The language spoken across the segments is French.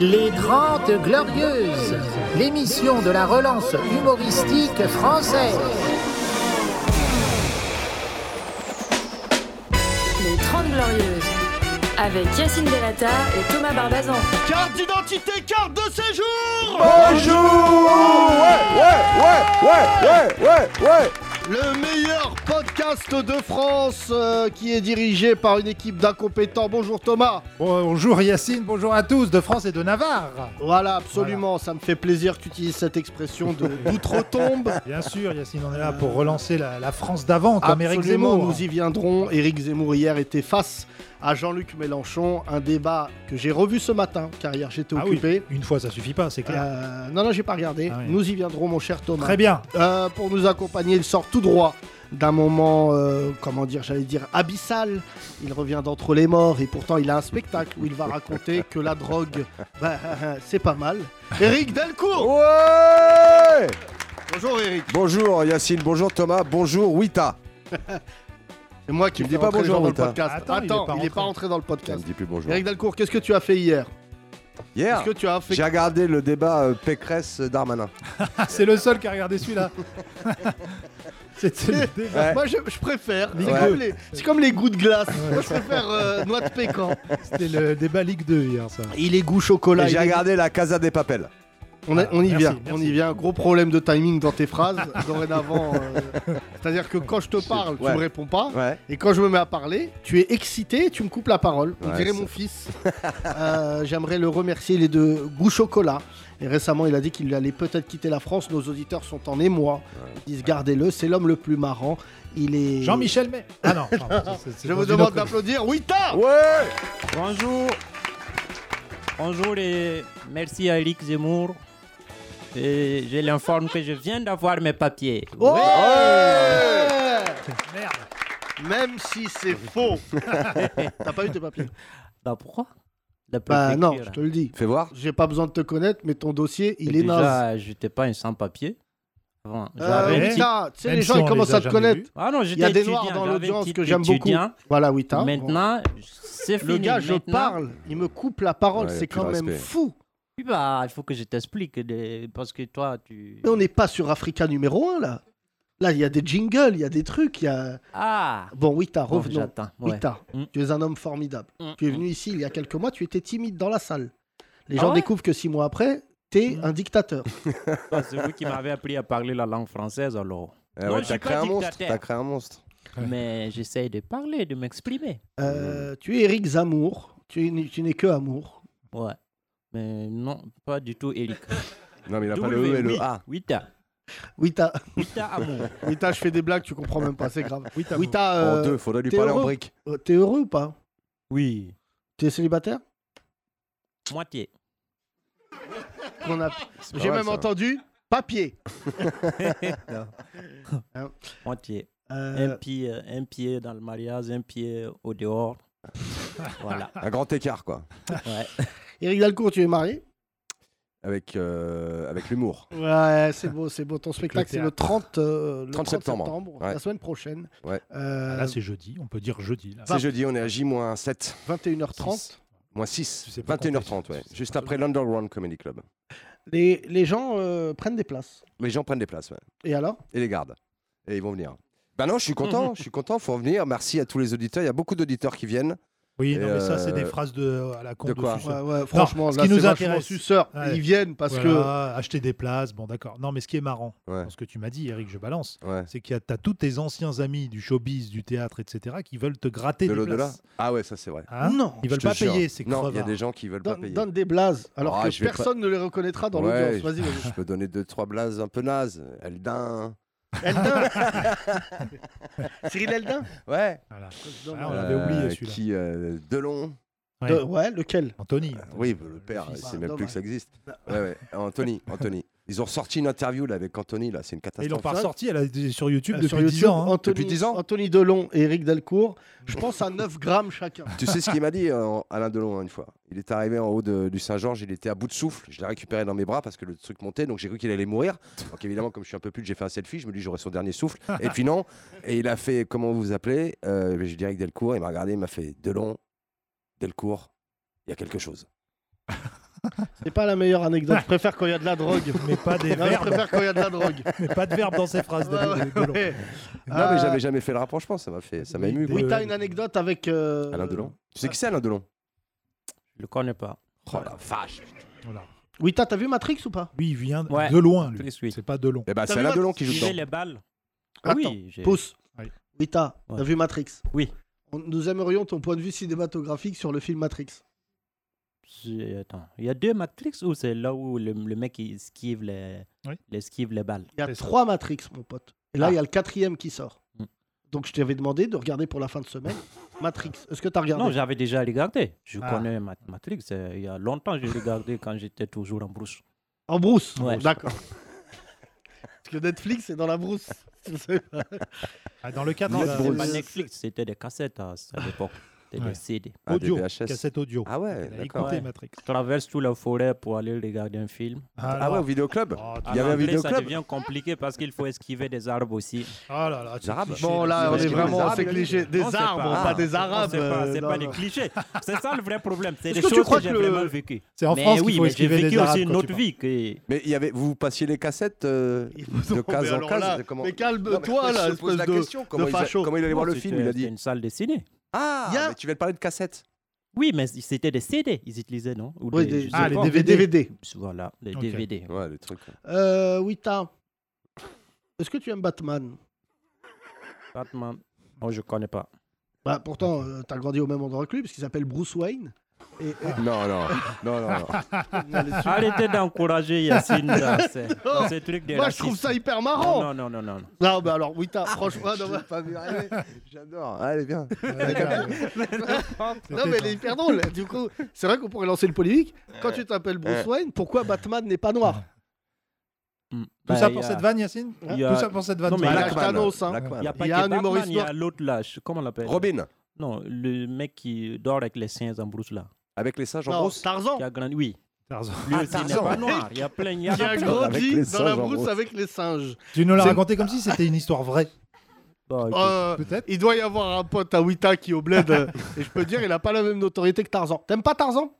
Les 30 Glorieuses, l'émission de la relance humoristique française. Les 30 Glorieuses, avec Yacine Delata et Thomas Barbazan. Carte d'identité, carte de séjour Bonjour Ouais, ouais, ouais, ouais, ouais, ouais Le meilleur podcast de France euh, qui est dirigé par une équipe d'incompétents. Bonjour Thomas Bonjour Yacine, bonjour à tous de France et de Navarre. Voilà, absolument, ça me fait plaisir que tu utilises cette expression de- d'outre-tombe. Bien sûr, Yacine, on est là pour relancer la, la France d'avant comme Eric Absolument, Zemmour. nous y viendrons. Éric Zemmour hier était face à Jean-Luc Mélenchon, un débat que j'ai revu ce matin, car hier j'étais Ah oui, occupé. une fois ça suffit pas, c'est clair. Euh, non, non, j'ai pas regardé. Ah oui. Nous y viendrons, mon cher Thomas. Très bien. Euh, pour nous accompagner, il sort tout droit d'un moment, euh, comment dire, j'allais dire abyssal. Il revient d'entre les morts et pourtant il a un spectacle où il va raconter que la drogue, bah, c'est pas mal. Eric Delcourt Ouais Bonjour Eric Bonjour Yacine, bonjour Thomas, bonjour Wita. C'est moi qui Il me dit dis pas pas bonjour bonjour, dans le Rita. podcast. Attends, il est pas il est pas rentré. rentré dans le Ça me podcast. dit plus bonjour. Eric Delcourt, qu'est-ce que tu as fait hier Hier, Qu'est-ce que tu as fait j'ai regardé le débat euh, Pécresse-Darmanin. Ah, c'est le seul qui a regardé celui-là. C'était le dé- Ouais. Moi je, je préfère. C'est Ouais. comme, les- c'est comme les goûts de glace. Moi je préfère euh, noix de pécan. c'était le débat Ligue 2 hier, ça. Il est goût chocolat. Et j'ai il est goût regardé la Casa des Papels. On, a- on y Merci, vient, merci. on y vient. Gros problème de timing dans tes phrases, dorénavant. euh, C'est-à-dire que quand je te parle, tu Ouais. me réponds pas. Ouais. Et quand je me mets à parler, tu es excité, tu me coupes la parole. On Ouais, dirait ça- mon fils. Euh, J'aimerais le remercier, il est de goût chocolat. Et récemment, il a dit qu'il allait peut-être quitter la France. Nos auditeurs sont en émoi. Ils disent gardez-le, c'est l'homme le plus marrant. Il est. Jean-Michel May. Ah non. pardon, c'est- c'est Je dans vous une demande autre- d'applaudir. Oui, tard Ouais Bonjour. Bonjour et merci à Eric Zemmour. Et je l'informe que je viens d'avoir mes papiers. Oh Ouais Merde. Même si c'est faux. T'as pas eu tes papiers Bah pourquoi La Bah non, je préfecture. te le dis. Fais voir. J'ai pas besoin de te connaître, mais ton dossier, il est naze. Déjà, j'étais pas un sans-papier. Euh, Avant, j'avais ouais. un petit- Wita, tu sais, Même les gens, si ils on commencent les a à te jamais connaître. vus. Ah non, Il j'étais y a des noirs étudiant, dans j'avais un l'audience petit que j'aime beaucoup. étudiant. Voilà, Wita. Maintenant, c'est Bon. fini. le gars, je Maintenant- parle, il me coupe la parole, Ouais, y a c'est plus quand de même respect. fou. Oui, Bah, il faut que je t'explique les- parce que toi, tu. Mais on n'est pas sur Africa numéro 1, là. Là, il y a des jingles, il y a des trucs, il y a... Ah. Bon, Wita, Bon, revenons. J'attends. ouais. Wita, Mm. tu es un homme formidable. Mm, Tu es mm. venu ici il y a quelques mois, tu étais timide dans la salle. Les Ah gens ouais découvrent que six mois après, t'es Mm. un dictateur. Bah, c'est vous qui m'avez appris à parler la langue française alors. Eh Non, ouais, je t'as suis pas créé un monstre. dictateur. T'as créé un monstre. Ouais. Mais j'essaie de parler, de m'exprimer. Hmm. Euh, tu es Eric Zamour, tu n'es tu n'es que amour. Ouais. Mais non, pas du tout, Eric. Non, mais il a pas le W, E et oui. le A. Wita. Wita, Wita amour. Wita, je fais des blagues, tu comprends même pas, c'est grave. Wita, vous- Wita, En euh, deux, faudrait lui t'es parler en heureux brique. euh, t'es heureux ou pas Oui. T'es célibataire Moitié. qu'on a- C'est pas J'ai mal, même ça. entendu papier. Moitié. Euh, Un, pied, euh, un pied dans le mariage, un pied au dehors. voilà. Un grand écart, quoi. Ouais. Eric Dalcourt, tu es marié Avec, euh, avec l'humour. Ouais, c'est beau, c'est beau. Ton spectacle, c'est le théâtre. 30, euh, le 30 septembre. Ouais. la semaine prochaine. Ouais. Euh, Là, c'est jeudi. On peut dire jeudi. là. C'est jeudi, on est à J-7. 21h30. Moins Tu 6, sais pas 21h30, compter. ouais. Juste après l'Underground Comedy Club. Les, les gens euh, prennent des places. Les gens prennent des places, ouais. Et alors Et les gardent. Et ils vont venir. Ben non, je suis Mhm. content, je suis content, faut venir. Merci à tous les auditeurs. Il y a beaucoup d'auditeurs qui viennent. Oui, Et non, mais ça, c'est des euh, phrases de à la con de de, quoi Suceur. Ouais, ouais, Franchement, ce là, qui nous c'est vachement intéresse. suceur. Ouais. Ils viennent parce que. Voilà, acheter des places, bon d'accord. Non, mais ce qui est marrant, Ouais. dans ce que tu m'as dit, Eric, je balance, Ouais. c'est qu'il y a t'as tous tes anciens amis du showbiz, du théâtre, etc., qui veulent te gratter De des l'au-delà. places. Ah ouais, ça c'est vrai. Hein Non, Ils veulent Je te pas jure. payer, ces Non, il y a crevards. des gens qui veulent pas Donne, payer. donne des blazes, alors Ah, que je vais pas- personne ne les reconnaîtra Ah, dans Ouais, l'audience. Vas-y, vas-y. Je peux donner deux trois blases un peu nazes. Eldin. Cyril Eldin Ouais. Voilà. Non, Ah, on non. l'avait Euh, oublié celui-là. Qui euh, Delon. Ouais. De- Ouais, lequel Anthony. Oui, le père, fils. il sait Ah, même plus dommage. que ça existe. Ouais, ouais. Anthony, Anthony. Ils ont ressorti une interview là avec Anthony là, c'est une Et ils l'ont catastrophe. pas ressorti, elle est sur YouTube Euh, depuis sur 10 YouTube, ans. hein. Anthony, Depuis 10 ans Anthony Delon et Eric Delcourt, je pense à 9 grammes chacun. Tu sais ce qu'il m'a dit, euh, Alain Delon, hein, une fois. Il est arrivé en haut de- du Saint-Georges, il était à bout de souffle. Je l'ai récupéré dans mes bras parce que le truc montait, donc j'ai cru qu'il allait mourir. Donc évidemment, comme je suis un peu plus, j'ai fait un selfie. Je me dis, j'aurai son dernier souffle. Et puis non. Et il a fait, comment vous vous appelez Euh, Je dirais que Delcourt. Il m'a regardé, il m'a fait Delon, Delcourt, il y a quelque chose. C'est pas la meilleure anecdote. Je préfère quand il y a de la drogue. Mais pas des Non, je verbes. préfère quand il y a de la drogue. Mais pas de verbes dans ces phrases. Ouais, Delon- ouais, Delon. ouais. Non, mais Euh, j'avais jamais fait le rapprochement, ça m'a fait, ça m'a oui, ému. des- quoi. Oui, t'as une anecdote avec. euh, Alain Delon. Tu sais qui c'est Alain Delon Je le connais pas. Oh la vache Voilà. Oui, t'as t'as vu Matrix ou pas Lui, il vient Ouais. de loin, lui. Très sweet. C'est pas de long. Eh ben, T'as c'est vu Alain ma- Delon qui joue Tirer dedans. les balles. Attends, Ah oui, j'ai- Pousse. Oui. Oui, t'as Ouais. t'as vu Matrix Oui. On- Nous aimerions ton point de vue cinématographique sur le film Matrix. j'ai- Attends, il y a deux Matrix ou c'est là où le, le mec il esquive les, Oui. il esquive les balles. Il y a C'est ça. trois Matrix, mon pote. Et là, Ah. il y a le quatrième qui sort. Hmm. Donc, je t'avais demandé de regarder pour la fin de semaine Matrix. Est-ce que t'as regardé Non, j'avais déjà regardé. Je Ah. connais Ma- Matrix. euh, Il y a longtemps, j'ai regardé quand j'étais toujours en brousse. En brousse Ouais. D'accord. Parce que Netflix est dans la brousse. Je sais pas. Ah, dans le cadre Non, de c'est la- Bruce. C'était pas Netflix, c'était des cassettes à, à l'époque. C'était Ouais. des CD. Ah, des audio, VHS. cassette audio. Ah ouais, Il a d'accord. écouté Ouais. Matrix. Je traverse toute la forêt pour aller regarder un film. Ah ouais, au Alors- vidéoclub Il Oh, y En avait un anglais, Ça vidéoclub devient compliqué parce qu'il faut esquiver des arbres aussi. Ah là là, tu Arabes. cliché, Bon, tu là, on cliché. est vraiment Arabes, c'est il a cliché. Des On sait arbres, pas. pas, des arabes. C'est pas, euh, c'est non, pas des non. clichés. C'est ça le vrai problème. C'est des Est-ce que tu choses crois que j'ai que le- vraiment vécues. C'est en mais France oui, qu'il faut mais j'ai esquiver vécu les Arabes. aussi une quand tu autre parles. vie. que- Mais il y avait, vous passiez les cassettes euh, de Non, mais case en alors case là, c'est comment- Mais Non, mais calme-toi, je là, te pose espèce la de. question, comment, il a- facho. comment il allait voir Non, le film Il a c'était- c'était dit une salle dessinée. Ah, Il y a- mais tu viens de parler de cassettes. Oui, mais c'était des CD. Ils utilisaient, non Ou Oui, des- des- je sais Ah, les pas. DVD. DVD. Voilà, des Ok. DVD. Ouais, les trucs. Euh, oui, t'as. Est-ce que tu aimes Batman Batman. Oh, je connais pas. Bah, pourtant, euh, t'as grandi au même endroit que lui, parce qu'il s'appelle Bruce Wayne. Et, euh, et- Non, non, non, non. non. Arrêtez d'encourager Yacine dans ces, dans ces trucs de Moi, je trouve racisme. ça hyper marrant. Non, non, non, non. Ah, non. Non, mais alors, oui, t'as, franchement, non, mais- pas vu arriver. J'adore. Allez, bien. non, mais elle est hyper drôle. Du coup, c'est vrai qu'on pourrait lancer le polémique. Quand tu t'appelles Bruce Wayne, pourquoi Batman n'est pas noir Mm. Tout Bah, ça il pour y a- cette vanne, Yacine Hein il y a- Tout ça pour cette vanne. Non, mais Ah, là, la- je t'annonce, hein. Blackman. Il y a pas Il y a que un Batman, humoriste il y a noir. l'autre là, je- comment on l'appelle Robin, Non, le mec qui dort avec les singes en brousse là. avec les singes en Non, brousse. Tarzan Qui a grandi, oui. Tarzan. Lui aussi n'est Tarzan. pas noir. Il y a plein, il y en qui a a plein. gros- Ah, Avec grandi les dans la singes en brousse brousse. avec les singes. Tu nous l'as C'est- raconté comme si c'était une histoire vraie. Bah, Bon, écoute, Euh, Peut-être. il doit y avoir un pote à Wita qui est au bled. euh, et je peux te dire, il a pas la même notoriété que Tarzan. T'aimes pas Tarzan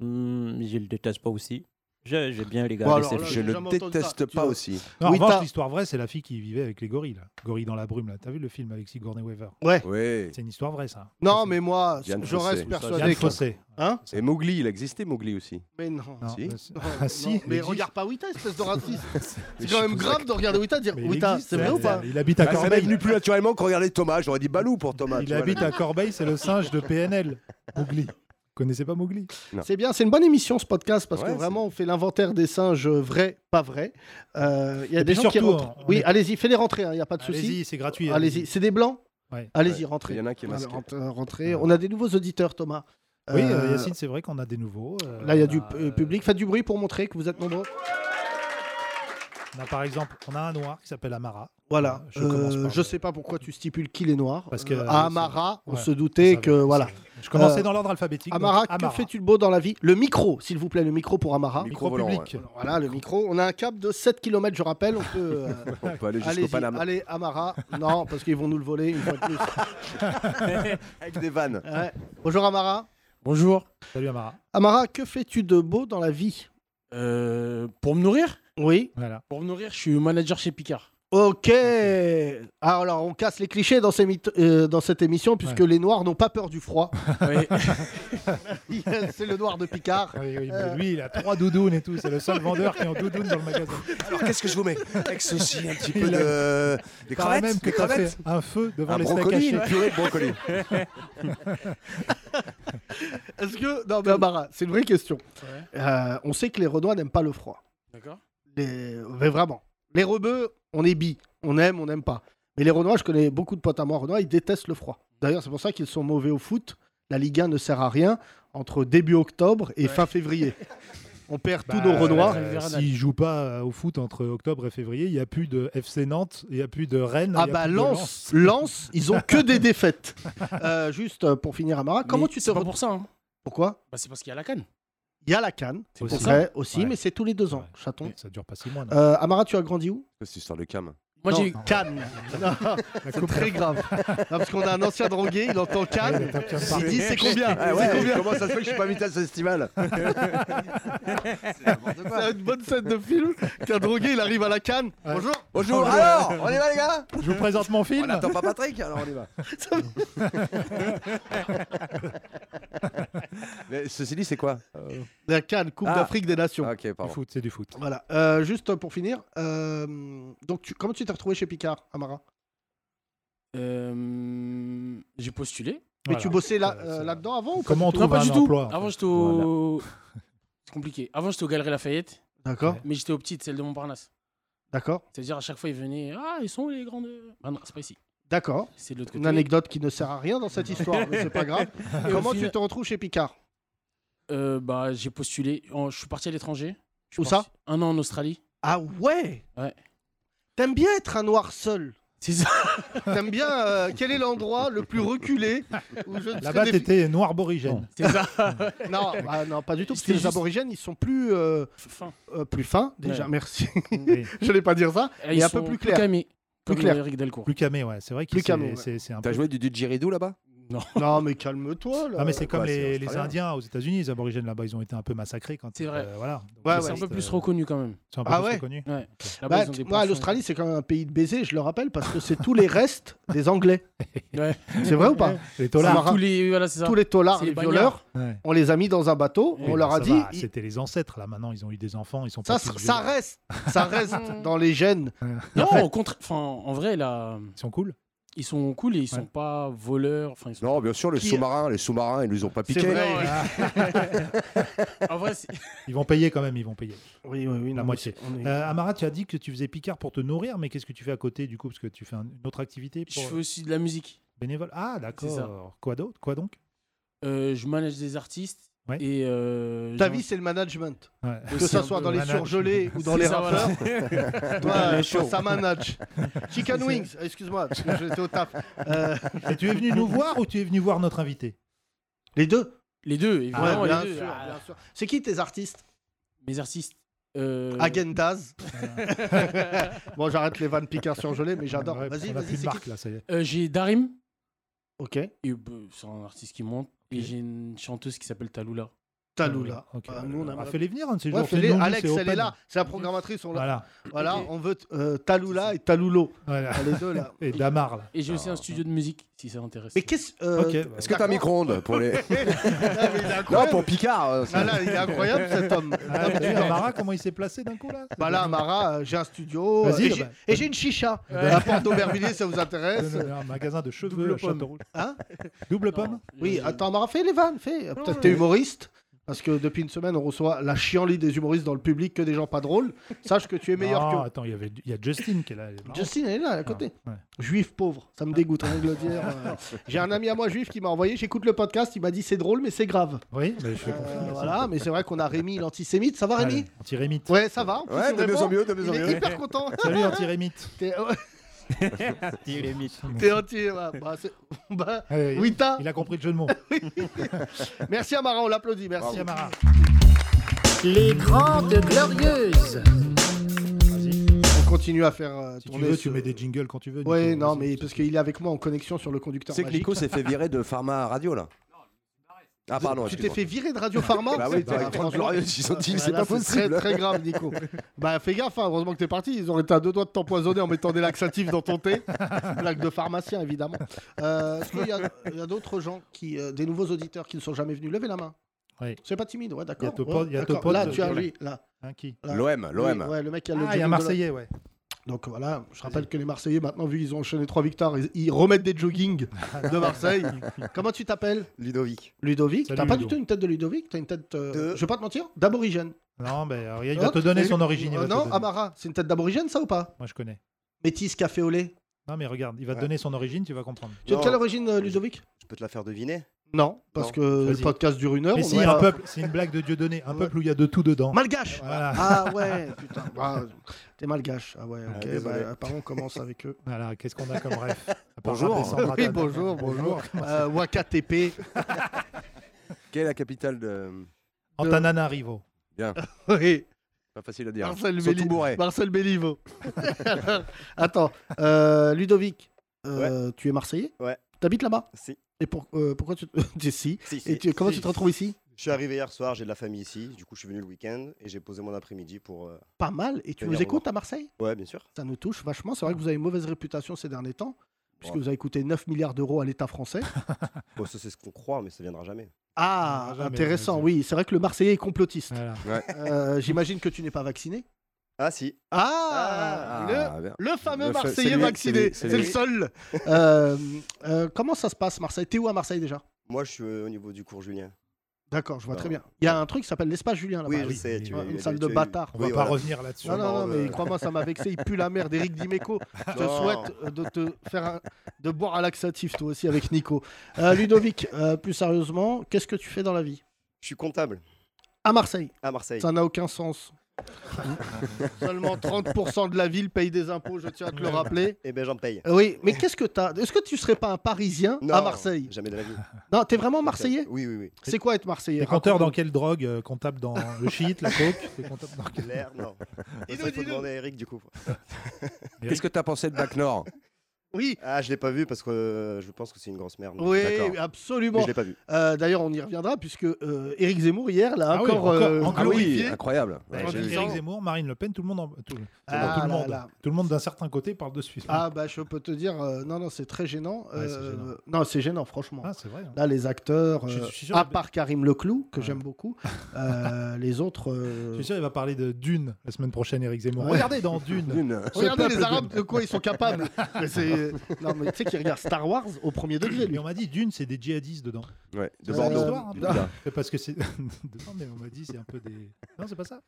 hmm, je le déteste pas aussi. Je- J'ai bien regardé Bon, alors ces là, films. Je j'ai ne jamais entendu ça, déteste tu pas vois. aussi. Non, en Oui, t'as- revanche, l'histoire vraie, c'est la fille qui vivait avec les gorilles, là. Gorille dans la brume, là. T'as vu le film avec Sigourney Weaver Ouais. Oui. C'est une histoire vraie, ça. hein. Non, mais moi, Diane je reste Fossé. Yann persuadé. que- Fossé. Hein Et Mowgli, il existait Mowgli aussi. Mais non. Non, Si. mais- Non, Ah, si, non, il mais existe. regarde pas Wita, espèce de raciste. Mais C'est je quand même suis grave de regarder Wita et dire Mais il Wita, existe, hein. c'est vrai ça. ou pas Il habite à Bah, ça m'est Corbeil. venu plus naturellement que regarder Thomas. J'aurais dit Balou pour Thomas. tu Il vois, habite là. à Corbeil, c'est le singe de PNL. Mowgli. Vous connaissez pas Mowgli C'est bien, c'est une bonne émission ce podcast parce Ouais, que c'est- vraiment on fait l'inventaire des singes vrais, pas vrais. Euh, Il y a Et des puis gens qui surtout, rentrent. on Oui, est- allez-y, fais-les rentrer, il n'y a pas de souci. Allez-y, c'est gratuit. Allez-y, c'est des blancs Ouais. Allez-y, Ouais. rentrez. Il y en a un qui est Voilà, masqué. rentre- euh, rentrez. On a des nouveaux auditeurs, Thomas. Oui, Euh, euh, Yacine, c'est vrai qu'on a des nouveaux. euh, Là, il y a on du p- euh, public. Faites du bruit pour montrer que vous êtes nombreux. On a par exemple, on a un noir qui s'appelle Amara. Voilà. je commence Euh, par je le- sais pas pourquoi tu stipules qu'il est noir. Parce que- Euh, à Amara, on Ouais, se doutait Ça que va, ça voilà. va. Je commençais Euh, dans l'ordre alphabétique. donc Amara, que fais-tu de beau dans la vie Le micro, s'il vous plaît, le micro pour Amara. Micro Micro volant, public. Voilà, le micro. On a un cap de 7 km, je rappelle. On peut. euh, On peut aller jusqu'au Allez, Panama. allez, Amara. Non, parce qu'ils vont nous le voler une fois de plus. Avec des vannes. Ouais. Bonjour Amara. Bonjour. Salut Amara. Amara, que fais-tu de beau dans la vie Euh, pour me nourrir Oui. Voilà. Pour me nourrir, je suis manager chez Picard. Ok. Ah, Alors, on casse les clichés dans, ces mythes- euh, dans cette émission puisque les Noirs n'ont pas peur du froid. Ouais. C'est le Noir de Picard. Euh. Oui, oui, mais lui, il a trois doudounes et tout. C'est le seul vendeur qui a un doudoune dans le magasin. Alors qu'est-ce que je vous mets Avec ceci, un petit peu Il de. a- Des Par crevettes même que Des t'as crevettes fait un feu devant Un les steaks brocoli, hachés. une purée de brocoli. Est-ce que. Non, mais Amara, c'est une vraie question. Ouais. Euh, on sait que les Renois n'aiment pas le froid. D'accord. Les- Mais vraiment. Les Rebeux, on est bi. On aime, on n'aime pas. Mais les Renois, je connais beaucoup de potes à moi Renois, ils détestent le froid. D'ailleurs, c'est pour ça qu'ils sont mauvais au foot. La Ligue 1 ne sert à rien entre début octobre et fin février. On perd Bah, tous nos Renois. euh, S'il joue pas euh, au foot entre octobre et février, il n'y a plus de FC Nantes, il n'y a plus de Rennes. Ah il y a bah plus de Lens, Lens, ils ont que des défaites. Euh, juste euh, pour finir, Amara, comment Mais tu te C'est pas retrouves pour ça. hein. Pourquoi Bah, c'est parce qu'il y a la canne. Il y a la canne, C'est c'est aussi. vrai aussi, Ouais. mais c'est tous les deux ans, Ouais. chaton. Mais Ça dure pas six mois. non Euh, Amara, tu as grandi où Cette histoire de cam. Moi, Non, j'ai eu. Cannes. Non, La c'est coupe- Ah, très grave. Non, parce qu'on a un ancien drogué, il entend Cannes. t'as bien Il parlé. dit c'est combien Ah C'est ouais, combien comment ça se fait que je suis pas invité à ce festival C'est n'importe quoi. C'est une bonne scène de film qu'un drogué il arrive à la canne. Ouais. Bonjour. Bonjour, alors, on y va les gars Je vous présente mon On film. n'attend pas Patrick, alors on y va. Mais ceci dit, c'est quoi Euh. La canne, Coupe Ah. d'Afrique des Nations. Ah, Ok, Du pardon. foot, c'est du foot. Voilà. Euh, juste pour finir, euh, donc tu- comment tu t'es retrouvé chez Picard, Amara euh, j'ai postulé. Mais Voilà. tu bossais là, Euh, euh, c'est- là-dedans avant ou pas Comment on Non, trouve pas un du tout. emploi en fait Avant, j'étais au. C'est compliqué. Avant, j'étais au Galerie Lafayette, D'accord, mais j'étais au petit, celle de Montparnasse. d'accord, C'est-à-dire, à chaque fois, ils venaient. Ah, ils sont où les grandes. Ah non, c'est pas ici. d'accord. C'est de l'autre Une côté. anecdote qui ne sert à rien dans cette histoire, mais c'est pas grave. Et au Comment final- tu te retrouves chez Picard Euh, bah, j'ai postulé. En- Je suis parti à l'étranger. Je suis Où ça parti Un an en Australie. Ah ouais Ouais. T'aimes bien être un noir seul C'est ça. T'aimes bien euh, quel est l'endroit le plus reculé où je ne Là-bas, serais t'étais noir aborigène. C'est ça. défi- Non, ah non, pas du tout. Parce que C'était les juste- aborigènes, ils sont plus euh, Fin. euh, plus fins déjà. Ouais. Merci. Oui. je n'allais pas dire ça. Et Et un peu plus clair. Camé, Plus comme clair. Eric Delcourt. Plus camé, ouais. C'est vrai que Plus camé, c'est- ouais. c'est c'est un peu. T'as joué du didgeridoo là-bas Non. Non, mais calme-toi là. Non, Ah, mais c'est comme Ouais, c'est hein. les, les australien. Indiens aux États-Unis, les aborigènes là-bas, ils ont été un peu massacrés quand. C'est vrai. euh, voilà. Donc, Ouais, C'est un peu euh, plus reconnu quand même. C'est un peu Ah plus ouais. reconnu. Ouais. Bah, Là-bas, ils ont des moi, pensions. l'Australie, c'est quand même un pays de baisers, je le rappelle, parce que c'est tous les restes des Anglais. Ouais. C'est vrai ou pas Les Ça taulards. marche. Tous les. euh, Voilà, c'est ça. Tous les taulards, C'est les les bagnards. violeurs, Ouais. on les a mis dans un bateau, Oui, on Oui, leur ça a dit. va, ils- C'était les ancêtres là. Maintenant, ils ont eu des enfants, ils sont Ça, pas. ça, tous ça violents. reste, ça reste dans les gènes. Non, au contraire. Enfin, en vrai, là, Ils sont cool. ils sont cool et ils sont Ouais. pas voleurs. Enfin, ils sont- Non, bien sûr, les Qui- sous-marins, les sous-marins, ils nous ont pas piqué. vrai. En vrai, c'est- Ils vont payer quand même. Ils vont payer. Oui, oui, oui. La non, moitié. on est- Euh, Amara, tu as dit que tu faisais Picard pour te nourrir, mais qu'est-ce que tu fais à côté du coup Parce que tu fais un- une autre activité je pour fais aussi de la musique. bénévole. Ah, C'est ça. d'accord. Quoi d'autre Quoi donc Euh, je manage des artistes. Ouais. Et euh, Ta j'ai- vie, c'est le management. Ouais. aussi Que ça un soit peu- dans les manage- surgelés ou dans C'est les ça, rappeurs, toi, toi, ça manage. Chicken C'est- Wings, excuse-moi, parce que j'étais au taf. Euh, Et tu es venu nous voir ou tu es venu voir notre invité les deux Les deux, évidemment, Ouais, bien les deux. sûr, Ah, bien sûr. C'est qui tes artistes Mes artistes. Euh, Agendaz. bon, j'arrête les vannes Picard surgelés, mais j'adore. Ouais, Vas-y, on a vas-y, plus de c'est qui marque là. Ça y est. euh, j'ai Darim. Ok. et, euh, C'est un artiste qui monte. Et j'ai une chanteuse qui s'appelle Taloula. Taloula. Ok. Ah, nous, on Ah, aimerait- fais-les venir un de ces Ouais, jours. fais-les. Fais-nous- nous, Alex, c'est elle est open. là. C'est la programmatrice. On l'a- Voilà. Voilà, Ok. on veut euh, Taloula et Taloulo. voilà. Les deux, là. Et Damar là. Et j'ai aussi un studio de musique, si ça intéresse. Mais qu'est-ce. euh, Ok. Est-ce que t'as un micro-ondes pour les. Ah, mais il est Non, incroyable. pour Picard. euh, Ah, là, il est incroyable cet homme. Ah, t'as vu Amara, comment il s'est placé d'un coup là Bah là, Amara, euh, j'ai un studio. Vas-y, et j'ai- bah. et j'ai une chicha. La porte d'Aubervilliers, ça vous intéresse Un magasin de cheveux Double à pomme. Châteauroux. Hein Double Non, pomme j'ai- Oui, j'ai- attends, Amara, fais les vannes. Fais. Euh, Peut-être t'es humoriste. Parce que depuis une semaine, on reçoit la chienlit des humoristes dans le public que des gens pas drôles. Sache que tu es meilleur Non, que. attends, il y, avait, il y a Justin qui est là. elle est marrante. Justin, elle est là, à côté. Ouais. Juif pauvre, ça me dégoûte, rien de le dire. Euh, J'ai un ami à moi juif qui m'a envoyé, j'écoute le podcast, il m'a dit c'est drôle, mais c'est grave. Oui, mais je fais confiance. Euh, voilà, mais c'est vrai qu'on a Rémi, l'antisémite. Ça va, Rémi Allez, Antirémite. Ouais, ça va. en plus, Ouais, on de mieux répond. en mieux, de mieux en Il est mieux. hyper content. Salut Antirémite. T'es Jérémy. t'es entier. ouais. Bah, c'est- bah, Allez, oui, t'as. Il a compris le jeu de mots. Merci Amara, on l'applaudit. Merci. Merci Amara. Les Grandes Glorieuses. On continue à faire euh, Si tu tourner. veux, ce- tu mets des jingles quand tu veux. du Ouais, coup, non, vas-y. mais parce qu'il est avec moi en connexion sur le conducteur. Tu sais que magique. Nico s'est fait virer de Pharma Radio là Ah, pardon, tu t'es excuse-moi. fait virer de Radio Pharma Bah oui, t'as les franchement, Grandes Glorieuses, ils ont dit, Ouais, c'est là, pas Très, possible. très grave, Nico. bah fais gaffe, hein, heureusement que t'es parti. Ils auraient été à deux doigts de t'empoisonner en mettant des laxatifs dans ton thé. Blague de pharmacien, évidemment. Euh, Est-ce qu'il y a, il y a d'autres gens, qui, euh, des nouveaux auditeurs qui ne sont jamais venus Levez la main. Oui. C'est pas timide, ouais, d'accord. Il y a Topod- Ouais, il y a d'accord. Topod, là, euh, tu as qui est lui, là. Hein, qui Ouais. L'OM, Oui, l'OM. ouais, le mec qui a le Ah, il jogging y a de un la- Marseillais, ouais. Donc voilà, je rappelle que les Marseillais, maintenant, vu qu'ils ont enchaîné trois victoires, ils, ils remettent des joggings de Marseille. Comment tu t'appelles Ludovic. Ludovic Salut, T'as pas Ludo. du tout une tête de Ludovic T'as une tête. euh, De- Je vais pas te mentir, d'aborigène. Non, mais euh, il Oh, va te donner mais- son origine. il Euh, va te non, donner. Amara, c'est une tête d'aborigène, ça ou pas Moi, je connais. Métis, café au lait. Non, mais regarde, il va te donner son origine, tu vas comprendre. Tu es de quelle origine, euh, Ludovic Je peux te la faire deviner Non, parce Non. que le Vas-y. podcast dure une heure. Mais on si, doit- un peuple, c'est une blague de Dieu donné. Un Ouais. peuple où il y a de tout dedans. Malgache Voilà. Ah ouais, putain. Ah, T'es malgache. Ah ouais, ok. désolé. bah, apparemment, on commence avec eux. Voilà, qu'est-ce qu'on a comme ref À part Bonjour. descendre à Oui, ta- bonjour, bonjour. Euh, Wakatépé. Quelle est la capitale de. Antananarivo. Oui. Pas facile à dire. hein. Marcel, Surtout Belli- bourré. Marcel Béliveau. Attends, euh, Ludovic, euh, tu es Marseillais Ouais. T'habites là-bas Si. Et pour- euh, pourquoi tu te... Si, si. si. Et tu- comment Si. tu te retrouves ici Je suis arrivé hier soir, j'ai de la famille ici. Du coup, je suis venu le week-end et j'ai posé mon après-midi pour. euh, Pas mal. Et tu Venir nous voir. écoutes à Marseille Ouais, bien sûr. Ça nous touche vachement. C'est vrai que vous avez une mauvaise réputation ces derniers temps, puisque Ouais. vous avez coûté 9 milliards d'euros à l'État français. Bon, ça, c'est ce qu'on croit, mais ça viendra jamais. Ah, Ah, jamais, intéressant, jamais. oui. C'est vrai que le Marseillais est complotiste. Voilà. Euh, J'imagine que tu n'es pas vacciné. Ah, si. Ah, le- Ah, merde. le, fameux Le fa- c'est Marseillais lui, vacciné. c'est C'est lui, le seul. Euh, euh, comment ça se passe, Marseille T'es où à Marseille déjà Moi, je suis euh, au niveau du cours Julien. D'accord, je vois Non. très bien. Il y a un truc qui s'appelle l'espace Julien là-bas. oui, je oui, sais. oui, tu oui. es- Une tu salle es- de tu es- bâtard. On oui, va pas voilà. revenir là-dessus. Non, non, non, Non, mais euh, crois-moi, ça m'a vexé. Il pue la merde d'Éric Dimeco. Je te Non. souhaite euh, de te faire un- de boire un laxatif, toi aussi, avec Nico. Euh, Ludovic, euh, plus sérieusement, qu'est-ce que tu fais dans la vie Je suis comptable À Marseille, à Marseille. ça n'a aucun sens. Seulement 30% de la ville paye des impôts, je tiens à te le rappeler. Eh ben, j'en paye. Euh, oui, mais qu'est-ce que t'as Est-ce que tu serais pas un Parisien à Marseille Jamais de la vie. Non, t'es vraiment Marseillais Oui, oui, oui. C'est quoi être Marseillais T'es compteur dans quelle drogue euh, Comptable dans le shit, la coke T'es comptable dans quelle- L'air, non. Et Dis-nous, ça, il faut dis-nous. demander à Eric, du coup. Qu'est-ce que t'as pensé de Bac Nord Oui, Ah, je l'ai pas vu parce que euh, je pense que c'est une grosse merde. oui, D'accord. Mais absolument. je l'ai pas vu. Euh, D'ailleurs, on y reviendra puisque euh, Éric Zemmour hier l'a Ah oui, encore, encore- euh, encore, Ah oui, glorifié. incroyable. Bah, Ouais, Eric j'ai vu. Éric Zemmour, Marine Le Pen, tout le monde, en- tout, tout Ah le là monde, là. tout le monde d'un certain côté parle de suite. Ah bah je peux te dire, euh, non non c'est très gênant. Ouais, c'est Euh, gênant. Non c'est gênant franchement. Ah, c'est vrai. hein. Là les acteurs, Je- je euh, suis sûr à que- part Karim Leclou que Ouais. j'aime beaucoup, euh, les autres. Je euh, suis sûr, il va parler de Dune la semaine prochaine, Eric Zemmour. Ouais. Regardez dans Dune. Une. ce Regardez peuple les Arabes Dune. de quoi ils sont capables. Mais c'est- euh, non mais tu sais qu'ils regardent Star Wars au premier degré Mais lui. on m'a dit Dune, c'est des djihadistes dedans. Ouais, de Euh, Bordeaux. l'histoire, un peu. Putain. C'est parce que c'est. non, mais on m'a dit, c'est un peu des. Non, c'est pas ça.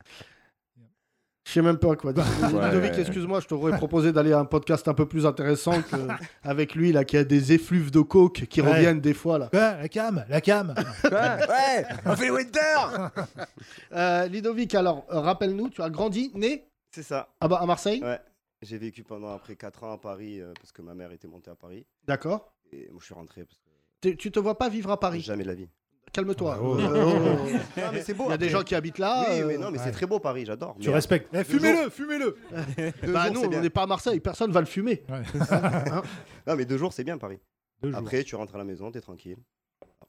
Je sais même pas quoi. dire. Ouais. Ludovic, excuse-moi, je t'aurais proposé d'aller à un podcast un peu plus intéressant que avec lui là qui a des effluves de coke qui Ouais. reviennent des fois là. Quoi La cam La cam ouais, on fait le winter Euh, Ludovic, alors euh, rappelle-nous, tu as grandi, né Ah bah, C'est ça. à, Ba- à Marseille. Ouais. J'ai vécu pendant après 4 ans à Paris euh, parce que ma mère était montée à Paris. D'accord. Et moi, je suis rentré parce que Tu tu te vois pas vivre à Paris jamais de la vie. Calme-toi. Ah, oh. Euh, oh, oh, oh. Non, mais c'est beau. Il y a des gens qui habitent là. Oui, euh, mais non, mais ouais. c'est très beau Paris, j'adore. Mais, Tu euh, respectes. Eh, fumez-le Fumez-le deux bah jours, non, c'est on bien. n'est pas à Marseille, personne va le fumer. Non, mais deux jours, c'est bien Paris. Deux jours. Après, tu rentres à la maison, t'es tranquille.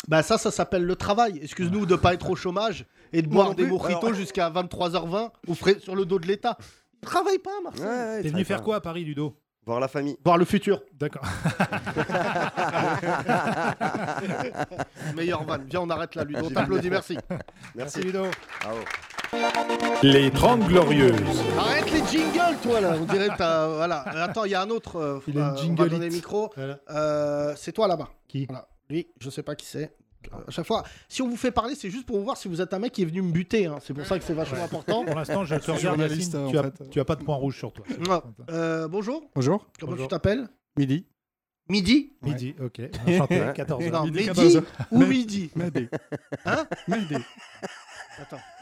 Bah ça, ça s'appelle le travail. Excuse-nous de pas être au chômage et de Moi boire non des plus. mojitos Alors- jusqu'à 23h20 au frais- sur le dos de l'État. Travaille pas, à Marseille. T'es venu faire quoi à Paris, Ludo Voir la famille. Voir le futur. D'accord. Meilleur van. Viens, on arrête là, Ludo. On t'applaudit, merci. Merci. Merci, Ludo. Les 30 Glorieuses. Arrête les jingles, toi, là. On dirait que t'as... Voilà. Euh, Attends, il y a un autre. euh, Il a une euh, on va jingle donner le hit. micro. Voilà. Euh, c'est toi là-bas. Qui Voilà. Lui, je sais pas qui c'est. Euh, À chaque fois, si on vous fait parler, c'est juste pour voir si vous êtes un mec qui est venu me buter. hein. C'est pour ça que c'est vachement Ouais. important. Pour l'instant, je te regarde, journaliste, Yacine, en tu, as, fait. tu as pas de point rouge sur toi. Ouais. Euh, bonjour, Bonjour. comment Bonjour. tu t'appelles Midi. Midi Midi, ok. Enchanté, Ouais. 14 Non, heures. Midi, Midi 14. ou Midi Midi. Hein Midi. Attends.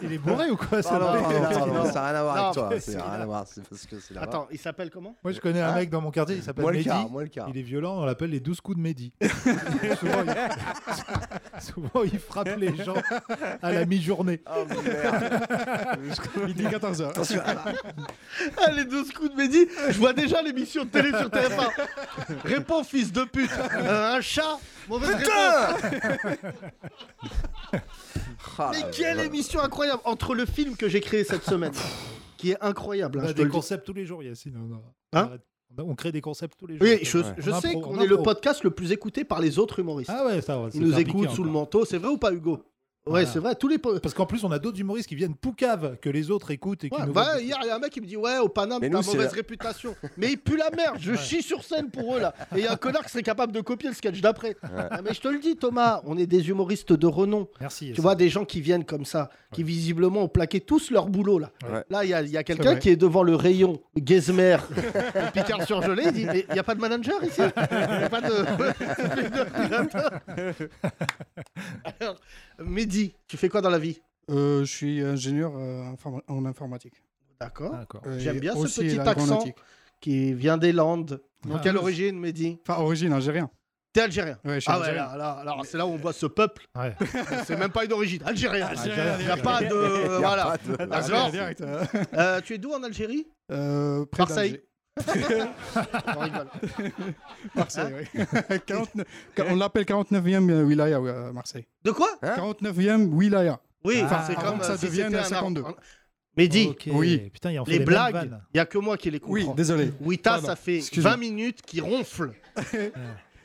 Il est bourré ou quoi ce Ah, non, mec non, non, non, non. ça n'a rien à voir Non, avec toi. mais Ça c'est n'a rien là. à voir. C'est parce que c'est là-bas. Attends, il s'appelle comment Ah. Moi, je connais un mec dans mon quartier, il s'appelle Moi le Mehdi. quart, moi le quart. Il est violent, on l'appelle les 12 coups de Mehdi. souvent, il... souvent, il frappe les gens à la mi-journée. Oh merde. Midi 14h. Attention. Ah, les 12 coups de Mehdi, je vois déjà l'émission de télé sur TF1. Réponds, fils de pute. Euh, un chat Mauvaise réponse. Ah, Mais euh, quelle émission incroyable Entre le film que j'ai créé cette semaine, qui est incroyable, hein, On a je te des le dis. concepts tous les jours, Yacine. on a- Hein arrête. On a- on crée des concepts tous les jours. Oui, je, je En sais impro, qu'on en est le impro. podcast le plus écouté par les autres humoristes. Ah ouais, ça va. Ils nous écoutent sous le manteau, c'est vrai ou pas, Hugo Ouais, Voilà. c'est vrai, tous les. po- Parce qu'en plus, on a d'autres humoristes qui viennent poucave que les autres écoutent et qui Ouais, nous. bah, voient. hier, il y a un mec qui me dit Ouais, au Paname, Mais t'as nous, c'est mauvaise la- réputation. Mais il pue la merde, je chie sur scène pour eux là. Et il y a un connard qui serait capable de copier le sketch d'après. Ah, mais je te le dis, Thomas, on est des humoristes de renom. Merci. Tu Yacine. vois, des gens qui viennent comme ça, qui visiblement ont plaqué tous leur boulot là. Ouais. Là, il y a, il y a C'est quelqu'un vrai. qui est devant le rayon Gezmer, le Picard surgelé, il dit Mais il n'y a pas de manager ici Il n'y a pas de. Alors, Mehdi, tu fais quoi dans la vie Euh, je suis ingénieur euh, informa- en informatique. D'accord. Ah, d'accord. Euh, J'aime et bien ce aussi petit l'aéronautique. accent. Qui vient des Landes. Ah. Quelle origine, Mehdi Enfin, origine algérienne. T'es algérien. Ouais, je suis Ah ouais, algérien. là, là, alors c'est là où on voit ce peuple. Ouais. C'est même pas une origine. Algérien. Algérien, Il n'y a pas de. Y a voilà. pas de- Ah, D'accord. direct, euh, Euh, tu es d'où en Algérie euh, près Marseille. On rigole. d'Alger. Marseille, Hein oui. 49 on l'appelle 49e euh, wilaya oui, à Marseille. De quoi Hein 49e wilaya. Oui, Ah, c'est avant comme que ça euh, si devienne c'était un 52. Ar- Mais dis, Ok. oui. Putain, il y a en fait les mêmes blagues, vannes. il n'y a que moi qui les Oui, comprends. désolé. Wita, Pardon, ça fait excuse-moi. 20 minutes qu'il ronfle.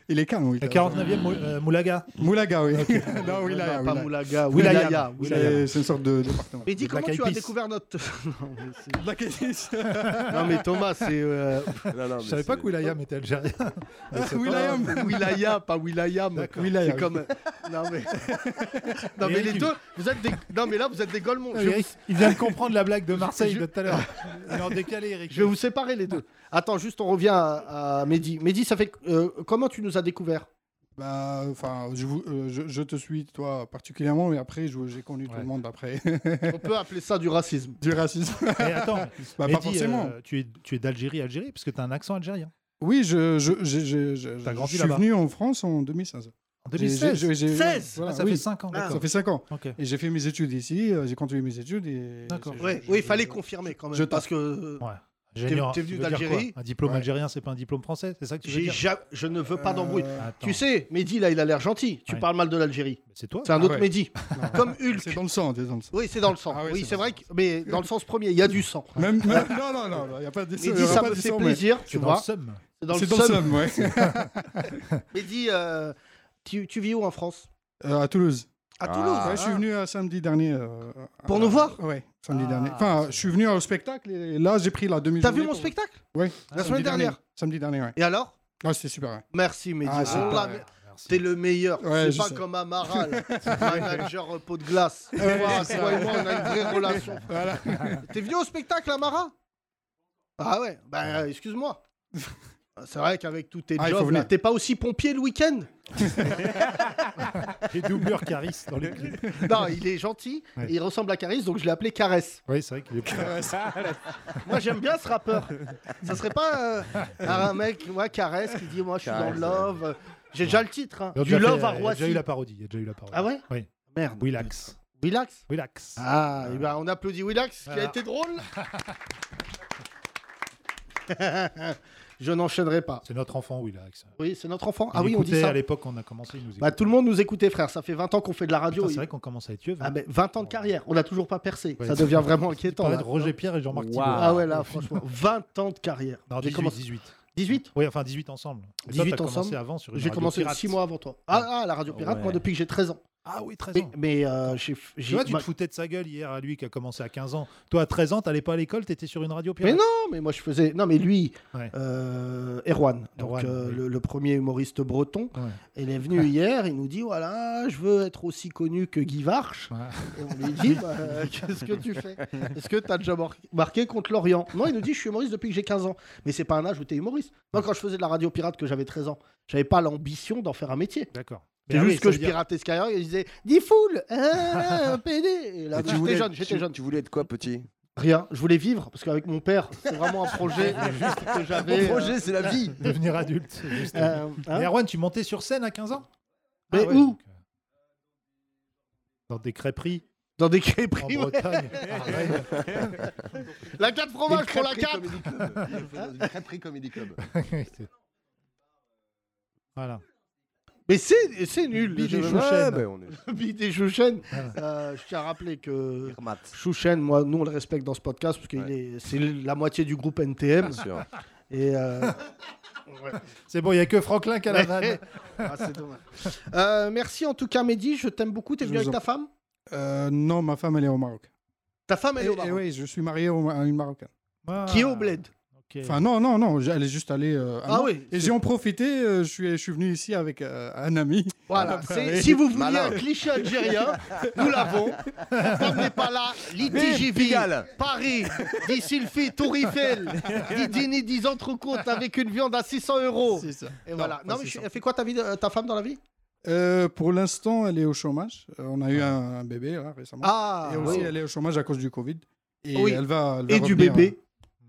Il est calme, oui. Le 49e Mou- euh, Moulaga. Moulaga, Ah oui. non, wilaya. Non, wilaya. pas Moulaga, Wilaya. Wilaya. Wilaya. C'est c'est une sorte de département. Mais dis, Le Black comment tu Eyed as Peas. découvert notre. Non, mais c'est- Black Eyed non, mais Thomas, c'est. euh, Non, non, Je mais savais pas c'est- que William était algérien. Peas. William. Wilaya, pas William. Wilaya, C'est oui. comme. Non, mais. Non, mais les Eric, deux, vous êtes des. Non, mais là, vous êtes des Golemons. Je, Eric, il vient de comprendre la blague de Marseille je- de tout à l'heure. Il est en décalé, Eric. je vais vous séparer les deux. Attends, juste, on revient à, à Mehdi. Mehdi, ça fait. euh, comment tu nous as découvert Bah, enfin, je, vous- euh, je, je te suis, toi, particulièrement, mais après, je- j'ai connu tout Ouais. le monde après. On peut appeler ça du racisme. du racisme. Mais attends, Bah, Mehdi, pas forcément. euh, tu es, tu es d'Algérie, Algérie, parce que tu as un accent algérien. Oui, je, je, je, je, je- T'as je grandi suis là-bas. venu en France en 2016. En J'ai- 2016. j'ai- j'ai- 16 voilà, Ah, ça oui. fait 5 ans. Ça D'accord. fait 5 ans. Ok. Et j'ai fait mes études ici, euh, j'ai continué mes études. Et D'accord. et je- Ouais, je- oui, il fallait confirmer quand même. je parce que euh, Génial. t'es Tu venu veux dire quoi d'Algérie Un diplôme Ouais. algérien, c'est pas un diplôme français, c'est ça que tu veux j'ai dire ja- je ne veux pas d'embrouille. Euh, Attends, Tu sais, Mehdi, là, il a l'air gentil. Tu Ouais. parles mal de l'Algérie. c'est toi C'est un Ah autre ouais. Mehdi. non. Comme C'est Hulk. dans le sang, c'est dans le sang. Oui, c'est dans le sang. Ah ouais, oui, c'est c'est dans vrai, le que... mais dans le sens premier, il y a du sang. Même, même- non, non, non, il n'y a pas de il y Mehdi, aura ça pas me de fait sang, mais- plaisir, tu C'est dans le vois. seum. C'est dans le C'est dans le seum. seum, ouais. Mehdi, euh, tu, tu vis où en France Euh, à Toulouse. À Ah. Toulouse. Ouais, je suis venu euh, samedi dernier. euh, Pour à- nous voir Ouais, samedi Ah, dernier. Enfin, je suis venu au spectacle et là, j'ai pris la demi-journée. T'as vu mon pour- spectacle Ouais. La samedi semaine dernier. dernière. Samedi dernier, ouais. Et alors Ah, c'était super, ouais. Merci Mehdi. Ah, c'est Oh là, pas- mais Merci. T'es le meilleur. Ouais, c'est je pas sais. comme Amaral, manager euh, peau de glace. Toi, c'est toi ça. et moi, on a une vraie relation. Voilà. T'es venu au spectacle, Amara Ah ouais, ben euh, excuse-moi. C'est vrai qu'avec tous tes Ah, il faut jobs, là, venir. t'es pas aussi pompier le week-end Les doubleurs Caris dans les clips. Non, il est gentil, Ouais. et il ressemble à Caris, donc je l'ai appelé Caresse. Oui, c'est vrai qu'il est Moi, j'aime bien ce rappeur. Ça serait pas euh, un mec, moi, Caresse, qui dit Moi, je suis dans Caresse, le love. euh, J'ai déjà le titre. hein. Il a Du déjà fait- love à Il y a déjà eu Roissy. la parodie. Il y a déjà eu la parodie. Ah ouais Oui. Merde. Willax. Willax Willax. Ah, eh ben, on applaudit Willax, ce qui a Voilà. été drôle. je n'enchaînerai pas. C'est notre enfant, Willax. Oui, c'est notre enfant. Il Ah oui, on dit écoutait ça. À l'époque, on a commencé, il nous Bah, écoutait. tout le monde nous écoutait, frère. Ça fait 20 ans qu'on fait de la radio. Putain, Il- C'est vrai qu'on commence à être vieux. Ah, vraiment. mais 20 ans de carrière. On n'a toujours pas percé. Ouais. Ça devient vraiment Il inquiétant. parlait là. de Roger Pierre et Jean-Marc Thibault. Ah ouais, là, franchement. 20 ans de carrière. Non, J'ai 18, commencé- 18. 18 Oui, enfin 18 ensemble. Et 18 toi, t'as ensemble. commencé avant sur une J'ai radio commencé pirate. 6 mois avant toi. Ah, ah, la radio pirate, moi, Ouais. depuis que j'ai 13 ans. Ah oui, 13 Mais, ans. mais, euh, j'ai. Tu j'ai- vois, tu ma- te foutais de sa gueule hier à lui qui a commencé à 15 ans. Toi, à 13 ans, t'allais pas à l'école, t'étais sur une radio pirate. Mais non, mais moi, je faisais. Non, mais lui, Ouais. euh, Erwan, donc, Erwan, euh, oui. le, le premier humoriste breton, Ouais. il est venu hier, il nous dit voilà, je veux être aussi connu que Guy Varche. Ouais. Et on lui dit Bah, euh, qu'est-ce que tu fais Est-ce que tu as déjà mar- marqué contre l'Orient Non, il nous dit je suis humoriste depuis que j'ai 15 ans. Mais c'est pas un âge où tu es humoriste. Moi, quand je faisais de la radio pirate que j'avais 13 ans, j'avais pas l'ambition d'en faire un métier. D'accord. C'est Mais ah juste oui, ça que veut je dire- piratais Skyrock et je disais Dis foule ah, PD Et là, Et j'étais jeune, j'étais tu- jeune. Tu voulais être quoi, petit Rien, je voulais vivre parce qu'avec mon père, c'est vraiment un projet que j'avais. euh, c'est la vie. Devenir adulte. juste. euh, hein. Mais Erwan, tu montais sur scène à 15 ans Mais Ah ouais, où donc, euh, Dans des crêperies Dans des en crêperies, ouais. Bretagne. Ah, à Rennes. La 4 fromage pour la Hein 4 Crêperie Comedy Club. voilà. Mais c'est c'est nul. Bidé je- Chouchen. Ouais, ben on est. Bidé Chouchen. Voilà. Euh, je tiens à rappeler que Irmat. Chouchen, moi, nous, on le respecte dans ce podcast parce que Ouais. c'est la moitié du groupe NTM. Bien sûr. Et euh, C'est bon, il n'y a que Franklin qui a la vanne. ah, c'est dommage. Euh, merci en tout cas, Mehdi. Je t'aime beaucoup. T'es Je venu vous avec en ta femme Euh, non, ma femme, elle est au Maroc. Ta femme, elle est au Et- Maroc, et oui, je suis marié au- à une Marocaine. Ah, Qui est au bled. ok. Enfin, non, non, non, j'allais juste aller. euh, à Ah Nantes. oui, Et c'est- j'ai en profité, euh, je, suis, je suis venu ici avec euh, un ami. Voilà. bah c'est- oui. Si vous vouliez Malin. un cliché algérien, nous l'avons. On n'est pas là. L'ITGV, Pigalle. Paris, des sylphides, Tour Eiffel, des dîners, des entrecôtes avec une viande à 600 euros. C'est ça. Et voilà. pas Non, mais 600. elle fait quoi ta, vie, euh, ta femme dans la vie Euh, pour l'instant, elle est au chômage. Euh, on a eu un, un bébé là, récemment. Ah, et aussi, elle est au chômage à cause du Covid. Et Oui. elle va. elle va Et du revenir, bébé. euh,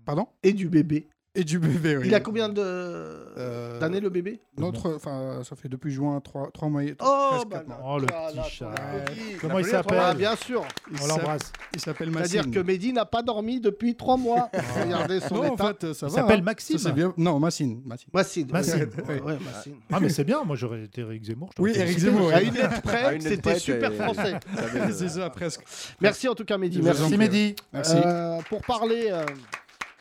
Pardon Et du bébé. Et du bébé, oui. Il a combien de- Euh, d'années le bébé Notre, enfin, ça fait depuis juin 3, trois mois. et- Oh, presque bah quatre mois. Oh, le Ah, là, petit chat. attends, le petit. Comment il Ah, s'appelle bien Il sûr. On s'appelle- l'embrasse. Il s'appelle C'est-à-dire Massine. que Mehdi n'a pas dormi depuis trois mois. Regardez son non, en état. fait, ça Il va. s'appelle hein. Maxime. Ça, c'est bien. Non, Massine. Massine. Massine. Massine. Ouais, ouais, Massine. Ah, mais c'est bien, moi j'aurais été Eric Zemmour. je t'aurais Oui, félicité. Eric Zemmour. À oui. une lettre À près, une lettre c'était près, super tu es- français. C'est ça, presque. Merci en tout cas, Mehdi. Je vous en Merci prie. Mehdi. Merci. Euh, pour parler. euh,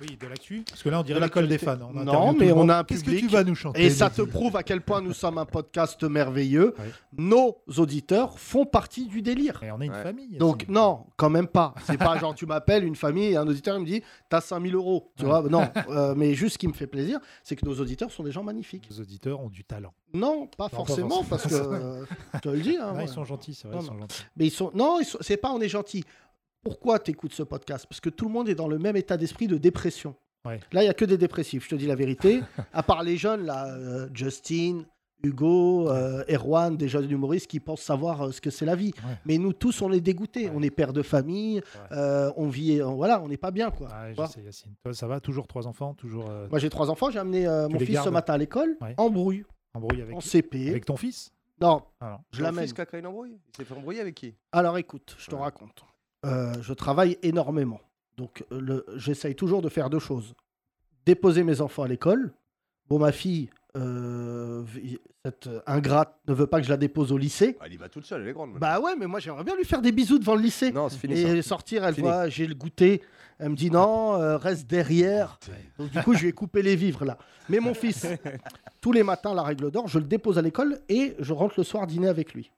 Oui, de l'actu. Parce que là, on dirait De l'école des l'actualité. fans. On Non, interviewe tout mais le monde. on a un Qu'est-ce que public. tu vas nous chanter Et ça Mehdi te prouve à quel point nous sommes un podcast merveilleux. Ouais. Nos auditeurs font partie du délire. Et on est une Ouais. famille. Donc Yacine. non, quand même pas. C'est pas genre tu m'appelles une famille et un auditeur il me dit t'as 5000 euros. Tu vois Non, euh, mais juste ce qui me fait plaisir, c'est que nos auditeurs sont des gens magnifiques. Nos auditeurs ont du talent. Non, pas pas forcément forcément. parce que euh, je te le dis. hein, Ah, ouais. Ils sont gentils, c'est vrai. Non, Ils sont gentils. Mais ils sont non, ils sont- c'est pas on est gentil. Pourquoi t'écoutes ce podcast Parce que tout le monde est dans le même état d'esprit de dépression. Ouais. Là, il y a que des dépressifs. Je te dis la vérité. à part les jeunes là, euh, Justin. Hugo, euh, Erwan, des jeunes humoristes qui pensent savoir euh, ce que c'est la vie. Ouais. Mais nous tous, on est dégoûtés. Ouais. On est père de famille, Ouais. euh, on vit, on- voilà, on n'est pas bien quoi. Ah, Tu je vois sais, Yacine. Toi, ça va Toujours trois enfants Toujours euh, Moi, j'ai trois enfants. J'ai amené euh, mon les fils ce gardes matin à l'école Ouais. en brouille, embrouillé avec en qui CP. Avec ton fils Non, Ah, non. je Ton l'amène. fils qui a créé une embrouille Il s'est fait embrouiller avec qui Alors écoute, Ah, je te Ouais. raconte. Euh, je travaille énormément. Donc euh, le- j'essaye toujours de faire deux choses. Déposer mes enfants à l'école. Bon, ma fille, euh, vi- cette euh, ingrate, ne veut pas que je la dépose au lycée. Elle y va toute seule, elle est grande. Bah ouais, mais moi j'aimerais bien lui faire des bisous devant le lycée. Non, c'est fini. Et sortir, elle Fini. voit, j'ai le goûter. Elle me dit non, euh, reste derrière. Donc du coup, je lui ai coupé les vivres là. Mais mon fils, tous les matins, la règle d'or, je le dépose à l'école et je rentre le soir dîner avec lui.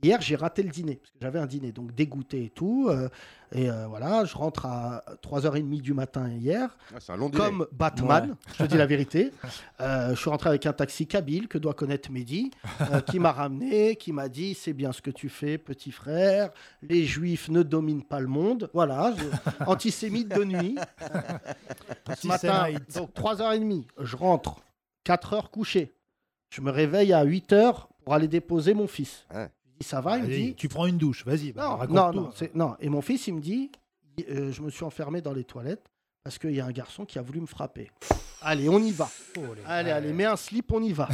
Hier, j'ai raté le dîner, parce que j'avais un dîner, donc dégoûté et tout. euh, et euh, voilà, je rentre à 3h30 du matin hier, ça. Ah, c'est un long dîner. comme Batman, je te dis la vérité. Euh, je suis rentré avec un taxi kabyle que doit connaître Mehdi, euh, qui m'a ramené, qui m'a dit c'est bien ce que tu fais, petit frère. Les juifs ne dominent pas le monde. Voilà, je- antisémite de nuit. Ce matin, Antisémite. donc 3h30, je rentre, 4h couché. Je me réveille à 8h pour aller déposer mon fils. Ouais. Je dis ça va, il me Allez, dit Tu prends une douche, vas-y. bah, non, raconte non, tout. non, c'est- non. Et mon fils, il me dit, euh, je me suis enfermé dans les toilettes parce qu'il y a un garçon qui a voulu me frapper. Allez, on y va. Oh, les- Allez, allez, mets un slip, on y va.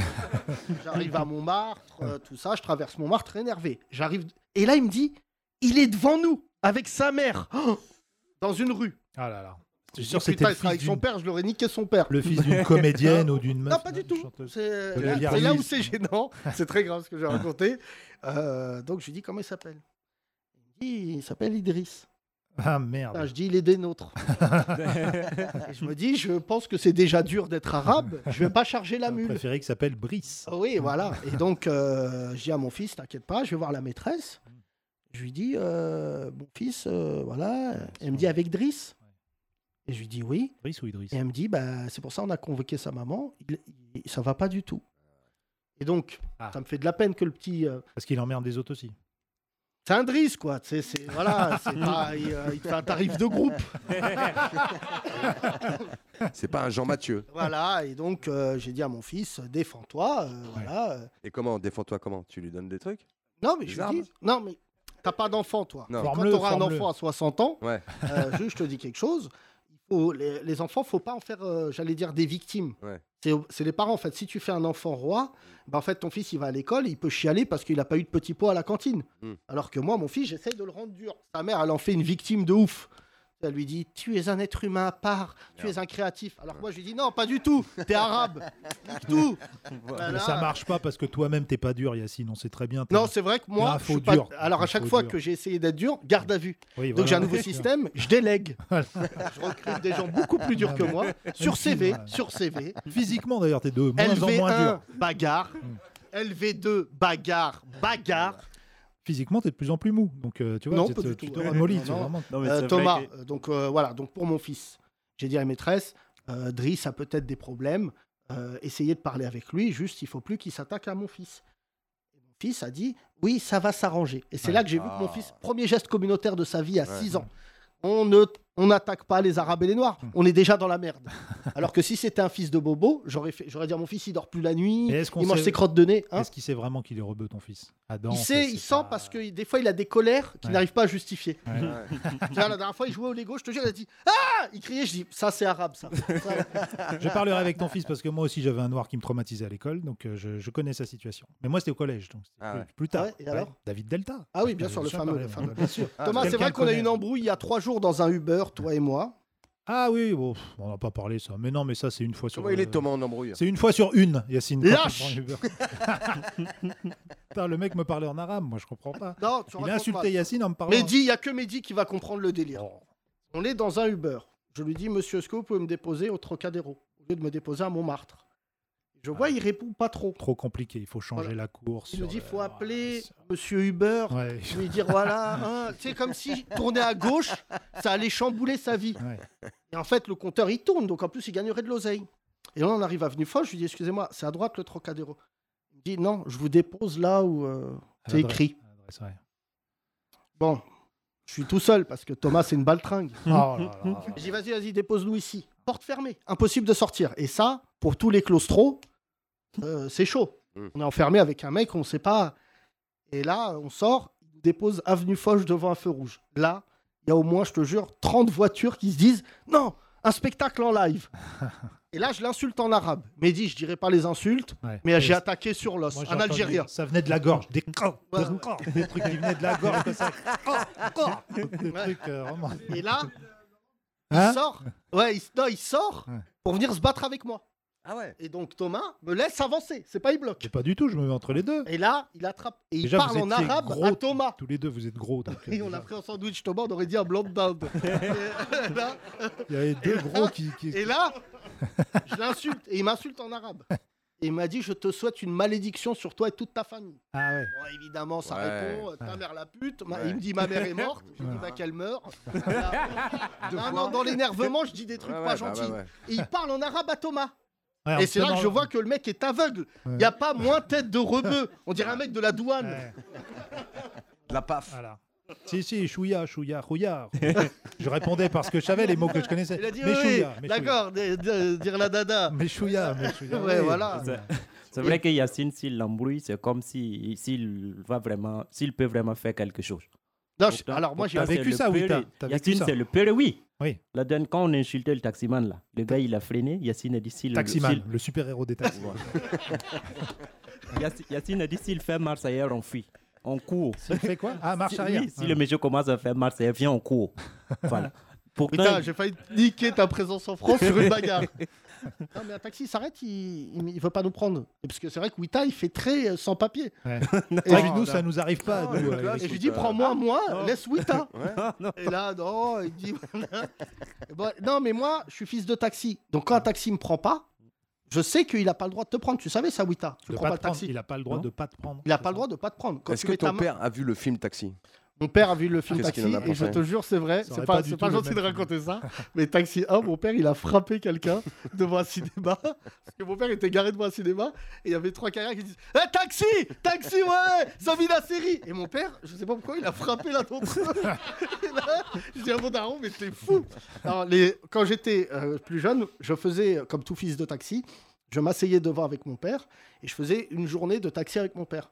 J'arrive à Montmartre, euh, tout ça, je traverse Montmartre énervé. J'arrive. Et là, il me dit, il est devant nous, avec sa mère, Oh dans une rue. Ah là là. Je suis Je sûr que dis, c'était Putain, le il sera fils avec son d'une père, je l'aurais niqué son père. le fils d'une comédienne ou d'une meuf. Non, pas du d'une tout. chanteuse. C'est De là, la c'est là où viriliste. c'est gênant. C'est très grave ce que j'ai raconté. Euh, donc, je lui dis, comment il s'appelle Il me dit, il s'appelle Idriss. Ah Putain, merde. je dis, il est des nôtres. Et je me dis, je pense que c'est déjà dur d'être arabe. Je vais pas charger la Mon mule. préféré qui s'appelle Brice. Hein. Ah Oui, voilà. Et donc, euh, je dis à mon fils, t'inquiète pas, je vais voir la maîtresse. Je lui dis, euh, mon fils, euh, voilà. Elle me dit, avec Driss Et je lui dis, oui. Brice ou Idriss Et elle me dit, bah, c'est pour ça on a convoqué sa maman. Il, il- ça va pas du tout. Et donc, Ah. ça me fait de la peine que le petit. euh, Parce qu'il emmerde des autres aussi. c'est un Driss, quoi. tu sais, c'est- voilà, c'est pas- il, euh, il te fait un tarif de groupe. C'est pas un Jean Mathieu. Voilà, et donc euh, j'ai dit à mon fils, défends-toi, euh, voilà. euh. Et comment Défends-toi comment Tu lui donnes des trucs Non, mais Des je lui armes dis, non, mais t'as pas d'enfant, toi. Non. Et Quand Forme-le, t'auras un forme-le. enfant à 60 ans, Ouais. euh, juste, je te dis quelque chose, il faut- les, les enfants, faut pas en faire, euh, j'allais dire, des victimes. Ouais. C'est- C'est les parents, en fait. Si tu fais un enfant roi, bah, en fait, ton fils, il va à l'école, il peut chialer parce qu'il a pas eu de petit pot à la cantine. Mm. Alors que moi, mon fils, j'essaye de le rendre dur. Sa mère, elle en fait une victime de ouf. Elle lui dit, tu es un être humain à part, tu es un créatif. Alors que moi, je lui dis, non, pas du tout, t'es arabe, nique tout. Bah, Mais là, ça marche pas parce que toi-même t'es pas dur, Yacine. On sait très bien. t'es- non, c'est vrai que moi, Ah, je faut suis pas- dur. alors à Faut chaque fois dur. que j'ai essayé d'être dur, garde à vue. Oui, Donc voilà. j'ai un nouveau système, je délègue. je recrute des gens beaucoup plus durs que moi, sur CV, Ouais. sur CV. Physiquement d'ailleurs, t'es de moins en moins LV1, dur. Mm. bagarre. LV2, bagarre, bagarre. Physiquement, t'es de plus en plus mou. Donc euh, tu vois, Non, tu pas te- du tu tout. te ramollis. tu Non. vraiment- Non, mais Euh, c'est vrai Thomas, que- euh, donc euh, voilà, donc pour mon fils, j'ai dit à la maîtresse, euh, Driss a peut-être des problèmes, euh, essayez de parler avec lui, juste il faut plus qu'il s'attaque à mon fils. Et mon fils a dit, oui, ça va s'arranger. Et c'est Ouais. là que j'ai vu que mon Ah. fils, premier geste communautaire de sa vie à Ouais. 6 ans, on ne on n'attaque pas les Arabes et les Hmm. Noirs. On est déjà dans la merde. Alors que si c'était un fils de Bobo, j'aurais fait- j'aurais dit à mon fils, il dort plus la nuit, Et est-ce qu'on il mange sait- ses crottes de nez. hein. Est-ce qu'il sait vraiment qu'il est rebeu, ton fils Ah, Adam. il en sait, fait, il c'est sent pas- parce que des fois il a des colères qu'il Ouais. n'arrive pas à justifier. Ouais. Tu vois, la dernière fois il jouait au Lego, je te jure, il a dit Ah Il criait, je dis Ça c'est arabe ça. Je parlerai avec ton fils parce que moi aussi j'avais un noir qui me traumatisait à l'école, donc euh, je, je connais sa situation. Mais moi c'était au collège, donc c'était Ah plus, ouais. plus Ah tard. ouais, et alors David Delta. Ah oui, bien sûr, le fameux. par le exemple. fameux. Thomas, c'est quelqu'un vrai qu'on a connaît. eu une embrouille il y a trois jours dans un Uber, toi et moi. Ah oui, bon, pff, on n'a pas parlé ça. Mais non, mais ça c'est une fois sur. Comment il est euh, Thomas en embrouille C'est une fois sur une, Yacine. quand Lâche tu prends Uber. Putain, le mec me parlait en arabe, moi je comprends pas. Non, tu Il racontes a insulté pas. Yacine en me parlant. Mehdi, il n'y a que Mehdi qui va comprendre le délire. On est dans un Uber. Je lui dis, monsieur, est-ce que vous pouvez me déposer au Trocadéro Au lieu de me déposer à Montmartre. Je vois, il répond pas trop. Ah. Trop compliqué, il faut changer Voilà. la course. Il sur me dit, le- faut appeler sur- monsieur Uber. Ouais. Lui dire, voilà, hein. c'est comme si tourner à gauche, ça allait chambouler sa vie. Ouais. Et en fait, le compteur, il tourne, donc en plus, il gagnerait de l'oseille. Et là, on arrive à Avenue Foch, je lui dis, excusez-moi, c'est à droite le Trocadéro. Il me dit, non, je vous dépose là où euh, À c'est l'adresse- écrit. à l'adresse, ouais. Bon, je suis tout seul parce que Thomas, c'est une baltringue. Oh là là. J'ai dit, vas-y, vas-y, dépose-nous ici. Porte fermée, impossible de sortir. Et ça, pour tous les claustros, euh, c'est chaud. Mm. On est enfermé avec un mec, on sait pas. Et là, on sort, il dépose avenue Foch devant un feu rouge. Là, il y a au moins, je te jure, 30 voitures qui se disent Non, un spectacle en live. Et là, je l'insulte en arabe. Mehdi, je dirais pas les insultes, Ouais. mais j'ai Et- attaqué sur l'os, Moi, j'ai un entendu, Algérien. Ça venait de la gorge, des cor- Ouais, des, ouais. cor- des trucs qui venaient de la gorge, comme ça. Cor- cor- des Ouais. trucs euh, vraiment. Et là, Hein il sort. Ouais, il, non, il sort Ouais. pour venir se battre avec moi. Ah ouais Et donc Thomas me laisse avancer, c'est pas il bloque. Mais pas du tout, je me mets entre les deux. Et là, il attrape. Et il Déjà, parle vous en étiez arabe gros. à Thomas. Tous les deux, vous êtes gros. donc, euh, Et on a déjà, pris un sandwich, Thomas, on aurait dit un blanc d'Inde. Et là, Il y avait deux gros qui. qui- et là, je l'insulte. Et il m'insulte en arabe. Et il m'a dit Je te souhaite une malédiction sur toi et toute ta famille. Ah ouais. Ah. Bon, évidemment, ça Ouais. répond euh, Ta mère la pute. Ma- Ouais. Il me dit Ma mère est morte. Je lui dis Bah, qu'elle meurt. Voilà. Non, non, dans l'énervement, je dis des trucs Ouais, ouais, pas bah, gentils. ouais, ouais. Et il parle en arabe à Thomas. Ouais, Et on c'est se là met que je dans- vois que le mec est aveugle. Il n'y a pas moins tête de rebeu. On dirait un mec de la douane. Ouais, La paf. voilà. Si, si, chouïa, chouïa, chouïa. je répondais parce que je savais les mots que je connaissais. Il a dit mais oui, chouïa, oui, mais d'accord, de- de- euh, dire la dada. chouïa. Mais chouïa, mais chouïa. Ouais, Ah oui. voilà. C'est vrai que Yacine, s'il l'embrouille, c'est comme si- s'il va vraiment, s'il peut vraiment faire quelque chose. Non, je- alors moi, j'ai t'as vécu ça, Wita. T'as vécu Yacine, ça. c'est le père, oui. Oui. La dernière, quand on insultait le taximan, là, le gars, il a freiné. Yacine a dit s'il. Taximan, s'il- le super-héros des taxis. Yaci- Yacine a dit s'il fait marche arrière, on fuit. On court. Il fait quoi Ah, marche Si- arrière. oui, si le monsieur commence à faire marche arrière, viens, on court. Voilà. Pourtant, Putain, il- j'ai failli te niquer ta présence en France sur une bagarre. non, mais un taxi s'arrête, il, il, il veut pas nous prendre. Et Parce que c'est vrai que Wita, il fait très euh, sans papier. Ouais. Et, Ouais, je- nous, ça nous arrive pas. Non, nous, le euh, clash, les- et je lui dis, prends-moi, moi, laisse Wita. Ouais. Et là, non, il dit, voilà. Et bon, non, mais moi, je suis fils de taxi. Donc Ah. quand un taxi me prend pas, je sais qu'il a pas le droit de te prendre. Tu savais ça, Wita Tu de prends pas pas te le prendre. taxi. Il a pas le droit Non. de pas te prendre. Il a c'est pas le ça droit de pas te prendre. Quand Est-ce tu que mets ta ton main- père a vu le film Taxi Mon père a vu le film Qu'est-ce Taxi qu'il en a et je pensé te jure, c'est vrai, Ça c'est aurait pas, pas du c'est tout pas le gentil de même raconter ça, mais Taxi 1, mon père, il a frappé quelqu'un devant un cinéma. Parce que mon père était garé devant un cinéma et il y avait trois carrières qui disent Eh, Taxi Taxi, ouais Zombie la série Et mon père, je sais pas pourquoi, il a frappé l'un d'entre eux. Et là, Je dis à mon daron, mais t'es fou Alors, les... Quand j'étais euh, plus jeune, je faisais, euh, comme tout fils de taxi, je m'asseyais devant avec mon père et je faisais une journée de taxi avec mon père.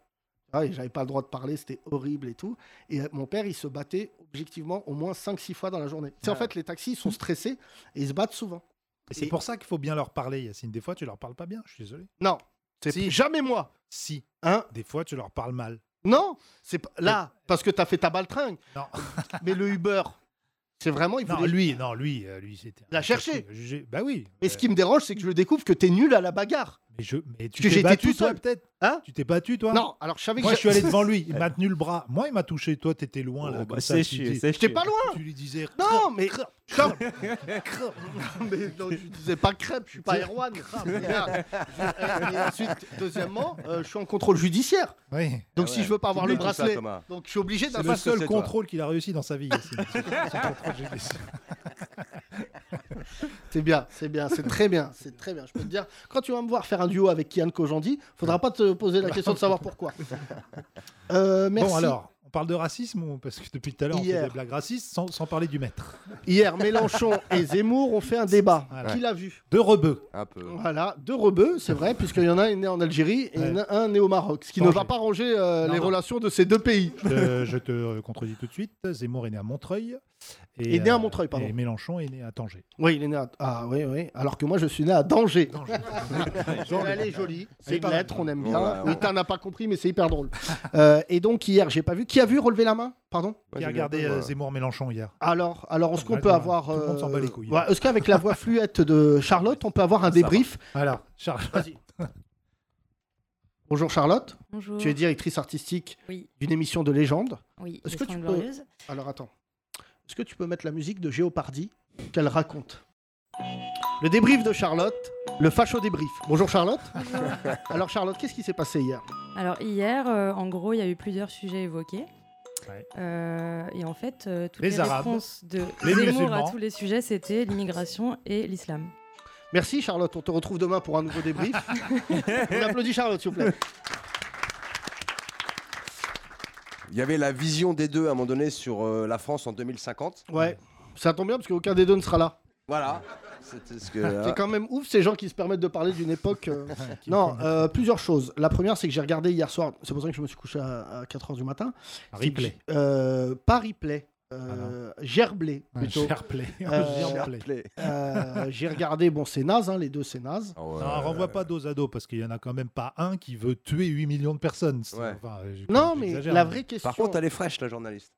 Ah, et J'avais pas le droit de parler, c'était horrible et tout. Et euh, mon père, il se battait objectivement au moins 5-6 fois dans la journée. C'est en fait, les taxis ils sont stressés et ils se battent souvent. Ah. Et c'est pour ça qu'il faut bien leur parler, Yacine. Des fois, tu leur parles pas bien, je suis désolé. Non, c'est jamais moi. Si. Hein Des fois, tu leur parles mal. Non, c'est pas- là parce que t'as fait ta baltringue. Non. Mais le Uber, c'est vraiment il Non, voulait- lui, non, lui, euh, lui, c'était. Il a cherché. Jugé. Bah oui. Mais ce qui me dérange, c'est que je découvre que t'es nul à la bagarre. Mais je. Mais tu que t'es j'étais battu, tout toi, seul. peut-être. Hein Tu t'es battu, toi. Non, alors je savais que Moi, je suis j'a- allé devant lui. Il m'a tenu le bras. Moi, il m'a touché. Toi, t'étais loin là. Oh, comme bah, ça, c'est tu chier, dis- c'est j'étais chier. pas loin. Tu lui disais. Non, mais Non. mais non, je disais pas crêpe, je suis pas Erwan. Ah, Regarde. Je- Et ensuite, deuxièmement, euh, je suis en contrôle judiciaire. Oui. Donc Ah si ouais. je veux pas avoir le Oublie tout ça, bracelet, Thomas. donc je suis obligé C'est C'est le d'avoir. le seul, seul toi. contrôle qu'il a réussi dans sa vie. Yacine. Son contrôle, j'ai dit. C'est bien, c'est bien, c'est très bien, c'est très bien. Je peux te dire, quand tu vas me voir faire un duo avec Kian Kojandi, faudra pas te poser la question de savoir pourquoi. Euh, merci. Bon alors, on parle de racisme ou- parce que depuis tout à l'heure on fait Hier. des blagues racistes sans, sans parler du maître. Hier, Mélenchon et Zemmour ont fait un débat. Voilà. Qui l'a vu De rebeu. Un peu. Voilà, deux rebeux, c'est vrai, puisqu'il y en a un né en Algérie et Ouais. il y en a un né au Maroc, ce qui ne Danger. va pas ranger euh, Non, les non. relations de ces deux pays. Euh, je te euh, contredis tout de suite. Zemmour est né à Montreuil. Et, euh, Est né à Montreuil, pardon. Et Mélenchon est né à Tanger. Oui, il est né à... Ah oui, oui, alors que moi je suis né à Danger. Genre, Elle est jolie, Elle c'est est une pas mal. lettre, on aime Ouais, bien. ouais, ouais. Le tas n'a pas compris, mais c'est hyper drôle. Euh, et donc hier, j'ai pas vu. Qui a vu relever la main Pardon Qui a regardé euh, Zemmour-Mélenchon hier Alors, alors est-ce qu'on Ouais, peut ouais, avoir. Ah, bah, tout le monde euh, s'en bat les couilles. hein. ouais, est-ce qu'avec la voix fluette de Charlotte, on peut avoir un débrief Alors, Charles. Bonjour Charlotte, Bonjour. tu es directrice artistique Oui. d'une émission de légende. Oui, Est-ce les que tu Trente peux- Glorieuses. Alors attends, est-ce que tu peux mettre la musique de Géopardy qu'elle raconte Le débrief de Charlotte, le facho débrief. Bonjour Charlotte. Alors Charlotte, qu'est-ce qui s'est passé hier Alors hier, euh, en gros, il y a eu plusieurs sujets évoqués. Ouais. Euh, et en fait, euh, toutes Les les, Arabes, réponses de les Zemmour à musulmans. tous les sujets, c'était l'immigration et l'islam. Merci Charlotte, on te retrouve demain pour un nouveau débrief. on applaudit Charlotte, s'il vous plaît. Il y avait la vision des deux à un moment donné sur euh, la France en 2050. Ouais, ça tombe bien parce qu'aucun des deux ne sera là. Voilà. C'était ce que. ah. C'est quand même ouf ces gens qui se permettent de parler d'une époque. euh, qui- Non, euh, plusieurs choses. La première, c'est que j'ai regardé hier soir, c'est pour ça que je me suis couché à, 4h du matin. C'est que Ripley. j'ai- euh, pas replay, Ah euh, gerblé Ouais, plutôt. Sharpley. Euh, Sharpley. Euh, j'ai regardé, bon, c'est naze, hein, les deux c'est naze. Ah ouais. Non, renvoie pas dos à dos parce qu'il y en a quand même pas un qui veut tuer 8 millions de personnes. C'est- Ouais. enfin, je- Non, mais j'exagère, hein. la mais- vraie question. Par contre, elle est fraîche, la journaliste.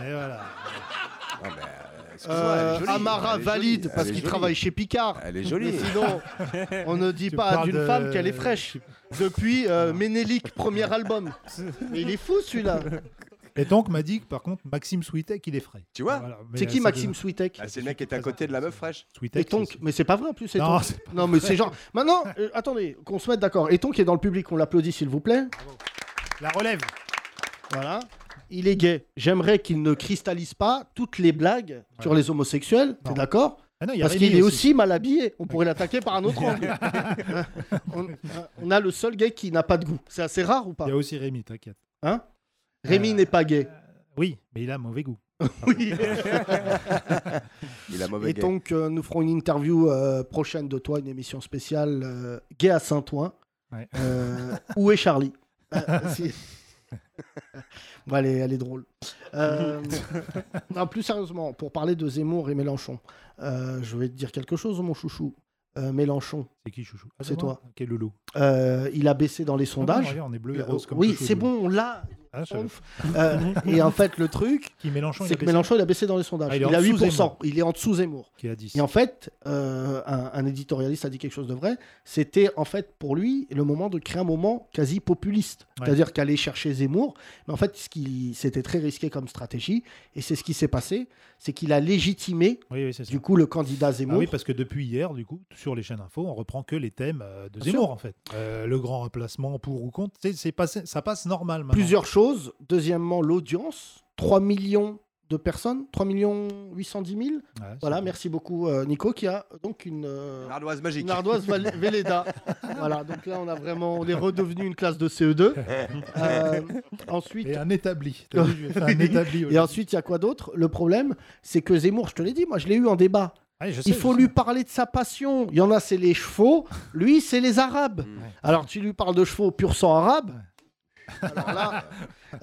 Et voilà. Ah, mais, euh, excuse-moi, elle euh, est jolie. Amara Elle est valide jolie. parce Elle est qu'il jolie. travaille chez Picard. Elle est jolie. Mais sinon, on ne dit Tu pas parles d'une de- Ah. femme qu'elle est fraîche. Depuis euh, Ménélique, premier album. Mais il est fou celui-là. Et donc m'a dit que par contre Maxime Switek il est frais. Tu vois Voilà, mais Ah, C'est qui ça Maxime donne- Switek Ah, C'est le mec qui est à côté de la meuf fraîche. Switek Et donc, mais c'est pas vrai en plus. c'est- Et Non, donc. c'est- Non, mais c'est genre. Maintenant, euh, attendez, qu'on se mette d'accord. Et qui est dans le public, on l'applaudit s'il vous plaît. Ah la relève. Voilà. Il est gay. J'aimerais qu'il ne cristallise pas toutes les blagues sur les homosexuels. T'es Non. d'accord Ah non, il y a Parce Rémi qu'il est aussi mal habillé. On pourrait l'attaquer par un autre angle. on, euh, on a le seul gay qui n'a pas de goût. C'est assez rare ou pas Hein Il y a aussi Rémi, t'inquiète. Rémi euh, n'est pas gay. Oui, mais il a mauvais goût. Oui. Il a mauvais Et gay. donc, euh, nous ferons une interview euh, prochaine de toi, une émission spéciale euh, Gay à Saint-Ouen. Ouais. Euh, où est Charlie Euh, si. Bon, elle, est, elle est drôle. Euh, non, plus sérieusement, pour parler de Zemmour et Mélenchon, euh, je vais te dire quelque chose, mon chouchou. Euh, Mélenchon, C'est qui Chouchou Ah, C'est moi toi. Ok, loulou. euh, il a baissé dans les Ah bon, sondages. regarde, on est bleu et rose comme Euh, oui, Chouchou, c'est nous. bon, on l'a. Ah, je- Ouf. Euh, et en fait, le truc, Qui Mélenchon il c'est a que baissé- Mélenchon, il a baissé dans les sondages. Ah, il il, est en a dessous 8%. Zemmour. Il est en dessous Zemmour. qui a 10. Et en fait, euh, un, un éditorialiste a dit quelque chose de vrai. C'était en fait pour lui le moment de créer un moment quasi populiste. Ouais. C'est-à-dire qu'aller chercher Zemmour. Mais en fait, ce qui- c'était très risqué comme stratégie. Et c'est ce qui s'est passé. C'est qu'il a légitimé, Oui, oui, c'est ça. du coup, le candidat Ah Zemmour. oui, parce que depuis hier, du coup, sur les chaînes info, on reprend que les thèmes euh, de Bien Zemmour, en fait. Euh, le grand remplacement pour ou contre, c'est, c'est passé- ça passe normal maintenant. Plusieurs choses. Deuxièmement, l'audience. 3 millions de personnes. 3 millions 810 000. Ouais, c'est Voilà, bon. merci beaucoup, euh, Nico, qui a donc une. euh, Une ardoise magique. Une ardoise Val- Velleda. voilà, donc là, on a vraiment, on est redevenu une classe de E CE2. Euh, ensuite, Et un établi. T'as vu, j'ai fait un établi. et ensuite, il y a quoi d'autre Le problème, c'est que Zemmour, je te l'ai dit, moi, je l'ai eu en débat. Ouais, Ah je sais, Il je faut sais. lui parler de sa passion. Il y en a, c'est les chevaux. Lui, c'est les Arabes. Alors, tu lui parles de chevaux pur sang arabe. Alors là,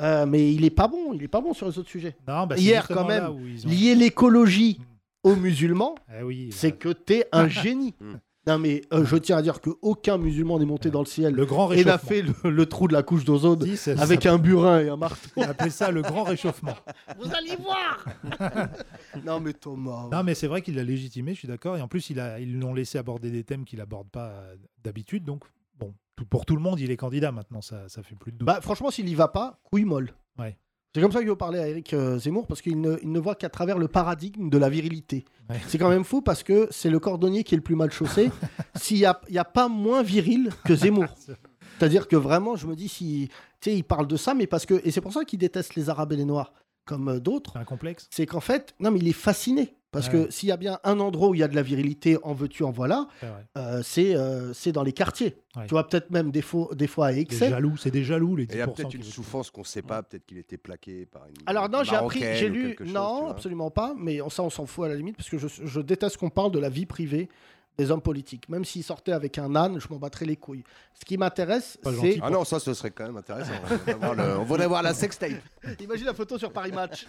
euh, mais il est pas bon. Il est pas bon sur les autres sujets. Non, bah, c'est Hier, justement quand même, là où ils ont- Lier l'écologie aux musulmans, Eh oui, c'est euh, que t'es un génie. Mm. Non mais euh, je tiens à dire que aucun musulman n'est monté dans le ciel le grand et réchauffement. n'a fait le, le trou de la couche d'ozone Si, c'est- ça avec un burin et un marteau. On appelait ça le grand réchauffement. Vous allez voir. non mais Thomas. Non, mais c'est vrai qu'il l'a légitimé, je suis d'accord. Et en plus, il a, ils l'ont laissé aborder des thèmes qu'il aborde pas euh, d'habitude. Donc, bon, tout- pour tout le monde, il est candidat maintenant. Ça, ça fait plus de doute. Bah franchement s'il y va pas, couille molle. Ouais. C'est comme ça qu'il veut parler à Eric euh, Zemmour parce qu'il ne, il ne voit qu'à travers le paradigme de la virilité. Ouais. C'est quand même fou parce que c'est le cordonnier qui est le plus mal chaussé. S'il n'y a, il y a pas moins viril que Zemmour. C'est-à-dire que vraiment, je me dis, si, tu sais, il parle de ça, mais parce que. Et c'est pour ça qu'il déteste les Arabes et les Noirs, comme euh, d'autres. C'est un complexe. C'est qu'en fait, non, mais il est fasciné. Parce Ah Ouais. que s'il y a bien un endroit où il y a de la virilité, en veux-tu, en voilà, C'est vrai. euh, c'est euh, c'est dans les quartiers. Ouais. Tu vois, peut-être même des, fois- des fois à Des excès. jaloux, c'est des jaloux les 10%. Et il y a peut-être une qui- souffrance qu'on ne sait pas, peut-être qu'il était plaqué par une. Alors non, j'ai appris, Marocaine j'ai ou lu, quelque chose, tu non, vois. absolument pas, mais on- ça on s'en fout à la limite, parce que je, je déteste qu'on parle de la vie privée des hommes politiques. Même s'ils sortaient avec un âne, je m'en battrais les couilles. Ce qui m'intéresse, Pas c'est... gentil. Ah non, ça, ce serait quand même intéressant. on voudrait voir le- on voudrait voir la sextape. Imagine la photo sur Paris Match.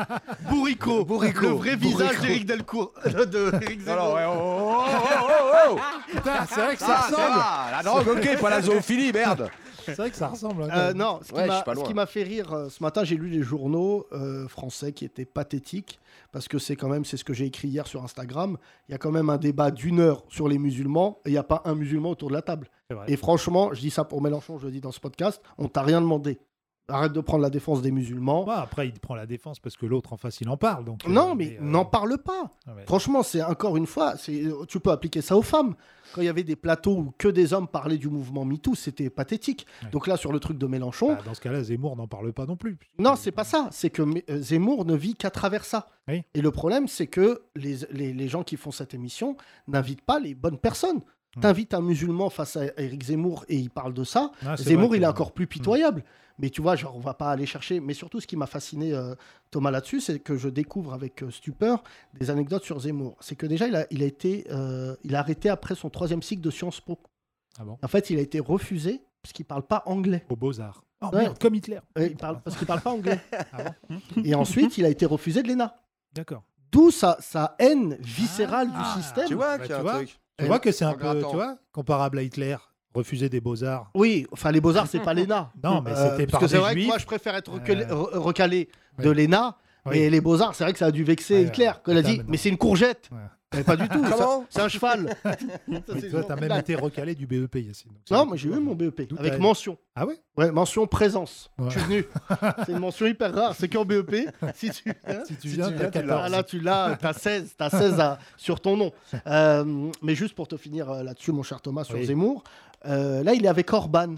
Bourrico, Bourrico, le vrai Bourrico. visage d'Éric Delcourt. de- de Éric Zemmour. Alors, ouais, oh, oh, oh, oh, oh, oh. Putain, c'est vrai que ça Ah, ça ressemble. va, la drogue, ok, pas la zoophilie, merde. C'est vrai que ça ressemble. hein, quand Ah, Euh, même. non, ce qui Ouais, je m'a- suis pas ce qui loin. m'a fait rire euh, ce matin, j'ai lu les journaux euh, français qui étaient pathétiques parce que c'est quand même c'est ce que j'ai écrit hier sur Instagram. Il y a quand même un débat d'une heure sur les musulmans et il n'y a pas un musulman autour de la table. C'est vrai. Et franchement, je dis ça pour Mélenchon, je le dis dans ce podcast, on t'a rien demandé. Arrête de prendre la défense des musulmans. Ouais, après, il prend la défense parce que l'autre en face, il en parle. Donc, euh, Non, mais euh, Ah n'en parle pas. non, mais- Franchement, c'est encore une fois, c'est- euh, tu peux appliquer ça aux femmes. Quand il y avait des plateaux où que des hommes parlaient du mouvement MeToo, c'était pathétique. Ouais. Donc là, sur le truc de Mélenchon, Bah, dans ce cas-là, Zemmour n'en parle pas non plus. non, c'est pas ça. C'est que M- euh, Zemmour ne vit qu'à travers ça. Oui. Et le problème, c'est que les, les- les gens qui font cette émission n'invitent pas les bonnes personnes. Hmm. T'invites un musulman face à Eric Zemmour et il parle de ça. Ah, c'est Zemmour, vrai il que- est encore plus pitoyable. Mais tu vois, genre, on va pas aller chercher. Mais surtout, ce qui m'a fasciné, euh, Thomas, là-dessus, c'est que je découvre avec euh, stupeur des anecdotes sur Zemmour. C'est que déjà, il a, il a été, euh, il a arrêté après son troisième cycle de Sciences Po. Ah bon En fait, il a été refusé parce qu'il parle pas anglais. Aux Beaux-Arts. Oh Ouais. merde, comme Hitler. Euh, il parle, parce qu'il parle pas anglais. Ah bon Et ensuite, il a été refusé de l'ENA. D'accord. D'où sa, sa haine viscérale Ah. du système. Tu vois Bah, qu'il y a tu un vois. truc. Tu vois que c'est un En peu, tu grattant. vois, comparable à Hitler, refuser des beaux-arts. Oui, enfin les beaux-arts, c'est pas l'ENA. Non, mais Euh, c'était parce par que des c'est vrai juifs. que moi, je préfère être recalé, Euh, re- recalé de ouais. l'ENA. Oui. Mais les beaux-arts, c'est vrai que ça a dû vexer Ouais, Hitler. ouais. Quand il a Attends, dit, mais non. mais c'est une courgette. Ouais. Mais Eh, pas du tout. ça- Comment C'est un cheval. Ça, Mais c'est toi, une t'as même blague. été recalé du BEP, Yacine. Donc, c'est Non, vrai moi que j'ai tu eu vois. mon BEP D'où t'as avec eu mention. Ah ouais Ouais, mention présence. Ouais. Je suis venu. c'est une mention hyper rare. C'est qu'en BEP, si tu viens, Si tu viens, t'as tu l'as. 14. là, tu l'as, t'as 16, t'as 16 à- sur ton nom. Euh, mais juste pour te finir euh, là-dessus, mon cher Thomas, sur Oui. Zemmour, euh, là, il est avec Orban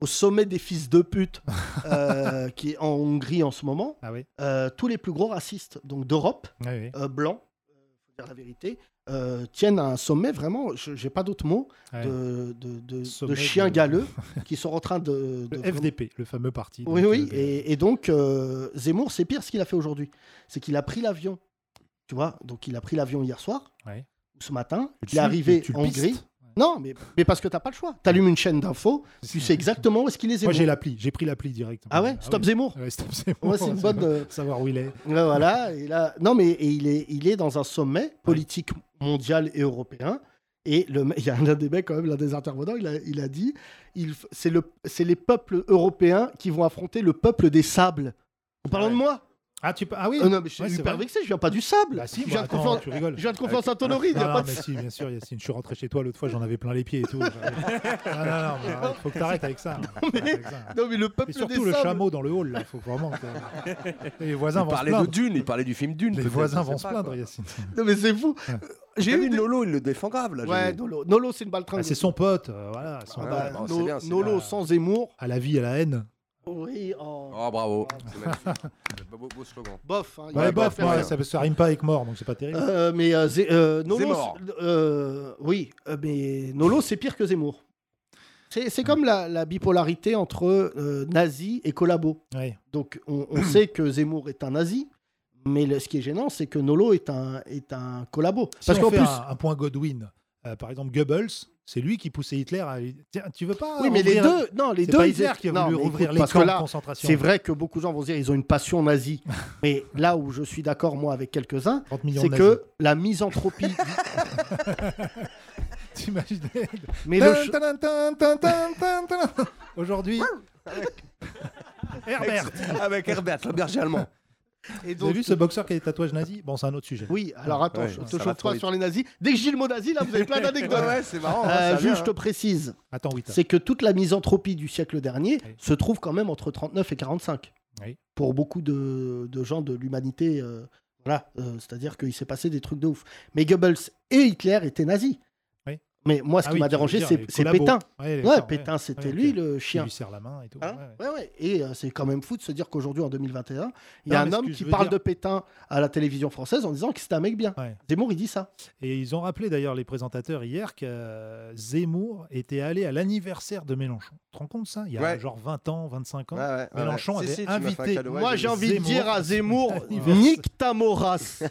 au sommet des fils de pute euh, qui est en Hongrie en ce moment. Ah oui. Euh, tous les plus gros racistes donc d'Europe, Ah oui. euh, blancs, euh, faut dire la vérité, euh, tiennent un sommet vraiment, je- j'ai pas d'autre mot, Ouais. de, de- de- de Sommet chiens de- galeux qui sont en train de. de Le FDP, le fameux parti. oui, donc, oui. euh, Et, et donc, euh, Zemmour, c'est pire ce qu'il a fait aujourd'hui. C'est qu'il a pris l'avion. Tu vois Donc, il a pris l'avion hier soir, Ouais. ou ce matin. Tu le il est suis, arrivé tu le en pistes. Hongrie. Non, mais, mais parce que t'as pas le choix. T'allumes une chaîne d'infos, tu sais exactement où est-ce qu'il est Moi, Zemmour. j'ai l'appli. J'ai pris l'appli direct. ah ouais Stop Zemmour Ouais, stop Zemmour. Ouais, c'est une bonne. euh, Pour Savoir où il est. Ouais, voilà, et là, non mais et il est, il est dans un sommet politique mondial et européen. Et le, me- il y a un des mecs quand même, l'un des intervenants, il a, il a dit, il, f- c'est le, c'est les peuples européens qui vont affronter le peuple des sables. En parlant Ouais. de moi Ah, tu peux- Ah oui Euh, Non mais je suis Ouais, c'est hyper vrai. vexé, je viens pas du sable. Bah si, je, moi, viens de attends, Conflans- tu rigoles. Euh, je viens de confiance à Honorine, il y Non, a non, pas de mais si, bien sûr, Yacine. Je suis rentré chez toi l'autre fois, j'en avais plein les pieds et tout. non, non, non, mais arrête, faut que t'arrêtes avec ça. Faut que t'arrêtes avec ça. Non mais le peuple Et des surtout le sables. chameau dans le hall, là, faut vraiment que- Les voisins Il vont se parlait de plaindre. Dune, il parlait du film Dune. Les peut-être, voisins je sais vont se pas, plaindre, quoi. Yacine. Non mais c'est fou. J'ai T'as eu vu, des- Lolo, il le défend grave, là. Ouais, j'ai vu. Nolo, Nolo c'est une balle Ah, tringlée. c'est son pote, euh, voilà. son Ah pote. bah, Non, c'est No- bien, c'est Nolo bien. sans Zemmour. À la vie, à la haine. Oui, oh, Oh, bravo. C'est magnifique. Beau, beau slogan. bof. hein, il y a Ouais, pas à bof, faire moi, rien. ça, ça rime pas avec mort, donc c'est pas terrible. Euh, mais euh, Zé- euh, Nolo, Zemmour. c'est- euh, oui, euh, mais Nolo, c'est pire que Zemmour. C'est c'est comme la, la bipolarité entre euh, nazi et collabo. Ouais. Donc, on, on sait que Zemmour est un nazi, mais le- ce qui est gênant, c'est que Nolo est un, est un collabo. Si Parce on qu'en fait plus, un, un point Godwin, euh, par exemple Goebbels, c'est lui qui poussait Hitler à lui Tiens, tu veux pas. oui, mais les ouvrir- deux, non, les C'est deux, pas ils Hitler étaient- qui a non, voulu mais rouvrir écoute, les parce camps que de là, concentration. c'est vrai que beaucoup de gens vont se dire ils ont une passion nazie, mais là où je suis d'accord moi avec quelques-uns, 30 millions c'est de que la misanthropie. nazis. T'imagines mais le, ch- Tan, tan, tan, tan, tan, tan. Ah, Aujourd'hui. Herbert Avec Herbert, le berger allemand. et Vous donc, avez vu ce boxeur qui a des tatouages nazis Bon, c'est un autre sujet. Oui, alors attends, Ouais, je ça te va chauffe trop pas vite. sur les nazis. Dès que j'ai le mot nazi, là, vous avez plein d'anecdotes. c'est marrant. Euh, ça vient, juste, je te hein. précise, Attends, oui, t'as- c'est que toute la misanthropie du siècle dernier Oui. se trouve quand même entre 39 et 45. Oui. Pour beaucoup de, de gens de l'humanité, euh, voilà, euh, c'est-à-dire qu'il s'est passé des trucs de ouf. Mais Goebbels et Hitler étaient nazis. Oui. Mais moi, ce Ah qui oui, m'a tu veux dérangé, dire c'est les c'est collabos. Pétain. Ouais, les Ouais, gens, Pétain, ouais. c'était Ouais, lui ok. le chien. Qui lui serre la main et tout. Hein ouais, ouais. Ouais, ouais. Et euh, c'est quand même fou de se dire qu'aujourd'hui, en 2021, il y a Non, mais un ce homme que je qui veux parle dire- de Pétain à la télévision française en disant que c'était un mec bien. Ouais. Zemmour, il dit ça. Et ils ont rappelé d'ailleurs les présentateurs hier que euh, Zemmour était allé à l'anniversaire de Mélenchon. Tu te rends compte de ça Il y a Ouais. genre 20 ans, 25 ans. Ouais, ouais, ouais, Mélenchon ouais. Si, si, avait tu m'as fait un invité. cadeau, ouais, Moi, j'ai envie de Zemmour. dire à Zemmour, Anniversaire. nique ta morasse.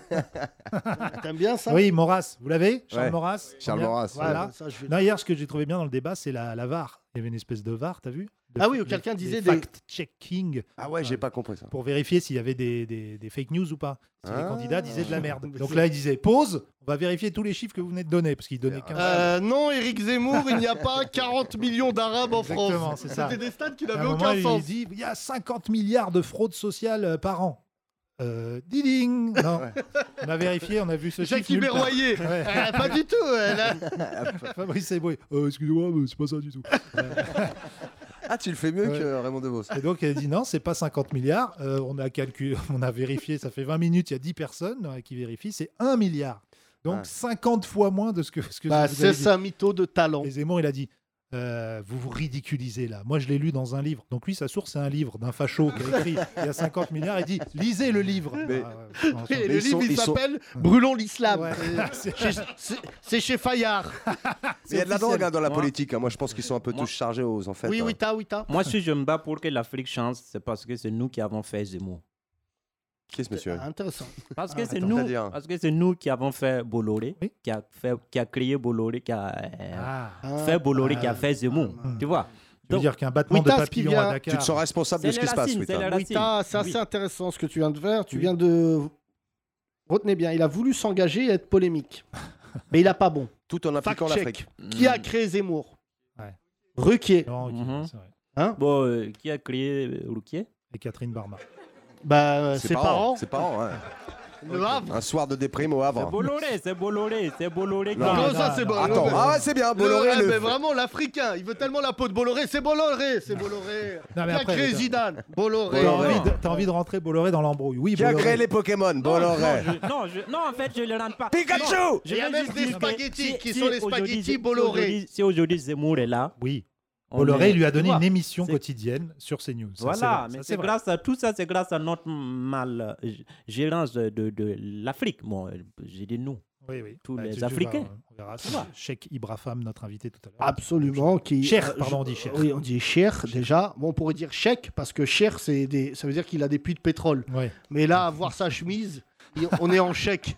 T'aimes bien ça Oui, Maurras, vous l'avez Charles Ouais. Maurras Charles Combien Maurras, Voilà. Ouais, ça, je vais- Non, hier, ce que j'ai trouvé bien dans le débat, c'est la, la VAR. Il y avait une espèce de VAR, t'as vu De- Ah oui, où des- quelqu'un disait des- fact-checking Ah ouais, j'ai pas compris ça. pour vérifier s'il y avait des, des- des fake news ou pas. Si les Ah. candidats disaient de la merde. Mais Donc c'est- là, ils disaient pause, on va vérifier tous les chiffres que vous venez de donner, parce qu'ils donnaient 15. Euh, non, Éric Zemmour, il n'y a pas 40 millions d'Arabes en Exactement, France. c'est ça. C'était des stats qui À un n'avaient moment, aucun il sens. dit il y a 50 milliards de fraudes sociales euh, par an. Euh, diding Non. On a vérifié, on a vu ce chiffre. Jackie nulle part. Berroyer, Ouais. Euh, pas du tout. elle a- Fabrice Eboué. Euh, Excusez-moi, mais c'est pas ça du tout. Ah, tu le fais mieux Ouais. que Raymond DeVos. Et donc, elle dit non, c'est pas 50 milliards. Euh, on, a calculé, on a vérifié, ça fait 20 minutes, il y a 10 personnes euh, qui vérifient, c'est 1 milliard. Donc, Ouais. 50 50 fois moins de ce que, ce que Bah, vous c'est avez dit. ça, un mytho de talent. Et Zemmour, il a dit euh, Vous vous ridiculisez là. Moi, je l'ai lu dans un livre. Donc, lui, sa source, c'est un livre d'un facho qui a écrit il y a 50 milliards. Il dit Lisez le livre. Mais- Ah, ouais, je pense, Et ouais. le ils sont- livre, il ils sont- s'appelle Brûlons l'islam. Ouais. Euh, chez- c'est- C'est chez Fayard. Mais Il y a de la officiel. drogue hein, dans la Moi- politique. hein. Moi, je pense qu'ils sont un peu Moi- tous chargés aux en fait. Oui, hein. oui, t'as, oui, t'as. Moi, si je me bats pour que l'Afrique change, c'est parce que c'est nous qui avons fait Zemmour. Qui est ce monsieur Ah, Intéressant. Parce que Ah, c'est attends. nous, C'est-à-dire parce que c'est nous qui avons fait Bolloré, Oui. qui a fait, qui a créé Bolloré, qui a euh, Ah. Ah, fait Bolloré, qui ah, a fait Zemmour. ah, Tu vois. Je veux Donc- dire qu'un battement Oui, de t'as ce qui papillon vient. à Tu Dakar. te sens responsable de C'est ce les qui se passe, racines, Wita. c'est les Oui, t'as, c'est assez Oui. intéressant ce que tu viens de faire. Tu Oui. viens de. Retenez bien, il a voulu s'engager et être polémique. Mais il a pas bon. Tout en Fact appliquant l'Afrique. check. Qui a créé Zemmour Ouais. Ruquier. Non, ok, Mhm. c'est vrai. Bon, euh, qui a créé euh, Rouquier Et Catherine Barma. Bah, euh, ses parents. Ses parents, ouais. Le Havre. Un soir de déprime au C'est Havre. Bolloré, c'est Bolloré, c'est Bolloré. qui Non, a- Non, ça, c'est bon. Attends, Le- ah ouais, c'est bien, Le- Bolloré. ah, le- mais vraiment, l'Africain, il veut tellement la peau de Bolloré. C'est Bolloré, c'est Bolloré. Non, mais Qui a après, créé attends. Zidane Bolloré. T'as envie, de- t'as envie de rentrer Bolloré dans l'embrouille. Oui, Qui a Bolloré. créé les Pokémon Bolloré. Non, je- non, je- non, en fait, je ne le rentre pas. Pikachu Non, je Il y a veux même juste des dire que spaghettis qui sont les aujourd'hui, spaghettis si Bolloré. aujourd'hui- Si aujourd'hui Zemmour est là, Oui. on Bolloré est- lui a tu donné vois. une émission C'est- quotidienne sur CNews. Ça, Voilà, vrai, mais ça, c'est vrai. grâce à tout ça, c'est grâce à notre mal euh, g- gérance de, de, de l'Afrique. Bon, euh, j'ai dit nous. Oui, oui. Bah, Tous les tu- tu vas- Africains. on verra. Cheikh Ibrahim, notre invité tout à l'heure. Absolument. Qui, Cher, euh, je- pardon, on dit cher. Oui, on dit cher déjà. Bon, on pourrait dire chèque parce que cher, c'est des... ça veut dire qu'il a des puits de pétrole. Ouais. Mais là, à voir sa chemise, il- on est en chèque.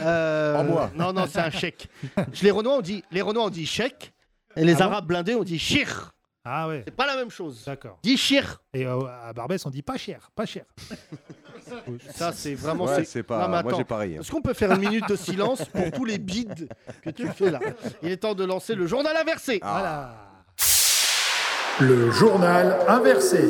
Euh, En bois. Non, non, c'est un chèque. Chez les Renois, on dit, les Renois, on dit chèque. Et les Ah bon Arabes blindés, on dit chir. Ah ouais, C'est pas la même chose. d'accord. Dit chir. Et euh, à Barbès, on dit pas cher, pas cher. Ça, c'est vraiment. Ouais, c'est- c'est Non, mais pas. Moi, attends. j'ai pas ri. hein. Est-ce qu'on peut faire une minute de silence pour tous les bides que tu fais là Il est temps de lancer le journal inversé. Ah. Voilà. Le journal inversé.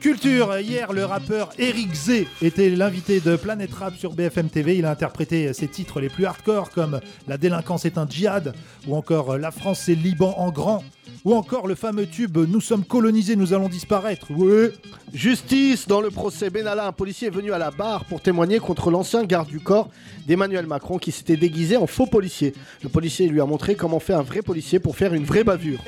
Culture, hier le rappeur Eric Z était l'invité de Planète Rap sur BFM TV. Il a interprété ses titres les plus hardcore comme La délinquance est un djihad ou encore La France c'est le Liban en grand ou encore le fameux tube Nous sommes colonisés, nous allons disparaître. Ouais. Justice dans le procès Benalla, un policier est venu à la barre pour témoigner contre l'ancien garde du corps d'Emmanuel Macron qui s'était déguisé en faux policier. Le policier lui a montré comment fait un vrai policier pour faire une vraie bavure.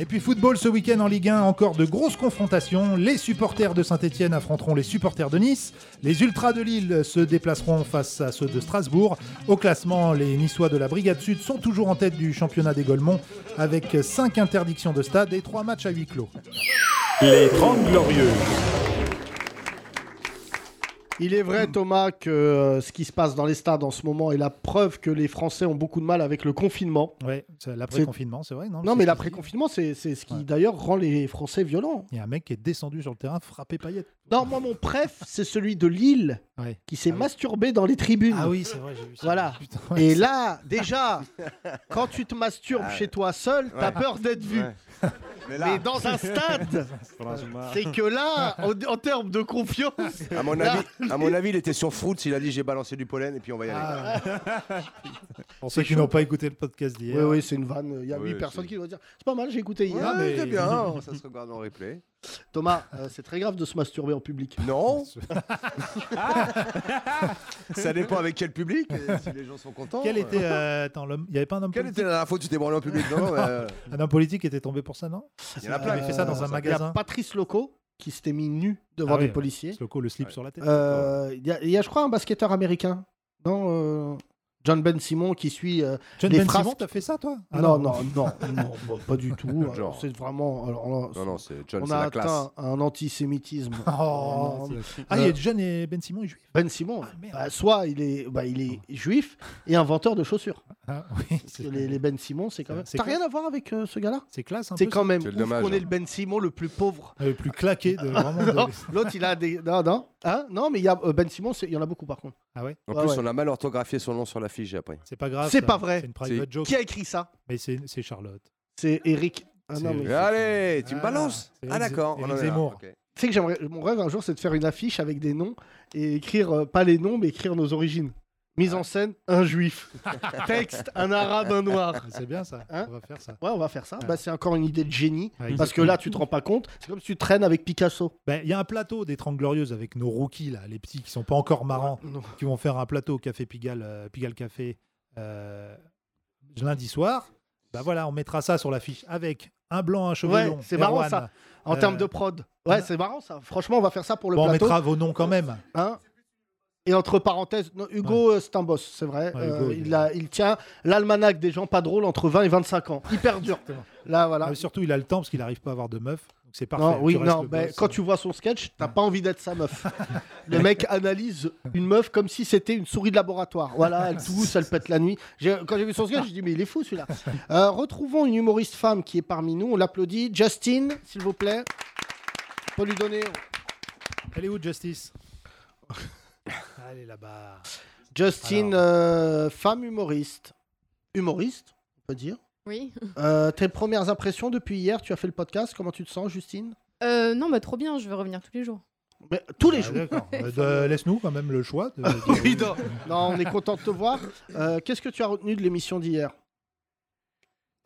Et puis football ce week-end en Ligue 1, encore de grosses confrontations. Les supporters de Saint-Etienne affronteront les supporters de Nice. Les Ultras de Lille se déplaceront face à ceux de Strasbourg. Au classement, les Niçois de la Brigade Sud sont toujours en tête du championnat des Golemont avec 5 interdictions de stade et 3 matchs à huis clos. Les 30 Glorieuses. Il est vrai Thomas que euh, ce qui se passe dans les stades en ce moment est la preuve que les Français ont beaucoup de mal avec le confinement. Ouais, c'est l'après-confinement, c'est vrai, non Non C'est mais ce que je dis. l'après-confinement c'est c'est ce qui Ouais. d'ailleurs rend les Français violents. Il y a un mec qui est descendu sur le terrain frappé paillette. Non moi mon préf c'est celui de Lille Ouais. qui s'est Ah oui. masturbé dans les tribunes. Ah oui, c'est vrai, j'ai vu ça. Voilà. Putain, ouais, Et c'est- là, déjà, quand tu te masturbes Ah. chez toi seul, t'as peur d'être vu. Ouais. Mais Mais là, dans un stade, c'est que là, en, en termes de confiance, à mon là- avis, à mon avis, il était sur Fruits. Il a dit j'ai balancé du pollen et puis on va y aller. Ah. Pour ceux qui n'ont pas écouté le podcast d'hier. Oui, oui, c'est une vanne. Il y a Oui, huit c'est- personnes qui doivent dire C'est pas mal, j'ai écouté hier. Ah, Ouais, mais- Ah, c'est bien, hein, ça se regarde en replay. Ah Thomas, euh, c'est très grave de se masturber en public. Non Ça dépend avec quel public, et si les gens sont contents. Quel euh. était. euh, attends, l'homme. Il n'y avait pas un homme Quelle politique était la dernière fois que tu t'es branlé en public Non, non, mais, euh, Un homme politique était tombé pour ça, non Il y en a plein avait fait ça dans un Il y a magasin. Patrice Loco qui s'était mis nu devant Ah oui, des policiers. Sloko, le slip sur la tête. Euh, Il y, a- il y a, je crois, un basketteur américain. Non, euh, John Ben Simon qui suit euh, John les Ben phrases. Simon, t'as fait ça, toi Ah non, non. non, non, non, bah, pas du tout. Genre. Alors, C'est vraiment. alors, alors, Non, non, c'est John, on c'est a la atteint classe. un antisémitisme. Oh. énorme. Ah, il y a John et Ben Simon est juif. Ah, Ben Simon, merde. bah, soit il est, bah, il est juif et inventeur de chaussures. Ah, oui, Parce c'est- que Les, les Ben Simon, c'est quand même. C'est T'as clair. rien à voir avec euh, ce gars-là c'est classe un C'est peu. quand même. C'est le ouf dommage, qu'on hein. est le Ben Simon le plus pauvre. ça. Euh, Le plus claqué de vraiment. de- Non, L'autre, il a des. Non, non. Hein non, mais il y a euh, Ben Simon, c'est- il y en a beaucoup par contre. Ah ouais En Ouais, plus, ouais. on a mal orthographié son nom sur la fiche, j'ai appris. C'est pas grave. C'est ça. pas vrai. C'est une private joke. Qui a écrit ça Mais c'est c'est Charlotte. C'est Eric. Ah, C'est- non, mais- Mais allez, tu me Ah, balances c'est Ah, Eric d'accord. on en Zemmour. est là. Zemmour. Ok. Tu sais que j'aimerais, mon rêve un jour, c'est de faire une affiche avec des noms et écrire euh, pas les noms, mais écrire nos origines. Mise Ah. en scène, un juif. Texte, un arabe, un noir. Ah, C'est bien Ah. ça. Hein On va faire ça. Ouais, on va faire ça. Bah, c'est encore une idée de génie. Ouais, Parce que là, tu te rends pas compte. C'est comme si tu traînes avec Picasso. Ben, Il y a un plateau des Trente Glorieuses avec nos rookies, là, les petits qui sont pas encore marrants, Non. qui vont faire un plateau au Café Pigalle, euh, Pigalle Café euh, lundi soir. Bah voilà, on mettra ça sur l'affiche avec un blanc, un cheveu Ouais, long. c'est marrant, Erwan. ça. En Euh, termes de prod. Ouais, c'est marrant ça. Franchement, on va faire ça pour le Bon, on plateau. mettra vos noms quand même. hein. et entre parenthèses, non, Hugo, euh, c'est un boss, c'est vrai. Ouais, Hugo, Euh, il est- il, a- il tient l'almanach des gens pas drôles entre 20 et 25 ans. Hyper dur. là, voilà. Ah, mais surtout, il a le temps parce qu'il n'arrive pas à avoir de meuf. Donc c'est parfait. Non, oui, Tu restes non, le mais boss. quand tu vois son sketch, t'as pas envie d'être sa meuf. le mec analyse une meuf comme si c'était une souris de laboratoire. Voilà, elle tousse, elle pète la nuit. J'ai- Quand j'ai vu son sketch, j'ai dit, mais il est fou celui-là. Euh, retrouvons une humoriste femme qui est parmi nous. On l'applaudit. Justine, s'il vous plaît. Faut lui donner. Elle est où, Justice Ah, Elle est là-bas. Justine, Alors. euh, femme humoriste. Humoriste, on peut dire. Oui. Euh, tes premières impressions depuis hier, tu as fait le podcast. Comment tu te sens, Justine Euh, non, bah trop bien, je vais revenir tous les jours. Mais, Tous les Ah, jours. d'accord. Euh, de- Laisse-nous quand même le choix. de- de- Oui, non. Non, on est content de te voir. Euh, Qu'est-ce que tu as retenu de l'émission d'hier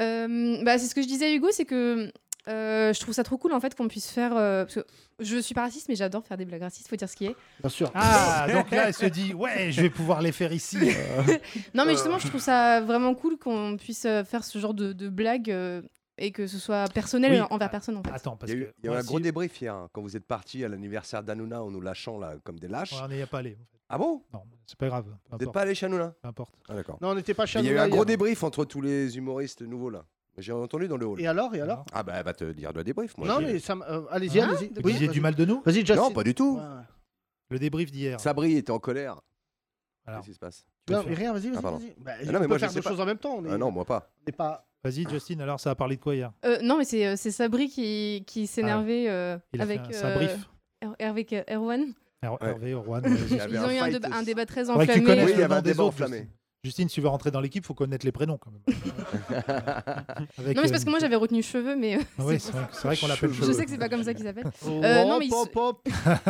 Euh, bah, c'est ce que je disais à Hugo, c'est que euh, je trouve ça trop cool en fait qu'on puisse faire. euh, parce que je suis pas raciste, mais j'adore faire des blagues racistes, faut dire ce qui est. Bien sûr. Ah, donc là, elle se dit, ouais, je vais pouvoir les faire ici. Non, Euh. mais justement, je trouve ça vraiment cool qu'on puisse euh, faire ce genre de, de blagues euh, et que ce soit personnel Oui. envers personne en fait. Attends, Il parce y a eu, que. il y a eu moi, un gros si- débrief hier, hein, quand vous êtes partis à l'anniversaire d'Anouna en nous lâchant là, comme des lâches. Ouais, on n'y est pas allé. en fait. Ah bon Non, c'est pas grave. Peu Vous n'êtes importe. pas allé chez Hanouna peu importe. Ah, d'accord. Non, on n'était pas chez Il y a eu Hanouna un gros hier. débrief entre tous les humoristes nouveaux là. J'ai entendu dans le hall. Et alors Et alors Ah bah, va te dire le débrief, moi. Non, j'ai- mais ça. m- euh, allez-y, Hein allez-y. Vous disiez vas-y. du mal de nous Vas-y, Justin. Non, pas du tout. Ouais, ouais. Le débrief d'hier. Sabri était en colère. Alors. Qu'est-ce qui se passe Tu veux Non, faire mais rien, vas-y, vas-y. Ah, pardon. vas-y. Bah, non, on mais peut moi, je faire sais deux pas. choses en même temps. On est, Ah non, moi pas. on est pas. Vas-y, Justine, alors ça a parlé de quoi hier Euh, non, mais c'est, euh, c'est Sabri qui, qui s'énervait euh, Ah Il a avec fait un- ça euh, brief. Er- avec euh, Erwan. Er- Ouais. Hervé, Erwan. euh, Il y Ils avait ont un eu un, fight. déba- un débat très Faudrait que tu enflammé. euh, connaisses Oui, il le y nom avait un des débat autres, enflammé. Justine, si tu veux rentrer dans l'équipe, faut connaître les prénoms quand même. Avec, Non, mais c'est parce que euh, moi j'avais retenu cheveux, mais euh, Ah oui, c'est vrai, c'est vrai qu'on l'appelle je Cheveux. sais que c'est pas comme ça qu'ils s'appellent. Euh, Oh, non, mais ils hop, se- hop, hop.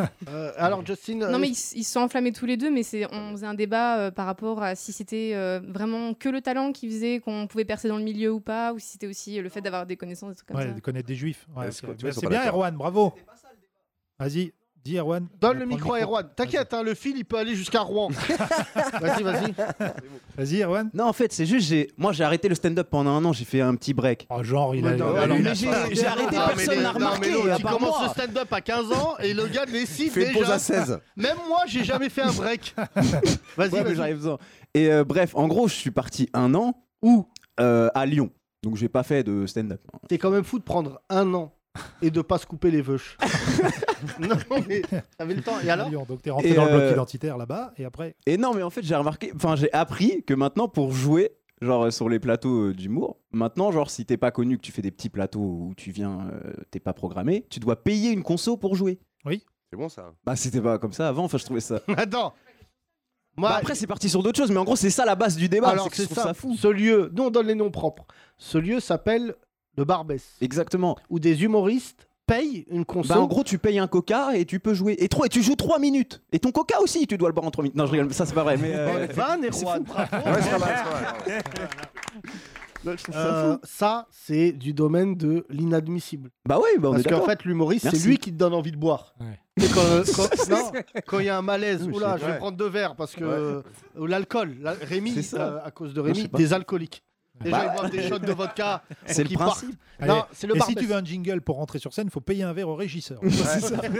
Euh, alors, Justin. Non, euh, mais ils, s- ils se sont enflammés tous les deux, mais c'est, on faisait un débat euh, par rapport à si c'était euh, vraiment que le talent qui faisait qu'on pouvait percer dans le milieu ou pas, ou si c'était aussi euh, le fait d'avoir des connaissances, des trucs comme Ouais, ça. de connaître des juifs. Ouais, Est-ce ok. que tu Bah, vois, ils sont c'est pas bien, d'accord. Erwan, bravo. Vas-y, dis Erwan. Donne le Prends micro à Erwan. T'inquiète, hein, le fil, il peut aller jusqu'à Rouen. vas-y, vas-y. Vas-y, Erwan. Non, en fait, c'est juste, j'ai... moi j'ai arrêté le stand-up pendant un an, j'ai fait un petit break. Oh, genre, il a. Mais non, il a- alors, il a- mais j'ai, pas- j'ai arrêté, Ah, mais personne les- n'a non, mais remarqué. l'autre, à il part commence moi. le stand-up à 15 ans et le gars décide Fais une pause déjà. à 16. Même moi, j'ai jamais fait un break. Vas-y, Ouais, mais vas-y. j'arrive dedans. Et euh, bref, en gros, je suis parti un an ou euh, à Lyon. Donc j'ai pas fait de stand-up. T'es quand même fou de prendre un an et de pas se couper les veuches. non, mais t'avais le temps. Et alors Lyon, Donc t'es rentré Et dans le bloc euh, identitaire là-bas et après. Et non, mais en fait, j'ai remarqué, enfin, j'ai appris que maintenant, pour jouer, genre euh, sur les plateaux euh, d'humour, maintenant, genre, si t'es pas connu, que tu fais des petits plateaux où tu viens, euh, t'es pas programmé, tu dois payer une conso pour jouer. C'est bon ça. Bah, c'était pas comme ça avant, enfin, je trouvais ça. Attends. Moi, Bah, après, c'est parti sur d'autres choses, mais en gros, c'est ça la base du débat. alors c'est que je c'est trouve ça. ça fou. Ce lieu, nous on donne les noms propres. Ce lieu s'appelle le Barbès, Exactement. où des humoristes payent une console. Bah, en gros, tu payes un coca et tu peux jouer. Et, trois, et tu joues 3 minutes. Et ton coca aussi, tu dois le boire en 3 minutes. Non, je rigole, ça c'est pas vrai. Mais, euh, Van et Juan, bravo. Ouais, c'est pas mal, c'est pas mal. Euh, ça, c'est du domaine de l'inadmissible. Bah oui, bah on Parce est qu'en d'accord. fait, l'humoriste, c'est Merci. lui qui te donne envie de boire. Et quand, euh, quand- non, quand il y a un malaise, Oui, mais oula, c'est je vais vrai. prendre deux verres parce que Ouais. euh, ou l'alcool, la- Rémi, C'est ça. euh, à cause de Non, je Rémi, sais pas. des alcooliques. Déjà, Bah ils boivent des ouais. shots de vodka. C'est pour le qu'ils principe. partent. Non, Allez, c'est le Et si barbès. tu veux un jingle pour rentrer sur scène, faut payer un verre au régisseur.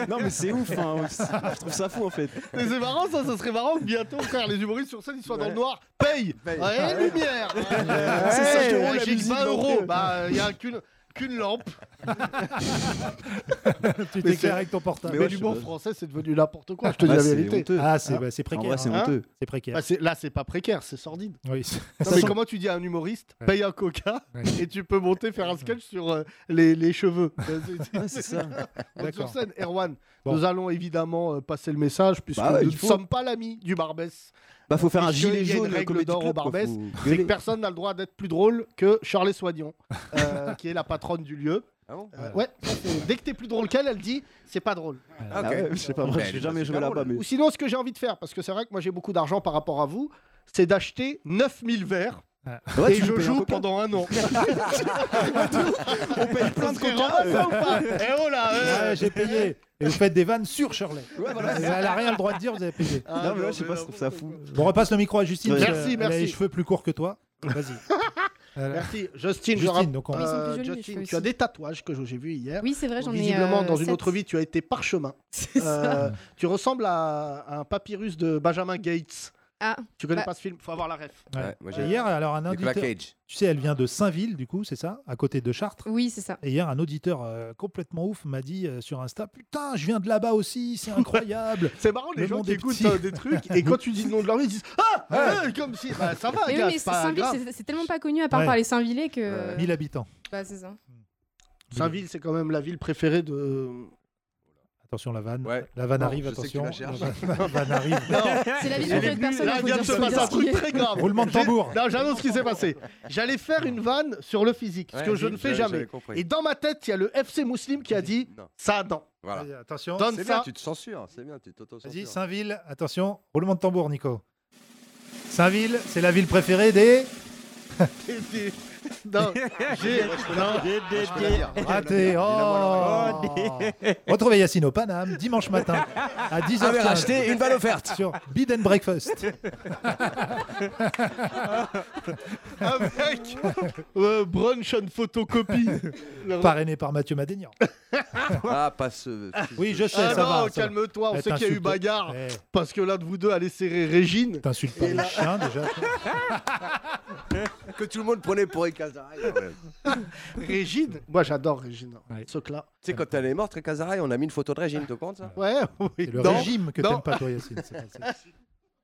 non mais c'est ouf, hein, aussi. je trouve ça fou en fait. Mais c'est marrant ça, ça serait marrant que bientôt, frère, les humoristes sur scène, ils soient dans le noir. Paye Ouais, lumière C'est ça, je te ouais, la j'ai musique 20 euros d'entrée. Bah, il n'y a qu'une qu'une lampe. tu Mais t'éclaires c'est- avec ton portable. Mais, Mais l'humour je- français, c'est devenu n'importe quoi, je te dis Ah, la c'est vérité. honteux. Ah, c'est- ouais, c'est précaire, En vrai, c'est hein. honteux. C'est précaire. Bah, c'est- là, c'est pas précaire, c'est sordide. Oui. Non, mais comment tu dis à un humoriste, Ouais. paye un coca Ouais. et tu peux monter faire un sketch sur euh, les, les cheveux Euh, C'est ça. Monte Sur D'accord. scène, Erwan, Bon. nous allons évidemment euh, passer le message puisque Bah ouais, nous il ne faut. sommes pas l'ami du Barbès. Bah, faut faire un Puisque gilet il y a jaune, Une euh, règle Comedy d'or au Club, quoi, Barbès, faut c'est que gueuler. personne n'a le droit d'être plus drôle que Charlotte Soignon, euh, qui est la patronne du lieu. Ah Euh, ouais, ça, c'est- dès que t'es plus drôle qu'elle, elle dit c'est pas drôle. Ah, ok. ouais, je sais pas, moi, Ouais, j'ai elle est jamais pas joué super là-bas, drôle. mais- Ou sinon, ce que j'ai envie de faire, parce que c'est vrai que moi j'ai beaucoup d'argent par rapport à vous, c'est d'acheter 9000 verres. Ah. Ouais, et tu nous je payes un joue coca. pendant un an. On paye plein de coca. ou pas Eh oh là euh. Ouais, Ah, j'ai payé. Et vous faites des vannes sur Shirley. Elle a rien le droit de dire, vous avez payé. Ah, non, mais ouais, je sais pas, je trouve ça fou. On repasse le micro à Justine. Ouais. parce que Merci, Elle a les merci. cheveux plus courts que toi. Vas-y. Voilà. Merci. Justine, je Justine, rapp- donc on- Mais ils sont euh, plus jolis, les Justine, cheveux tu as aussi. des tatouages que j'ai vus hier. Oui, c'est vrai, Donc, j'en ai, Visiblement, euh, dans une sept. autre vie, tu as été parchemin. Euh, tu ressembles à, à un papyrus de Benjamin Gates. Ah, Tu connais bah- pas ce film Faut avoir la ref. Ouais. Et hier, alors un auditeur. Tu sais, elle vient de Saint-Ville, du coup, c'est ça À côté de Chartres Oui, c'est ça. Et hier, un auditeur euh, complètement ouf m'a dit euh, sur Insta Putain, je viens de là-bas aussi, c'est incroyable. c'est marrant, les Le gens monde qui est écoutent petit. euh, des trucs et quand tu dis le nom de leur vie, ils disent Ah Ouais. euh, Comme si. Bah, ça va, Mais oui, gars, mais c'est pas Saint-Ville, grave. c'est- c'est tellement pas connu à part Ouais. par les Saint-Villais que. 1000 habitants. Bah, c'est ça. Saint-Ville, c'est quand même la ville préférée de. Attention, la vanne. La vanne Non, arrive, je sais que tu attention. la la cherches. vanne arrive. C'est la vie Elle est de venue, personne. Là, faut il vient de dire se ce passer qu'il un truc est. très grave. Roulement de J'ai- tambour. Non, j'annonce ce qui s'est passé. J'allais faire une vanne sur le physique, ce Ouais, que je j'ai- ne fais j'avais- j'avais jamais. compris. Et dans ma tête, il y a le FC Mouslim qui a dit ça, non. Voilà. Vas-y, attention. Donne C'est ça. bien, tu te censures. C'est bien, tu t'auto-censures. Vas-y, Saint-Ville, attention, roulement de tambour, Nico. Saint-Ville, c'est la ville préférée des. Non, j'ai. non. Ah, Raté, oh Retrouvez Yacine au Paname dimanche matin à 10h. Ah, mais rachetez une balle offerte. sur Bid and Breakfast. Avec euh, brunch and photocopie. Parrainé par Mathieu Madénian. Ah, pas ce. Oui, je sais, Ah ça non, va. ça va. calme-toi, on Eh, sait qu'il y a eu t'insultes- bagarre. Eh, Parce que l'un de vous deux allait serrer Régine. T'insultes pas les chiens déjà. Eh. Que tout le monde prenait pour Ekazaraï. Régine Moi, j'adore Régine. Ce là Tu sais, quand elle est morte, Ekazaraï, on a mis une photo de Régine, tu compte ça Ouais, oui. Le Dans- régime que dans- t'aimes pas, toi, Yacine. c'est- c'est-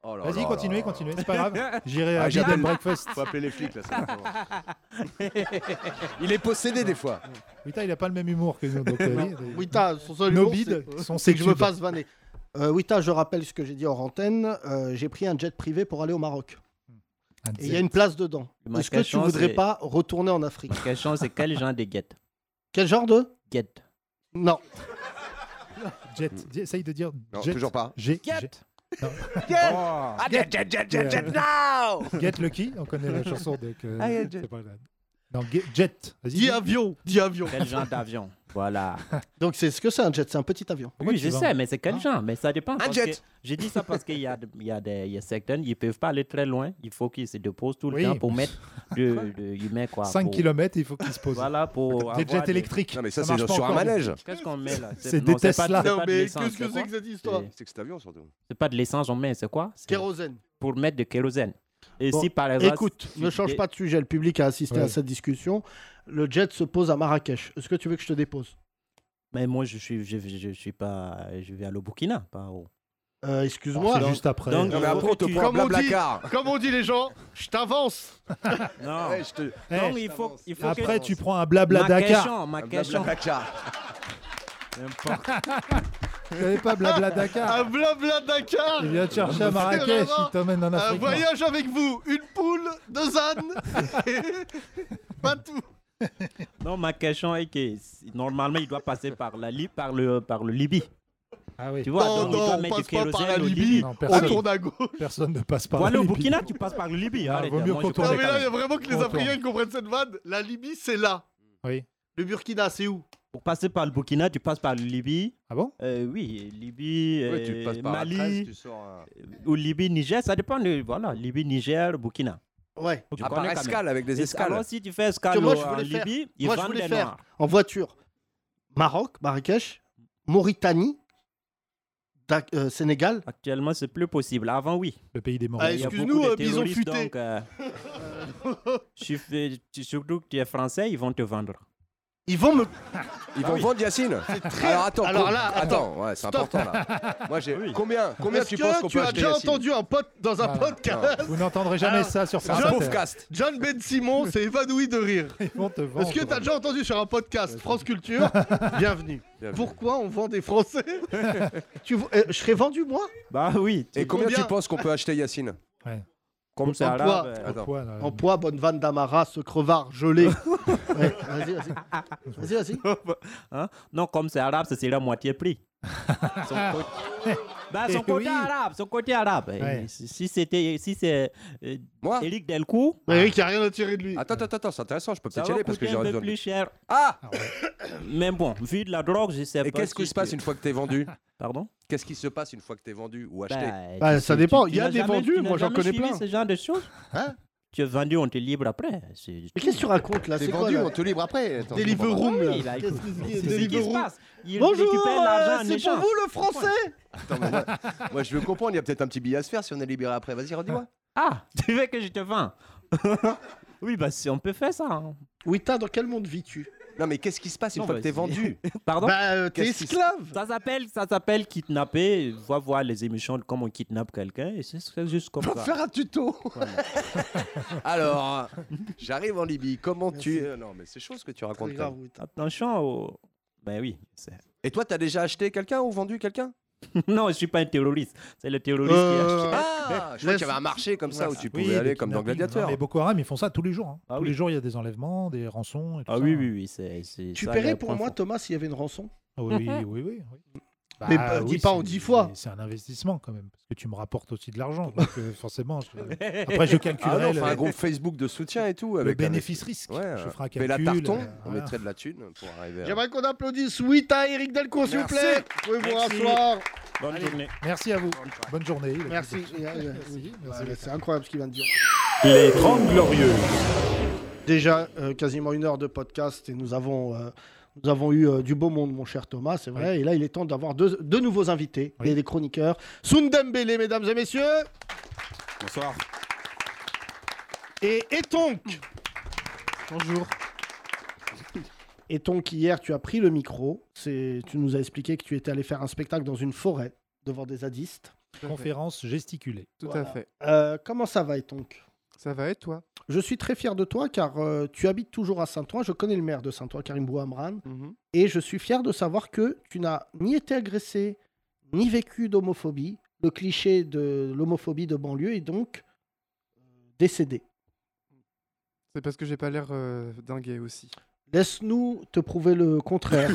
Oh là Vas-y, là continuez, là là. continuez, c'est pas grave. J'irai à Ah, Bid and j'appelle- Breakfast. Faut appeler les flics là, ça. Il est possédé des fois. Putain, il a pas le même humour que nous. Donc, euh, oui, oui. Wita, son seul Nos humour, bides c'est- sont c'est que ses je me tubes. fasse vanner. Euh, Wita, je rappelle ce que j'ai dit hors antenne. euh, j'ai pris un jet privé pour aller au Maroc. Un Et jet. il y a une place dedans. Ma Est-ce que tu question, voudrais c'est- pas retourner en Afrique Ma question, c'est quel genre de guette Quel genre de Guette. Non. Jet, j- essaye de dire. Non, jet. toujours pas. J'ai. Get. Get Ah, Get, get, get, get, get now Get Lucky, on connaît la chanson de. que- Ah, get, c'est get. pas grave. Non, get- Jet. Vas-y. Dis avion, dis avion. Quel genre d'avion Voilà. Donc c'est ce que c'est un jet, c'est un petit avion. Oui, je sais, mais c'est quel genre Mais ça dépend. parce jet. que- J'ai dit ça parce qu'il y a, de- il y a des il y a certains, ils ne peuvent pas aller très loin. Il faut qu'ils se déposent tout le Oui. temps pour mettre de, de, ils mettent quoi 5 pour- km, il faut qu'il se pose. Voilà, pour. Des avoir jets électriques. Non, mais ça, marche c'est pas sur un encore, les- manège. Qu'est-ce qu'on met là C'est des pas- pas Tesla. de Non, mais l'essence, qu'est-ce que quoi c'est que cette histoire C'est- C'est que cet avion surtout. C'est pas de l'essence, on met, c'est quoi C'est Kérosène. pour mettre de kérosène. Et Bon, si par exemple. Écoute, si- ne change pas de sujet, le public a assisté Ouais. à cette discussion. Le jet se pose à Marrakech. Est-ce que tu veux que je te dépose Mais moi, je suis, je, je- je suis pas. Je vais aller au Burkina, pas au. Euh, Excuse-moi. C'est juste après. Donc, Non, mais après, on te tu- prend Comme on, dit, Blablacar. comme on dit les gens, je t'avance. Non. Ouais, je te. Eh, Donc, il faut, il faut que- après, tu prends un blabla ma Dakar. question, ma question. Blablacar. N'importe. Tu n'avais pas blabla Dakar. Un blabla Dakar. Il vient te chercher à Marrakech, il t'emmène en Un Afrique. noire. voyage avec vous, une poule, deux ânes, pas tout. Non, ma question est que si- normalement, il doit passer par la Libye, par le, par le Libye. Ah Tu vois, Non, donc non, il doit on mettre du passe pas par kérosène la au Libye. début. Non, personne- On tourne à gauche. Personne ne passe par Pour aller la au Libye. Burkina, tu passes par la Libye. hein, Ah, Arrête, vaut mieux moi, je qu'on tourne Non, connais mais quand là, il y même. a vraiment que les Contourner. Africains ils comprennent cette vanne. La Libye, c'est là. Oui. Le Burkina, c'est où Pour passer par le Burkina, tu passes par la Libye. Euh, Ah bon Oui, Libye, Ouais, tu euh, passes par la Mali, Grèce, tu sors à- ou Libye, Niger, ça dépend de. Voilà, Libye, Niger, Burkina. Ouais. Tu Ah, par connais quand même. escale, avec des Et- escales. Alors, si tu fais escale Parce que moi, au- je en voulais faire- Libye, ils moi, je vendent voulais des faire noirs. en voiture Maroc, Marrakech, Mauritanie, Dak- euh, Sénégal. Actuellement, c'est plus possible. Avant, oui. Le pays des morts. Ah, Il y a excuse-nous, beaucoup de euh, bison terroristes, futé. donc, euh, tu fais- tu- surtout que tu es français, ils vont te vendre. Ah Ils vont me. Ils vont vendre Yacine Alors attends, Alors com- là, attends, ouais, c'est Stop. important là. Moi j'ai combien, combien Est-ce tu que penses qu'on tu peut as acheter Ah. déjà Yacine entendu un pote dans un podcast Vous n'entendrez jamais ça sur C'est un France Inter. podcast. John Ben Simon s'est évanoui de rire. vont te vendre. Est-ce que t'as déjà entendu sur un podcast France Culture Bienvenue. Bienvenue. Pourquoi on vend des Français tu, vois- euh, Je serais vendu moi Bah oui. Et combien, Combien tu penses qu'on peut acheter Yacine Ouais. Comme C'est ça. en poids, arabe. euh, Attends. Quoi, là en poids, bonne vanne d'Amara, ce crevard gelé. Ouais, vas-y, vas-y. Vas-y, vas-y. Hein? Non, comme c'est arabe, c'est la moitié prix. Son côté- Bah, son Eh côté oui. arabe, son côté arabe. Ouais. Et Si si c'était, si c'est euh, Moi Eric Delcourt, Mais Eric, il a rien à tirer de lui. Attends, attends, attends, c'est intéressant, je peux ça peut-être y va aller parce que coûter un j'aurais peu besoin de... plus cher. Ah Mais bon, vu de la drogue, je sais Et pas. qu'est-ce qui si se passe tu- une fois que t'es vendu Pardon Qu'est-ce qui se passe une fois que t'es vendu ou acheté Bah, Eh, tu ça sais, dépend. tu- Il tu y a n'as des jamais- vendus, tu n'as moi, j'en jamais connais suivi plein. ce genre de choses. Hein tu es vendu, on te libre après. C'est- Mais qu'est-ce que tu racontes là T'es C'est quoi vendu, là on te livre après. Attends, je comprends pas. Deliveroo Oui, bah, là. là, Qu'est-ce écoute, que c'est c'est ce qui se Deliveroo passe. Il Bonjour, récupère euh, l'argent en c'est pour échange. vous le français Attends, mais moi, moi, je veux comprendre, il y a peut-être un petit billet à se faire si on est libéré après. Vas-y, redis-moi. Ah, tu veux que je te vende Oui, bah si on peut faire ça. hein. Wita, dans quel monde vis-tu Non, mais qu'est-ce qui se passe une Non, fois bah, que t'es c'est- vendu Pardon Bah, euh, t'es Qu'est-ce qui se- esclave Ça s'appelle, ça s'appelle kidnapper. Va voir les émissions de comment on kidnappe quelqu'un et c'est c'est juste comme ça. un tuto Alors, j'arrive en Libye, comment tu... Euh, Non, mais c'est chaud ce que tu racontes. Très quand même. grave, Wita. Attention au. Ben oui. c'est- Et toi, t'as déjà acheté quelqu'un ou vendu quelqu'un non, je suis pas un terroriste. C'est le terroriste qui Euh, achète. Ah Je crois qu'il y avait un marché comme ça où tu pouvais Oui, aller des comme dans kidnappings. Gladiateur. Non, mais Boko Haram, ils font ça tous les jours. hein. Ah tous oui. les jours, il y a des enlèvements, des rançons. Et tout Ah ça, oui, hein. oui, oui. c'est- c'est Tu ça, paierais le pour point moi, fort. Thomas, s'il y avait une rançon Ah Oui, oui, oui. oui, oui. Mais bah, dis pas en c'est- dix fois. C'est un investissement quand même, parce que tu me rapportes aussi de l'argent. donc, euh, forcément, je- après Ah je non, calculerai on le, fait un groupe Facebook de soutien et tout. le Avec un- bénéfice-risque. Ouais, je ferai un Bella calcul. Tarton, euh, on voilà. mettrait de la thune pour arriver à... J'aimerais qu'on applaudisse Wita, Eric Delcourt, s'il vous Merci. plaît. Vous pouvez vous Merci. rasseoir. Bonne journée. Merci à vous. Bonne journée. Merci. Et, euh, ouais, C'est incroyable ce qu'il vient de dire. Les 30 Glorieuses. Déjà, euh, quasiment une heure de podcast et nous avons, euh, nous avons eu euh, du beau monde, mon cher Thomas, c'est vrai. Et là, il est temps d'avoir deux, deux nouveaux invités, Oui. et des chroniqueurs. Sundembele, mesdames et messieurs, Bonsoir. et Etonk. Bonjour. Etonk, hier, tu as pris le micro. C'est- Tu nous as expliqué que tu étais allé faire un spectacle dans une forêt devant des zadistes. Conférence gesticulée. Tout Voilà. à fait. Euh, comment ça va, Etonk Ça va et toi Je suis très fier de toi car euh, tu habites toujours à Saint-Ouen. Je connais le maire de Saint-Ouen, Karim Bouhamran. Mhm. Et je suis fier de savoir que tu n'as ni été agressé, ni vécu d'homophobie, le cliché de l'homophobie de banlieue est donc euh, décédé. C'est parce que j'ai pas l'air euh, dingué aussi. Laisse-nous te prouver le contraire.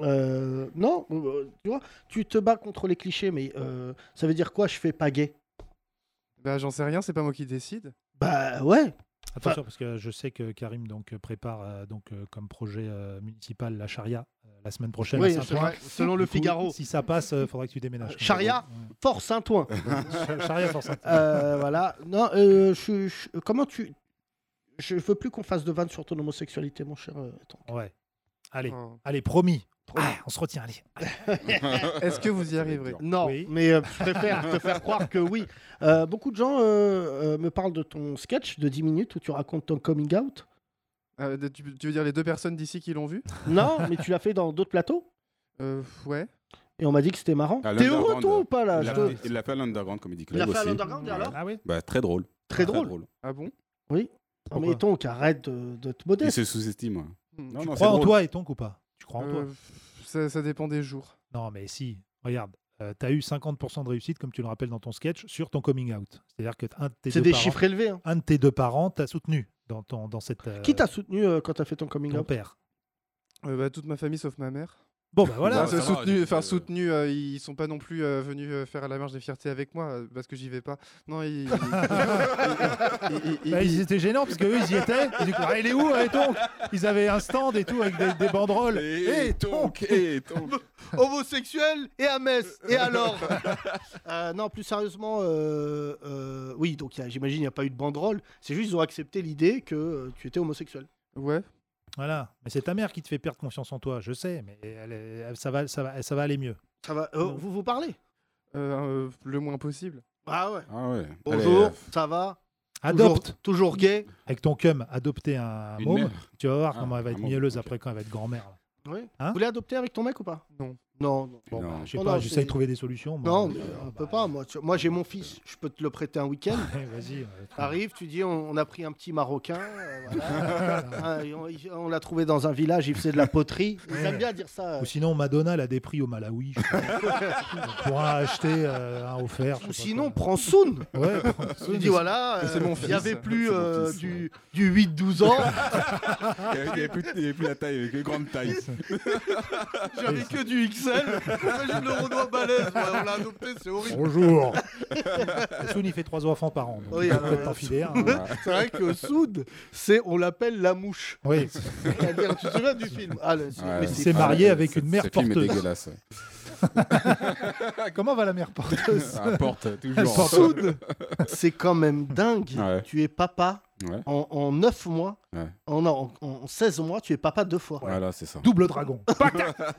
Euh, non, euh, tu vois, tu te bats contre les clichés, mais euh, ça veut dire quoi Je fais pas gay Bah j'en sais rien, c'est pas moi qui décide. Bah ouais, Attention, parce que je sais que Karim donc, prépare euh, donc, euh, comme projet euh, municipal la charia euh, la semaine prochaine Oui, à c'est Saint-Ouen. vrai. Selon Du le coup, Figaro. Si ça passe, il faudra que tu déménages. Charia Fort Saint-Ouen. Ouais. Charia sans ça. Euh, voilà. Non, euh, je, je- comment tu. Je veux plus qu'on fasse de vannes sur ton homosexualité, mon cher. euh, Tonk. Ouais. Allez, Enfin, allez, promis. Ah, on se retient, allez. Est-ce que vous y arriverez Non, Oui. mais euh, je préfère te faire croire que oui. Euh, beaucoup de gens euh, euh, me parlent de ton sketch de 10 minutes où tu racontes ton coming out. Euh, de- tu, tu veux dire les deux personnes d'ici qui l'ont vu Non, mais tu l'as fait dans d'autres plateaux Euh, Ouais. et on m'a dit que c'était marrant. À T'es Ah, l'Underground, heureux toi ou pas là Il Je l'a te- fait- il l'a fait à l'Underground Comedy Il l'a Club fait à aussi. l'underground et alors Ah oui Bah, très drôle. Très drôle. Ah bon Oui. Non, mais Pourquoi donc arrête de, de te Il modeste. se sous-estime. hein. Non, non, c'est Crois en drôle. toi et ton ou pas Tu crois en toi Euh, ça, ça dépend des jours. Non, mais si, regarde, tu as eu 50% de réussite, comme tu le rappelles dans ton sketch, sur ton coming out. C'est-à-dire que un de tes, C'est deux des parents, chiffres élevés. hein. un de tes deux parents t'a soutenu dans, ton, dans cette. euh, Qui t'a soutenu euh, quand t'as fait ton coming Ton out père. Euh, bah, toute ma famille sauf ma mère. Bon, bah voilà. Ah, Enfin, soutenu, enfin, soutenu, euh, ils sont pas non plus euh, venus euh, faire la marche des fiertés avec moi euh, parce que j'y vais pas. Non, ils. Bah, ils étaient gênants parce qu'eux ils y étaient. Et du coup, Ah, il est où Et donc Ils avaient un stand et tout avec des, des banderoles. Et, donc, et donc. Homosexuel et à Metz. Et alors Non, plus sérieusement, euh, euh, oui, donc il y a- j'imagine il n'y a pas eu de banderole. C'est juste ils ont accepté l'idée que euh, tu étais homosexuel. Ouais. Voilà. Mais c'est ta mère qui te fait perdre confiance en toi, je sais, mais elle est- elle- ça, va, ça, va, ça va aller mieux. Ça va, euh, vous vous parlez Euh, euh, le moins possible. Ah ouais. euh, Ah ouais. Bonjour, ça va Adopte. Toujours, toujours gay. Avec ton cum, adopter un Une môme. mère. Tu vas voir Ah, comment elle va un être môme, mielleuse après quand elle va être grand-mère. là. Oui. vous voulez adopter avec ton mec ou pas Non. Non, non. Bon, bah, Hein je sais Non, pas, non, j'essaie c'est- de trouver des solutions. moi. Non, mais on peut pas. Moi, tu- moi j'ai mon fils. Je peux te le prêter un week-end. Vas-y. euh, ouais. Arrive, tu dis on, on a pris un petit Marocain, euh, voilà. Euh, et on, il- on l'a trouvé dans un village, il faisait de la poterie. Ils aiment bien dire ça. euh. Ou sinon, Madonna, elle a des prix au Malawi. je sais pas. On pourra acheter euh, un offert. Ou sinon, prends Soun. Ouais, Tu dis voilà, euh, il n'y avait plus euh, du, du 8-12 ans. Il n'y avait, plus- il y avait plus la taille, il y avait que grande taille. J'avais que du XL. Imagine le Renoir balèze, ouais, on l'a adopté, c'est horrible. Bonjour. Soun, il fait trois enfants par an. Donc Oui, il peut alors, peut-être euh, t'en filer un. C'est vrai que Soun, c'est on l'appelle la mouche. Oui. C'est-à-dire, tu te souviens du film Ah, le- Ouais. mais Il c'est s'est fou. marié avec une mère ce film est porteuse. dégueulasse, Comment va la mère porteuse Elle Ah, porte, toujours. Elle porte. Soud, c'est quand même dingue. Tu es papa Ouais. en, en 9 mois. Ouais. En, non, en, en 16 mois, tu es papa deux fois. Voilà, c'est ça. Double dragon.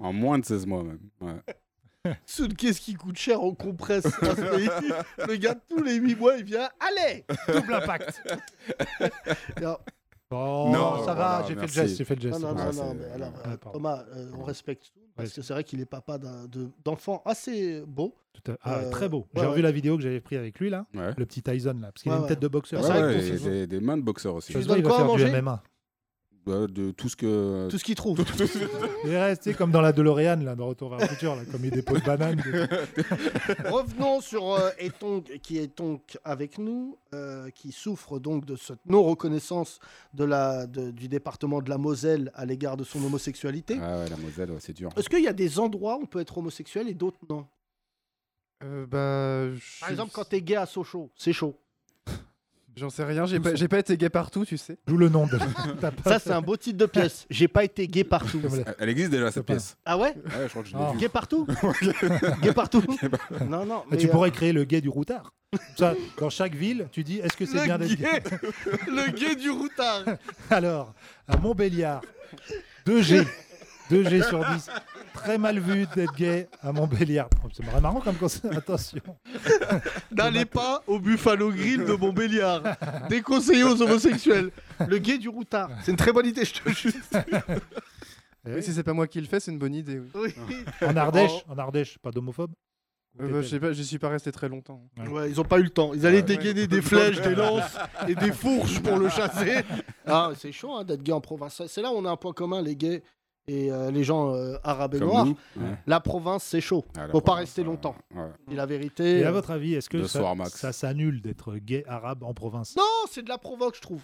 En moins de 16 mois, même. Ouais. Soud, qu'est-ce qui coûte cher en compresse dans ce pays Le gars, tous les 8 mois, il vient. Allez Double impact. Non. Oh, Non, ça va, non, j'ai fait le merci. geste. J'ai fait le geste. Non, non, Ah, non, c'est- non, mais alors, euh, Ah, pardon. Thomas, euh, on respecte tout, parce que c'est vrai qu'il est papa d'un- de- d'enfants assez beaux. Tout à- ah, Euh, très beau. ouais, J'ai ouais. revu la vidéo que j'avais prise avec lui, là. Ouais. Le petit Tyson, là. Parce qu'il a Ouais, Ah, une tête ouais. de boxeur. Ouais, ouais, et des, des mains de boxeur aussi. Ça se voit, il va faire du MMA. Bah, de tout ce que. Tout ce qu'il trouve. Il reste, tu sais, comme dans la DeLorean, là, dans Retour vers le futur, là, comme il dépose banane. Revenons sur euh, Etong, qui est donc avec nous, euh, qui souffre donc de cette non-reconnaissance de la, de- du département de la Moselle à l'égard de son homosexualité. Ah ouais, la Moselle, ouais, c'est dur. Est-ce qu'il y a des endroits où on peut être homosexuel et d'autres non Euh, bah, je- Par exemple, quand t'es gay à Sochaux, c'est chaud. J'en sais rien, j'ai pas, j'ai pas été gay partout, tu sais. D'où le nom de. Ça, c'est un beau titre de pièce. J'ai pas été gay partout. Elle existe déjà, cette pièce. Ah ouais Ouais, je crois que je l'ai Ah. vue. Gay partout Gay partout Non, non. Mais Mais Bah, tu euh, pourrais créer le gay du routard. Ça, dans chaque ville, tu dis est-ce que c'est Le bien d'être gay- gay Le gay du routard. Alors, à Montbéliard, 2G, 2G sur 10. Très mal vu d'être gay à Montbéliard. Oh, C'est vraiment marrant comme concept. Attention. N'allez pas au Buffalo Grill de Montbéliard. Déconseillé aux homosexuels. Le gay du routard. C'est une très bonne idée, je te jure. Eh Oui, si c'est pas moi qui le fais, c'est une bonne idée. Oui. Oui. Oh. En Ardèche, en Ardèche, pas d'homophobe. Euh, bah, je sais pas, j'y suis pas resté très longtemps. Ouais, ils ont pas eu le temps. Ils allaient dégainer des flèches, des lances et des fourches pour le chasser. Ah, c'est chaud hein, d'être gay en province. C'est là où on a un point commun, les gays et euh, les gens euh, arabes et Comme noirs. nous, ouais. La province, c'est chaud. Ah, la Faut pas province, rester longtemps. ouais. Et la vérité. Et à euh, votre avis, est-ce que Deux ça, soirs max. ça s'annule d'être gay arabe en province Non, c'est de la provoque, je trouve.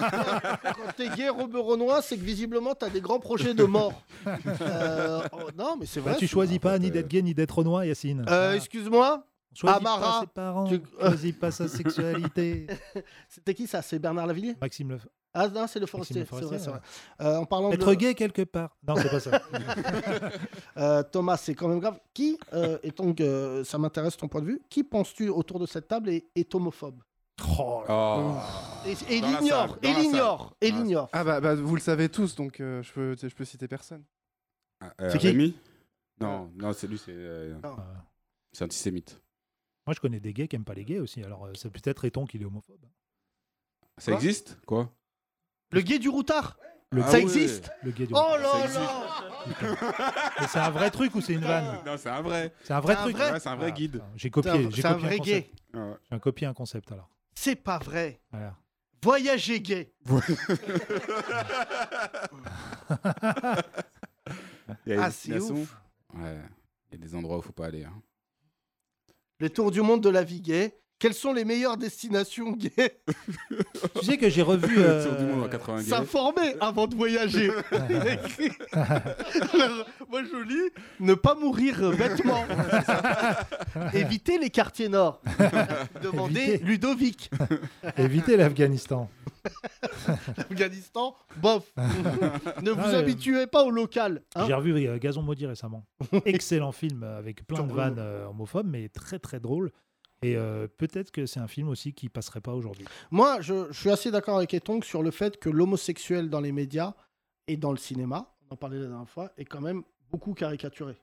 Quand t'es gay, Robert Renoir, c'est que visiblement t'as des grands projets de mort. Euh, oh, non, mais c'est Bah, vrai. tu c'est- choisis pas ni d'être gay ni d'être renois, Yacine. Ah. Euh, Excuse-moi Choisis pas Amara ses parents, choisis pas sa sexualité. C'était qui ça C'est Bernard Lavillier Maxime Lef... Ah non, c'est le forestier. Maxime C'est Le vrai, c'est Forestier, vrai. Euh, en parlant Être de... gay quelque part. Non, c'est pas ça. Euh, Thomas, c'est quand même grave. Qui, euh, et donc euh, ça m'intéresse ton point de vue, qui penses-tu autour de cette table est, est homophobe Oh. Et, et il Dans la ignore, salle, et dans la il ignore, et il ignore. Ah bah, bah, vous le savez tous, donc euh, je, peux, je peux citer personne. Euh, C'est qui Rémi Non, non, c'est lui, c'est. euh, C'est antisémite. Moi, je connais des gays qui aiment pas les gays aussi. Alors, euh, c'est peut-être Eton qui est homophobe. Ça Quoi existe Quoi Le gay du routard Le Ah gay- ouais. Le gay du Oh routard. là existe. là Mais c'est un vrai truc ou c'est une vanne Non, c'est un vrai. C'est un vrai Euh, C'est un truc. vrai Ouais, c'est un vrai Ah, guide. putain, J'ai C'est copié. un- j'ai c'est un copié vrai concept. gay. J'ai un copié un concept alors. C'est pas vrai. Voilà. Voyager gay. Il y a des Ah, c'est destinations. ouf. Ouais. Il y a des endroits où faut pas aller. hein. Le tour du monde de la vie gay. Quelles sont les meilleures destinations gays Tu sais que j'ai revu. euh, euh, Le tour du monde en 80 gays. S'informer avant de voyager. Il a écrit. Alors, moi, je lis ne pas mourir euh, bêtement. Éviter les quartiers nord. Demandez Éviter. Ludovic. Évitez l'Afghanistan. Afghanistan, bof. ne vous Ouais. habituez pas au local. hein. euh, J'ai revu euh, Gazon maudit récemment. Excellent film euh, avec plein de Sur- vannes euh, homophobes, mais très très drôle. Et euh, peut-être que c'est un film aussi qui passerait pas aujourd'hui. Moi, je, je suis assez d'accord avec Etong sur le fait que l'homosexuel dans les médias et dans le cinéma, on en parlait la dernière fois, est quand même beaucoup caricaturé.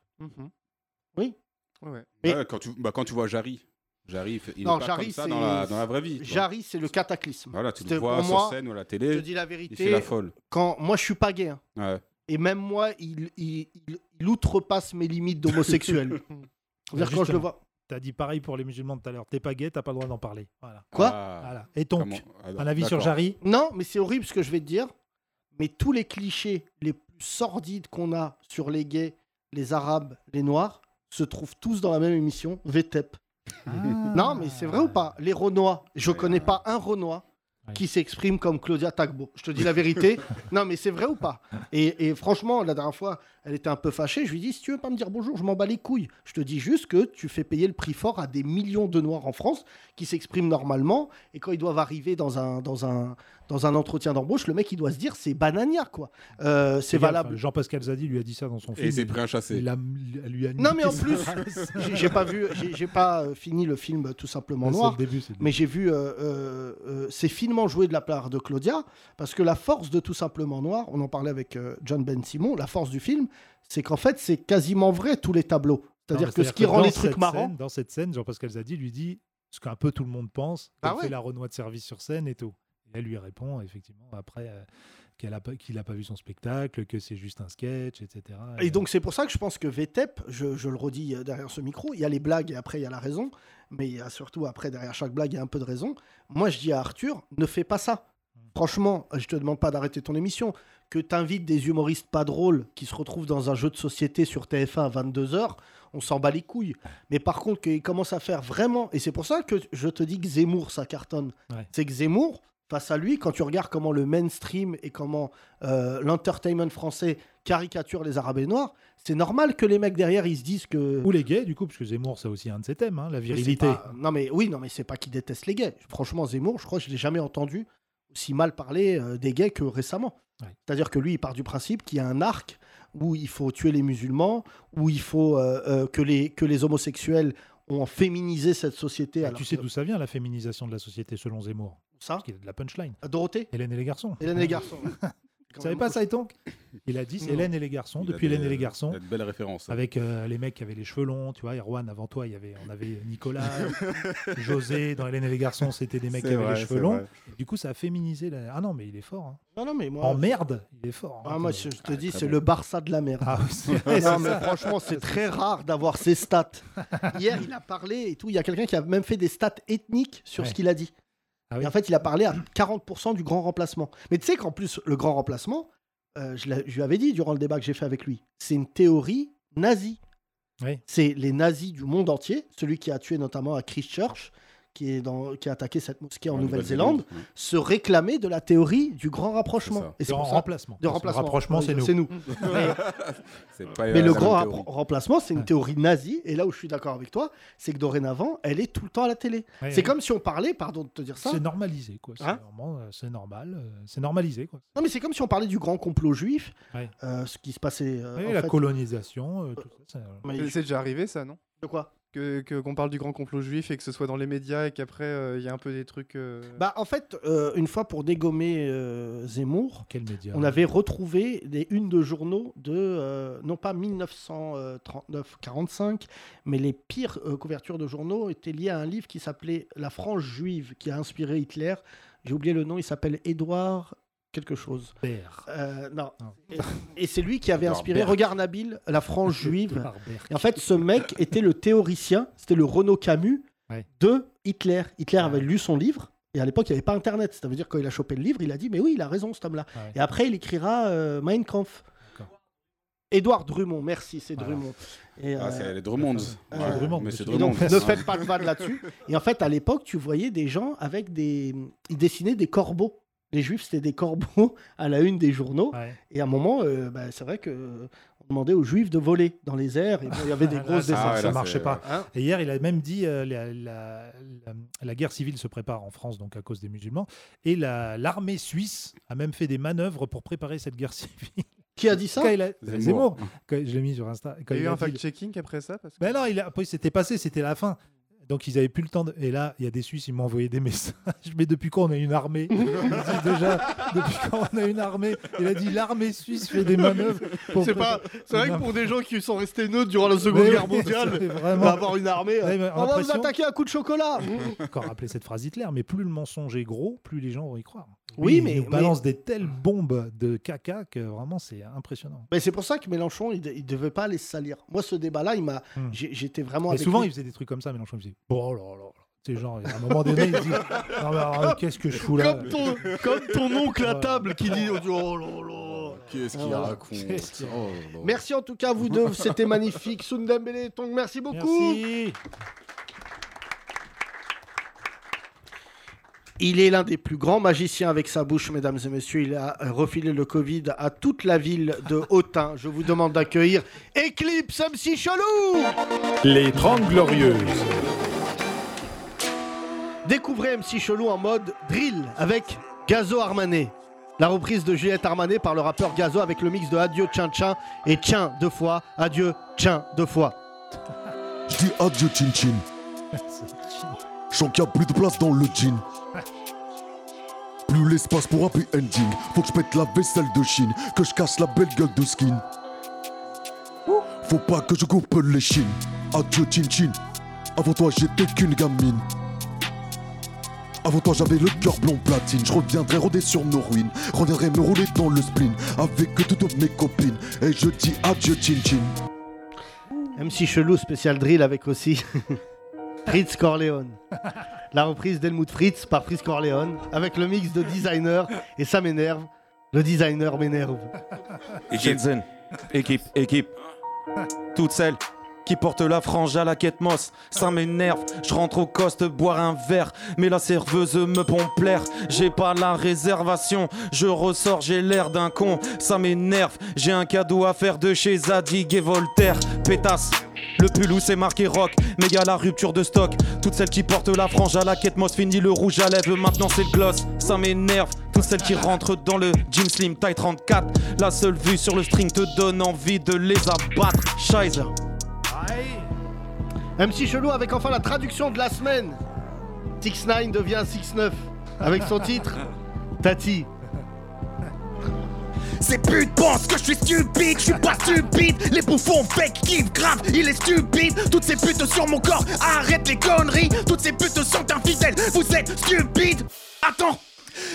Oui. Mais- Ouais, quand, tu, bah, quand tu vois Jarry, Jarry il fait- il est Non, pas Jarry, comme ça c'est- dans la, dans la vraie vie. tu vois. Jarry, c'est le cataclysme. Voilà, tu le C'était- vois pour sur moi, scène ou à la télé, Je te dis la il fait vérité. la folle. Quand moi, je suis pas gay. hein. Ouais. Et même moi, il, il, il- il outrepasse mes limites d'homosexuel. C'est-à-dire quand je le Bah, Justement, vois. T'as dit pareil pour les musulmans tout à l'heure. T'es pas gay, t'as pas le droit d'en parler. Voilà. Quoi Ah, Voilà. Et donc, un avis sur Jarry Non, mais c'est horrible ce que je vais te dire. Mais tous les clichés les plus sordides qu'on a sur les gays, les arabes, les noirs, se trouvent tous dans la même émission, E VTEP. Ah. Non, mais c'est vrai ou pas Les Renois, je connais pas un Renois qui s'exprime comme Claudia Tagbo. Je te dis la vérité. non, mais c'est vrai ou pas et, et franchement, la dernière fois, elle était un peu fâchée. Je lui dis si tu veux pas me dire bonjour, je m'en bats les couilles. Je te dis juste que tu fais payer le prix fort à des millions de Noirs en France qui s'expriment normalement et quand ils doivent arriver dans un dans un dans un entretien d'embauche, le mec il doit se dire c'est banania quoi. Euh, c'est Fais gaffe, valable. hein, Jean-Pascal Zadi lui a dit ça dans son film. Et il s'est pris un chassé. il a- elle lui a Non mais en niqué plus, sa race. j'ai- j'ai pas vu, j'ai- j'ai pas euh, fini le film tout simplement Ouais, c'est noir. le début, c'est le début. Mais j'ai vu, euh, euh, euh, c'est finement joué de la part de Claudia parce que la force de tout simplement noir, on en parlait avec euh, John Ben Simon, la force du film, c'est qu'en fait c'est quasiment vrai tous les tableaux. C'est-à-dire Non, que ce qui rend dans les trucs cette marrants, scène- dans cette scène, Jean-Pascal Zadi lui dit ce qu'un peu tout le monde pense, Bah qu'elle ouais. fait la Renoir de service sur scène et tout. Et elle lui répond, effectivement, après euh, qu'elle a pas- qu'il n'a pas vu son spectacle, que c'est juste un sketch, etc. Et donc c'est pour ça que je pense que VTEP, je, je le redis euh, derrière ce micro, il y a les blagues et après il y a la raison, mais il y a surtout après derrière chaque blague il y a un peu de raison. Moi je dis à Arthur, ne fais pas ça. Franchement, je te demande pas d'arrêter ton émission, que t'invites des humoristes pas drôles qui se retrouvent dans un jeu de société sur TF1 à 22h, on s'en bat les couilles. Mais par contre qu'ils commencent à faire vraiment, et c'est pour ça que je te dis que Zemmour ça cartonne, Ouais. c'est que Zemmour, face à lui, quand tu regardes comment le mainstream et comment euh, l'entertainment français caricature les Arabes et les Noirs, c'est normal que les mecs derrière ils se disent que. Ou les gays, du coup, parce que Zemmour, c'est aussi un de ses thèmes, hein, la Mais c'est virilité. pas- Non mais oui, non mais c'est pas qu'ils détestent les gays. Franchement, Zemmour, je crois que je l'ai jamais entendu aussi mal parler euh, des gays que récemment. C'est-à-dire que lui, il part du principe qu'il y a un arc où il faut tuer les musulmans, où il faut euh, euh, que, les, que les homosexuels ont féminisé cette société. Et Bah, tu sais d'où ça vient, la féminisation de la société, selon Zemmour euh, Ça Ah, Parce qu'il a de la punchline. Dorothée Hélène et les garçons. Hélène et les garçons. Mmh. Vous savez pas ça, et donc Il a dit c'est Hélène et les garçons, Il a euh, depuis des- Hélène et les garçons. il a de belles références. Avec euh, les mecs qui avaient les cheveux longs, tu vois, Erwan, avant toi, il y avait, on avait Nicolas, José, dans Hélène et les garçons, c'était des mecs qui C'est avaient vrai, les cheveux c'est longs. vrai. Du coup, ça a féminisé. la- Ah non, mais il est fort. hein. Non, non, mais moi. en merde, il est fort. hein. Ah, moi, je je te dis, très c'est bon. le Barça de la merde. Ah, oui, c'est vrai, non, c'est mais ça. franchement, c'est très rare d'avoir ces stats. Hier, il a parlé et tout. Il y a quelqu'un qui a même fait des stats ethniques sur Ouais. Ah ce qu'il a dit. oui. Et en fait, il a parlé à 40% du grand remplacement. Mais tu sais qu'en plus, le grand remplacement, euh, je, l'ai- je lui avais dit durant le débat que j'ai fait avec lui, c'est une théorie nazie. Oui. C'est les nazis du monde entier, celui qui a tué notamment à Christchurch, qui, est dans, qui a attaqué cette mosquée en, Nouvelle-Zélande, Nouvelle-Zélande, se réclamer de la théorie du grand rapprochement. De pour rem- ça- remplacement. De Parce que remplacement. rapprochement, Oui, c'est nous. C'est nous. Mais- C'est pas, mais euh, le la grand même théorie. rappro- remplacement, c'est une théorie nazie. Et là où je suis d'accord avec toi, c'est que dorénavant, elle est tout le temps à la télé. Ouais, c'est ouais. comme si on parlait, pardon de te dire ça. C'est normalisé, quoi. C'est Hein normal, euh, c'est normal, euh, c'est normalisé, quoi. Non, mais c'est comme si on parlait du grand complot juif, Ouais. euh, ce qui se passait. euh, Ouais, en la fait. colonisation, euh, tout ça. ça- Mais C'est déjà arrivé ça, non De quoi que que- qu'on parle du grand complot juif et que ce soit dans les médias et qu'après euh, il y a un peu des trucs. euh, Bah, en fait, euh, une fois pour dégommer euh, Zemmour, Quel média on avait retrouvé des unes de journaux de, euh, non pas 1939-45, mais les pires euh, couvertures de journaux étaient liées à un livre qui s'appelait La France juive, qui a inspiré Hitler. J'ai oublié le nom, il s'appelle Édouard quelque chose. Euh, non. Ah. Et, et c'est lui qui avait Édouard inspiré Berg. Regarde Nabil, La France juive. Édouard Berg. Et en fait, ce mec était le théoricien, c'était le Renaud Camus Ouais. de Hitler. Hitler avait lu son livre. Et à l'époque, il n'y avait pas Internet. Ça veut dire que quand il a Ah chopé le livre, il a dit Mais oui, il a raison, cet homme-là. Ouais. Et après, il écrira euh, Mein Kampf. Édouard Drummond, merci, c'est Drummond. Et, Ah, c'est les Drummonds. euh, Ouais, Drummond, monsieur et donc, Drummond. ne faites pas le van là-dessus. Et en fait, à l'époque, tu voyais des gens avec des. Ils dessinaient des corbeaux. Les juifs, c'était des corbeaux à la une des journaux. Et à un moment, euh, bah, c'est vrai que euh, on demandait aux juifs de voler dans les airs. Et bon, il y avait des Ah, là, euh, grosses ça, descentes. ça marchait pas. Hein et hier, il a même dit euh, la, la- la- la guerre civile se prépare en France, donc à cause des musulmans. Et la- l'armée suisse a même fait des manœuvres pour préparer cette guerre civile. Qui a dit ça Quand il a- Zemmour. Zemmour. Quand- Je l'ai mis sur Insta. Quand Il y a eu a un dit- fact-checking après ça parce que- Ben non, il a... après, c'était passé, c'était la fin. Donc ils avaient plus le temps. De... Et là, il y a des Suisses, ils m'ont envoyé des messages. Mais depuis quand on a une armée Ils disent déjà, depuis quand on a une armée Il a dit l'armée suisse fait des manœuvres. pour C'est pas- préparer- c'est vrai que pour des gens qui sont restés neutres durant la Seconde Mais Guerre oui, mondiale, c'est vraiment- bah, va Ah, avoir une euh. armée. Ouais, mais On va vous l'impression- attaquer à coups de chocolat. Encore rappeler cette phrase Hitler, mais plus le mensonge est gros, plus les gens vont y croire. Oui, Lui, il mais- nous balance mais- des telles bombes de caca que vraiment c'est impressionnant. Mais c'est pour ça que Mélenchon, il ne devait pas les salir. Moi, ce débat-là, il m'a, j'ai- j'étais vraiment. Et avec Hmm. souvent, lui. il faisait des trucs comme ça, Mélenchon. Il faisait Oh là là là. C'est genre, à un moment donné, il dit Non, mais Ah, alors, qu'est-ce que je fous là Ah, Comme ton, comme ton oncle à table qui dit oh, là là. Qu'est-ce qu'il Voilà. raconte Qu'est-ce qu'il Oh là là. Merci en tout cas à vous deux, c'était magnifique. Sundembele Tong, merci beaucoup. Il est l'un des plus grands magiciens avec sa bouche, mesdames et messieurs. Il a euh, refilé le Covid à toute la ville de Autun. Je vous demande d'accueillir Eclipse MC Chalou Les 30 Glorieuses. Découvrez MC Chelou en mode drill avec Gazo Armanet. La reprise de Juliette Armanet par le rappeur Gazo avec le mix de Adieu Tchin Tchin et Tchin deux fois, Adieu Tchin deux fois. Je dis adieu Chin Chin. Je sens qu'il n'y a plus de place dans le jean. Plus l'espace pour happy ending. Faut que je pète la vaisselle de Chine. Que je casse la belle gueule de skin. Faut pas que je coupe les chines. Adieu Chin Chin. Avant toi, j'étais qu'une gamine. Avant toi j'avais le cœur blond platine Je reviendrai rôder sur nos ruines Reviendrai me rouler dans le spleen Avec toutes mes copines Et je dis adieu chin chin MC Chelou spécial drill avec aussi Fritz Corleone. La reprise d'Helmut Fritz par Fritz Corleone avec le mix de designer et ça m'énerve. Le designer m'énerve. Shenzhen, équipe, équipe. Toutes celles qui portent la frange à la quête mosse. Ça m'énerve, je rentre au coste boire un verre. Mais la serveuse me pompe l'air. J'ai pas la réservation, je ressors, j'ai l'air d'un con. Ça m'énerve, j'ai un cadeau à faire de chez Zadig et Voltaire. Pétasse. Le pull où c'est marqué rock, mais y a la rupture de stock. Toutes celles qui portent la frange à la quête mosse, fini le rouge à lèvres, maintenant c'est le gloss. Ça m'énerve, toutes celles qui rentrent dans le jean slim taille 34. La seule vue sur le string te donne envie de les abattre. Scheiser. MC Chelou avec enfin la traduction de la semaine. 6-9 devient 6-9 avec son titre Tati. Ces putes pensent que je suis stupide, je suis pas stupide. Les bouffons fake kiffent grave, il est stupide. Toutes ces putes sur mon corps, arrête les conneries. Toutes ces putes sont infidèles, vous êtes stupides. Attends.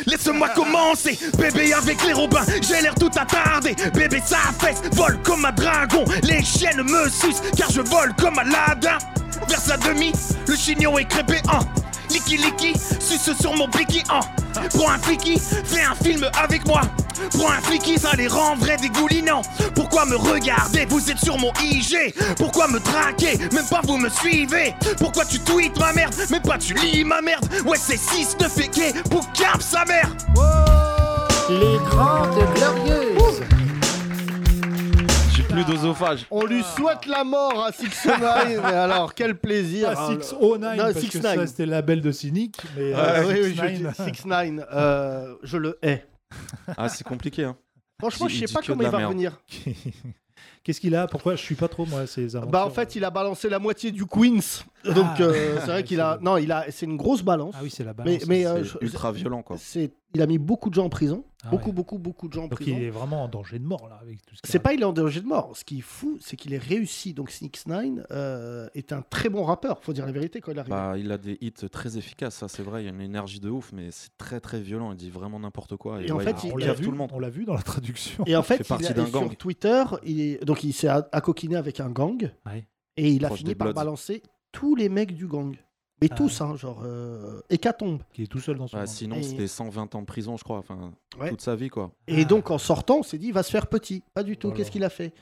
Laisse-moi commencer, bébé avec les robins, j'ai l'air tout attardé, bébé ça fesse, vole comme un dragon, les chiennes me sucent car je vole comme Aladdin. Verse à demi, le chignon est crépé en Liki Liki, suce sur mon blicky hein. Pour un flicky, fais un film avec moi Pour un flicky, ça les rend vrais dégoulinants Pourquoi me regarder, vous êtes sur mon IG Pourquoi me traquer, même pas vous me suivez Pourquoi tu tweets ma merde, mais pas tu lis ma merde Ouais c'est 6 de féqué, pour cap sa mère Les grandes glorieuses. J'ai plus d'osophage. On lui Ah. souhaite la mort à 6-9, mais alors quel plaisir. hein, Ah, 609, Non, parce que 6-9. ça c'était le label de cynique. Mais, Ah, euh, oui, oui, 6ix9ine. je dis 6-9, euh, je le hais. Ah, c'est compliqué. Hein. Franchement, Il je sais dit pas que comment de la il va merde. revenir. Qu'est-ce qu'il a Pourquoi je suis pas trop moi ces aventures Bah en fait, il a balancé la moitié du Queens. Donc euh, c'est vrai qu'il a non, il a c'est une grosse balance. Ah oui, c'est la balance. Mais, mais euh, C'est je- ultra violent, quoi. C'est il a mis beaucoup de gens en prison, Ah beaucoup ouais. beaucoup beaucoup de gens en Donc prison. il est vraiment en danger de mort là avec tout ce qu'il C'est pas il est en danger de mort. Ce qui est fou, c'est qu'il est réussi. Donc Six Nine euh, est un très bon rappeur. Faut dire la vérité quand il arrive. Bah, il a des hits très efficaces, ça c'est vrai. Il a une énergie de ouf, mais c'est très très violent. Il dit vraiment n'importe quoi. Et en ouais, fait, il il- cave vu, tout le monde. On l'a vu dans la traduction. Et en fait, fait il partie a- d'un sur gang. Twitter, il est- donc il s'est a- accoquiné avec un gang et il a Proche fini des par Bloods. balancer tous les mecs du gang. Mais Ah tous, hein, genre, euh, hécatombe. Qui est tout seul dans son Bah, sinon, Et- c'était 120 ans de prison, je crois. Enfin, Ouais. toute sa vie, quoi. Ah. Et donc, en sortant, on s'est dit, il va se faire petit. Pas du tout. Voilà. Qu'est-ce qu'il a fait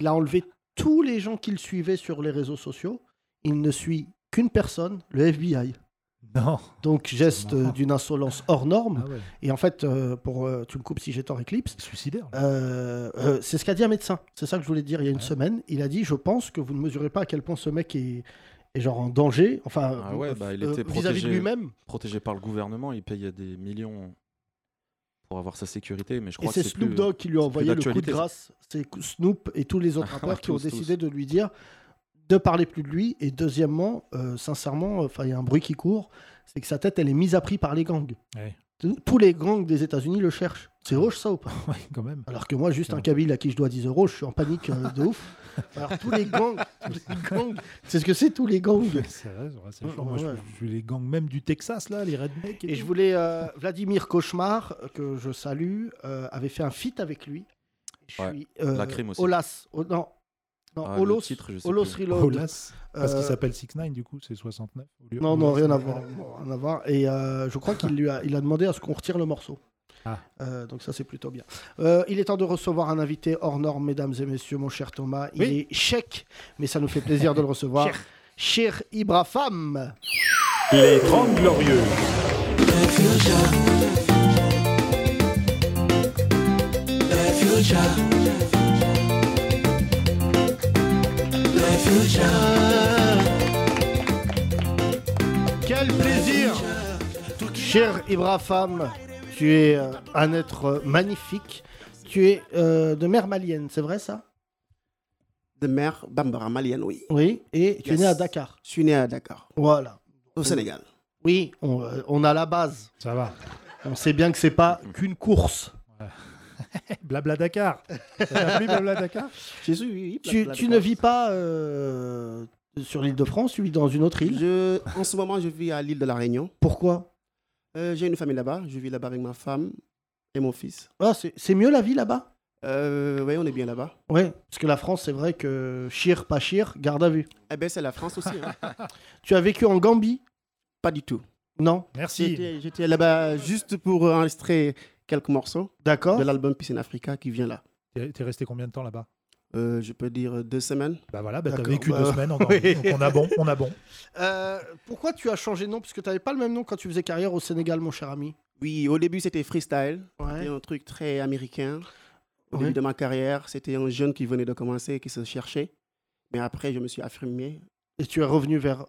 Il a enlevé tous les gens qu'il suivait sur les réseaux sociaux. Il ne suit qu'une personne, le FBI. Non. Donc, geste euh, d'une insolence hors norme. Ah ouais. Et en fait, euh, pour, euh, tu me coupes si j'ai tort, Eclipse. euh, Suicidaire. c'est ce qu'a dit un médecin. C'est ça que je voulais te dire il y a une semaine. Il a dit Je pense que vous ne mesurez pas à quel point ce mec est, est genre en danger. Enfin, Ah ouais, euh, bah, il euh, était protégé, vis-à-vis de lui-même. protégé par le gouvernement. Il payait des millions pour avoir sa sécurité. Mais je Et crois c'est que Snoop plus- Dogg qui lui a c'est plus envoyé le coup de d'actualité, ça. Ah, grâce. C'est Snoop et tous les autres rappeurs qui ont Tous, tous. décidé de lui dire de parler plus de lui. Et deuxièmement, euh, sincèrement, enfin, il y a un bruit qui court, c'est que sa tête, elle est mise à prix par les gangs. Ouais. Tous- Tous les gangs des États-Unis le cherchent. C'est roche ça ou pas quand même. Alors que moi, juste un kabyle à qui je dois 10 euros, je suis en panique euh, de ouf. Alors tous les gangs, tous les gangs, c'est ce que c'est tous les gangs. C'est vrai, c'est vrai, c'est Ouais, chaud. Moi, je- ouais. je suis les gangs même du Texas, là, les rednecks. Et, Et je voulais. euh, Vladimir Cauchemar, euh, que je salue, euh, avait fait un feat avec lui. Je Ouais. suis, euh, La crime aussi. Olas. oh, non. Non, Ah, le Olos. titre, je sais Olos plus. Reload. Parce Euh, qu'il s'appelle 6ix9ine, du coup, c'est 69. au lieu- Non, non, Olas, rien à c'est- voir. non, rien à voir. Et euh, je crois qu'il lui a, il a demandé à ce qu'on retire le morceau. Ah. Euh, donc ça c'est plutôt bien. Euh, il est temps de recevoir un invité hors norme, mesdames et messieurs, mon cher Thomas. Il est chèque, mais ça nous fait plaisir de le recevoir. Cher Ibrahim. Les 30 Glorieux. Quel plaisir Cher Ibrahim, tu es euh, un être euh, magnifique. Tu es euh, de mère malienne, c'est vrai ça De mère bambara malienne, oui. Oui, et tu es Yes. né à Dakar. Je suis né à Dakar. Voilà. Au Sénégal. Oui, on, euh, on a la base. Ça va. On sait bien que c'est pas qu'une course. Blabla Dakar. Ça s'appelait Blabla Dakar J'ai su, oui, oui, Tu, Blabla tu Dakar. ne vis pas euh, sur l'île de France, tu vis dans une autre île Je- en ce moment, je vis à l'île de la Réunion. Pourquoi Euh, J'ai une famille là-bas. Je vis là-bas avec ma femme et mon fils. Ah, c'est c'est mieux la vie là-bas Euh, oui, on est bien là-bas. Oui, parce que la France, c'est vrai que chire, pas chire, garde à vue. Eh bien, c'est la France aussi. hein. Tu as vécu en Gambie Pas du tout. Non J'étais- J'étais là-bas juste pour enregistrer quelques morceaux D'accord. de l'album Piscine Africa qui vient là. T'es t'es resté combien de temps là-bas Euh, je peux dire deux semaines. Bah voilà, bah t'as D'accord, vécu bah, deux semaines encore. oui. Donc on a bon, on a bon. Euh, pourquoi tu as changé de nom Parce que tu n'avais pas le même nom quand tu faisais carrière au Sénégal, mon cher ami. Oui, au début, c'était freestyle. Ouais. C'était un truc très américain. Au Ouais. début de ma carrière, c'était un jeune qui venait de commencer, qui se cherchait. Mais après, je me suis affirmé. Et tu es revenu vers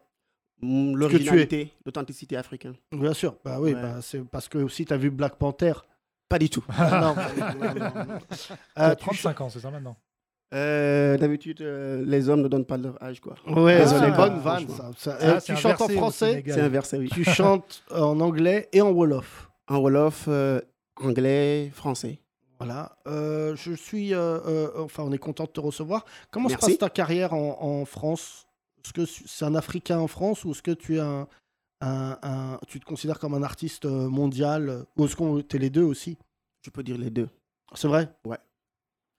ce Mm, que tu es. L'originalité, l'authenticité africaine. Bien sûr, bah oui, Ouais. bah, c'est parce que aussi tu as vu Black Panther. Pas du tout. non. Ah, T'as Euh, tu- 35 ans, c'est ça maintenant Euh, D'habitude, euh, les hommes ne donnent pas leur âge, quoi. Ouais, Désolé, c'est une quoi, bonne vanne ça. franchement. Ça, euh, tu chantes en français, C'est inversé, oui. Tu chantes en anglais et en wolof. en wolof, euh, anglais, français. Voilà. Euh, je suis. euh, euh, enfin, on est content de te recevoir. Comment se Merci. passe ta carrière en, en France Est-ce que c'est un Africain en France ou est-ce que tu es un, un- un- tu te considères comme un artiste euh, mondial Ou est-ce qu'on t'es les deux aussi Je peux dire les deux. C'est vrai Ouais.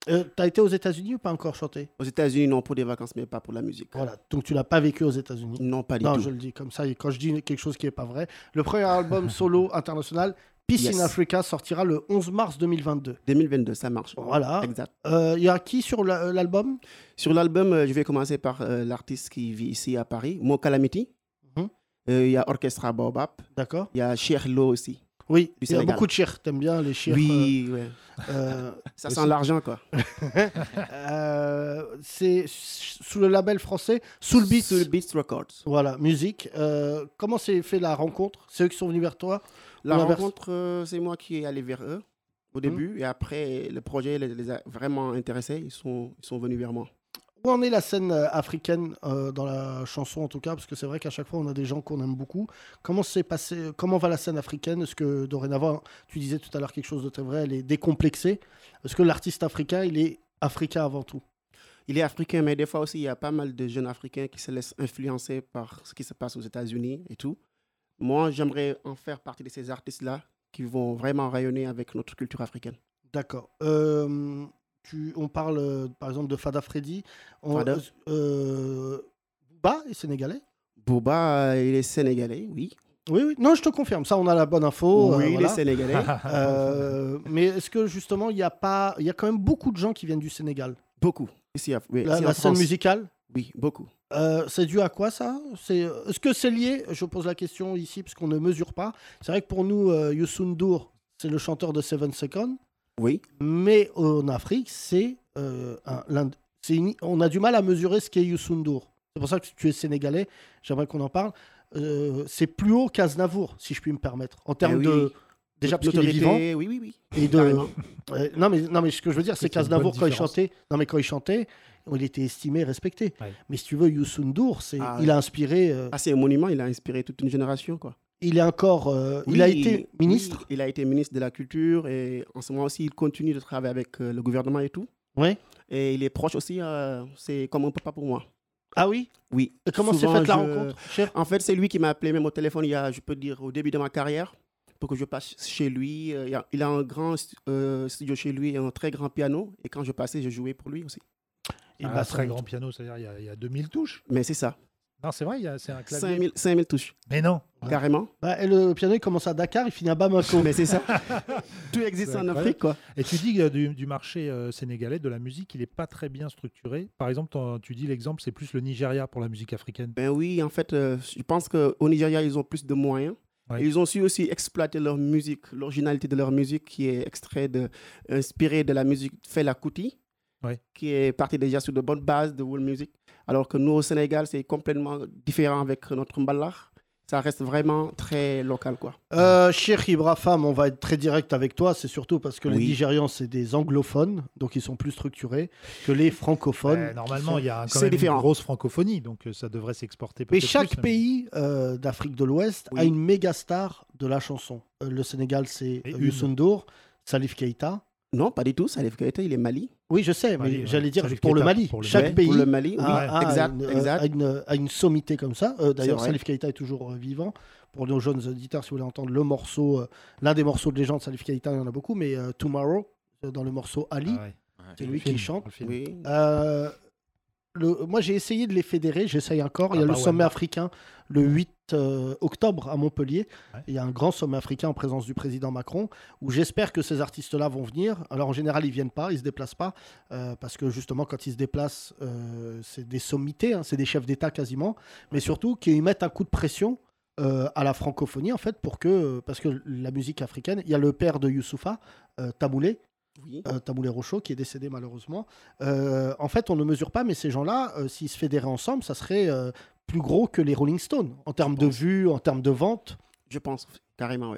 Euh, T'as été aux États-Unis ou pas encore chanté Aux États-Unis, non, pour des vacances, mais pas pour la musique. Voilà. Donc tu n'as pas vécu aux États-Unis Non, pas du Non, tout. je le dis comme ça. Et quand je dis quelque chose qui n'est pas vrai, le premier album solo international, Peace Yes. in Africa, sortira le 11 mars 2022. 2022, ça marche. Voilà. Exact. Il y a qui sur la- euh, l'album Sur l'album, euh, je vais commencer par euh, l'artiste qui vit ici à Paris, Mo Calamity. Euh, Il y a Orchestra Baobab. Mhm. D'accord. Il y a Cher Lo aussi. Oui, du il y a Sénégal. beaucoup de chers. T'aimes bien les chers Oui, ouais. Ça sent aussi. l'argent, quoi. Euh, c'est s- sous le label français Soul Beats. Records. Voilà, musique. Euh, comment s'est fait la rencontre C'est eux qui sont venus vers toi La Ou l'inverse rencontre, euh, c'est moi qui est allé vers eux Mhm. au début. Et après, le projet les, les a vraiment intéressés. Ils sont, ils sont venus vers moi. Où en est la scène euh, africaine euh, dans la chanson en tout cas Parce que c'est vrai qu'à chaque fois on a des gens qu'on aime beaucoup. Comment s'est passé Comment va la scène africaine Est-ce que dorénavant, tu disais tout à l'heure quelque chose de très vrai, elle est décomplexée Est-ce que l'artiste africain, il est africain avant tout Il est africain, mais des fois aussi, il y a pas mal de jeunes africains qui se laissent influencer par ce qui se passe aux États-Unis et tout. Moi, j'aimerais en faire partie de ces artistes-là qui vont vraiment rayonner avec notre culture africaine. D'accord. Euh, tu, on parle euh, par exemple de Fada Freddy. On, Fada. euh, euh, Booba est sénégalais Boba, euh, il est sénégalais, oui. Oui, oui. Non, je te confirme. Ça, on a la bonne info. Oui, euh, il est voilà. sénégalais. Euh, mais est-ce que justement, il y a pas, il y a quand même beaucoup de gens qui viennent du Sénégal. Beaucoup. Ici, à- oui, La, ici en la scène France. musicale. Oui, beaucoup. Euh, c'est dû à quoi ça C'est euh, est-ce que c'est lié Je pose la question ici parce qu'on ne mesure pas. C'est vrai que pour nous, euh, Youssou N'Dour, c'est le chanteur de Seven Seconds. Oui. Mais en Afrique, c'est euh, un- l'un- c'est une- on a du mal à mesurer ce qu'est Youssou N'Dour. C'est pour ça que tu es sénégalais. J'aimerais qu'on en parle. Euh, c'est plus haut qu'Aznavour, si je puis me permettre, en termes Eh oui. de déjà parce qu'il est vivant. D'autorité, oui, oui, oui. Et de- Carrément. Euh, non mais non mais ce que je veux dire, c'est Oui, c'est une bonne qu'Aznavour quand il différence. chantait, non mais quand il chantait, il était estimé, respecté. Mais si tu veux, Youssou N'Dour, c'est Ah, il a oui. inspiré. euh, Ah, c'est un monument, il a inspiré toute une génération, quoi. Il est encore. euh, il a été ministre. Il a été ministre de la Culture et en ce moment aussi, il continue de travailler avec euh, le gouvernement et tout. Ouais. Et il est proche aussi, euh, c'est comme un papa pour moi. Ah oui Oui. Et comment s'est Souvent, faite la je- rencontre, En fait, c'est lui qui m'a appelé même au téléphone, il y a, je peux dire, au début de ma carrière, pour que je passe chez lui. Euh, Il y a, il a un grand euh, studio chez lui, et un très grand piano. Et quand je passais, je jouais pour lui aussi. Il a un très grand piano, c'est-à-dire il y a- il y, a 2000 touches. Mais c'est ça. Non, c'est vrai, il y a- c'est un clavier. 5000, 5000 touches. Mais non. Carrément. Bah, et le piano il commence à Dakar, il finit à Bamako. Mais c'est ça. Tout existe C'est en incroyable. Afrique, quoi. Et tu dis euh, du, du marché euh, sénégalais, de la musique, il n'est pas très bien structuré. Par exemple, t'en- tu dis l'exemple, c'est plus le Nigeria pour la musique africaine. Ben oui, en fait, euh, je pense qu'au Nigeria, ils ont plus de moyens. Ouais. Et Ils ont su aussi exploiter leur musique, l'originalité de leur musique qui est extraite, de, inspirée de la musique Fela Kuti, Ouais. qui est partie déjà sur de bonnes bases de world music. Alors que nous, au Sénégal, c'est complètement différent avec notre Mbala. Ça reste vraiment très local, quoi. Euh, Cheikh Ibrahim, on va être très direct avec toi. C'est surtout parce que les Oui. Nigérians, c'est des anglophones, donc ils sont plus structurés que les francophones. Euh, normalement, il y a C'est quand même différent. une grosse francophonie, donc euh, ça devrait s'exporter Mais peut-être chaque hein. plus, pays euh, d'Afrique de l'Ouest a Oui. une méga star de la chanson. Euh, le Sénégal, c'est Et euh, une. Youssou N'Dour, Salif Keita. Non, pas du tout. Salif Keita, il est Mali. Oui, je sais, mais Mali, ouais. j'allais dire Salif pour le Keita, Mali. pour le chaque Mali. pays Pour le Mali, oui, a, a exact, une, euh, exact. a une- a une sommité comme ça. Euh, D'ailleurs, vrai. Salif Keita est toujours euh, vivant. Pour nos jeunes auditeurs, si vous voulez entendre le morceau, euh, l'un des morceaux de légende de Salif Keita, il y en a beaucoup, mais euh, Tomorrow, euh, dans le morceau Ali, Ah c'est Dans lui le film, qui chante. dans le film. Oui. Euh, le- moi, j'ai essayé de les fédérer, j'essaye encore. il y a Ah bah le ouais. sommet africain le 8 euh, octobre à Montpellier. Il y a un grand sommet africain en présence du président Macron où j'espère que ces artistes-là vont venir. Alors, en général, ils viennent pas, ils se déplacent pas euh, parce que justement, quand ils se déplacent, euh, c'est des sommités, hein, c'est des chefs d'État quasiment, mais surtout qu'ils mettent un coup de pression. euh, à la francophonie en fait pour que euh, parce que la musique africaine il y a le père de Youssoufa euh, Tamoulé euh, Tamoulé Rochaud, qui est décédé malheureusement. Euh, en fait, on ne mesure pas, mais ces gens-là, euh, s'ils se fédéraient ensemble, ça serait euh, plus gros que les Rolling Stones, en termes de vues, en termes de ventes. Je pense, carrément, oui.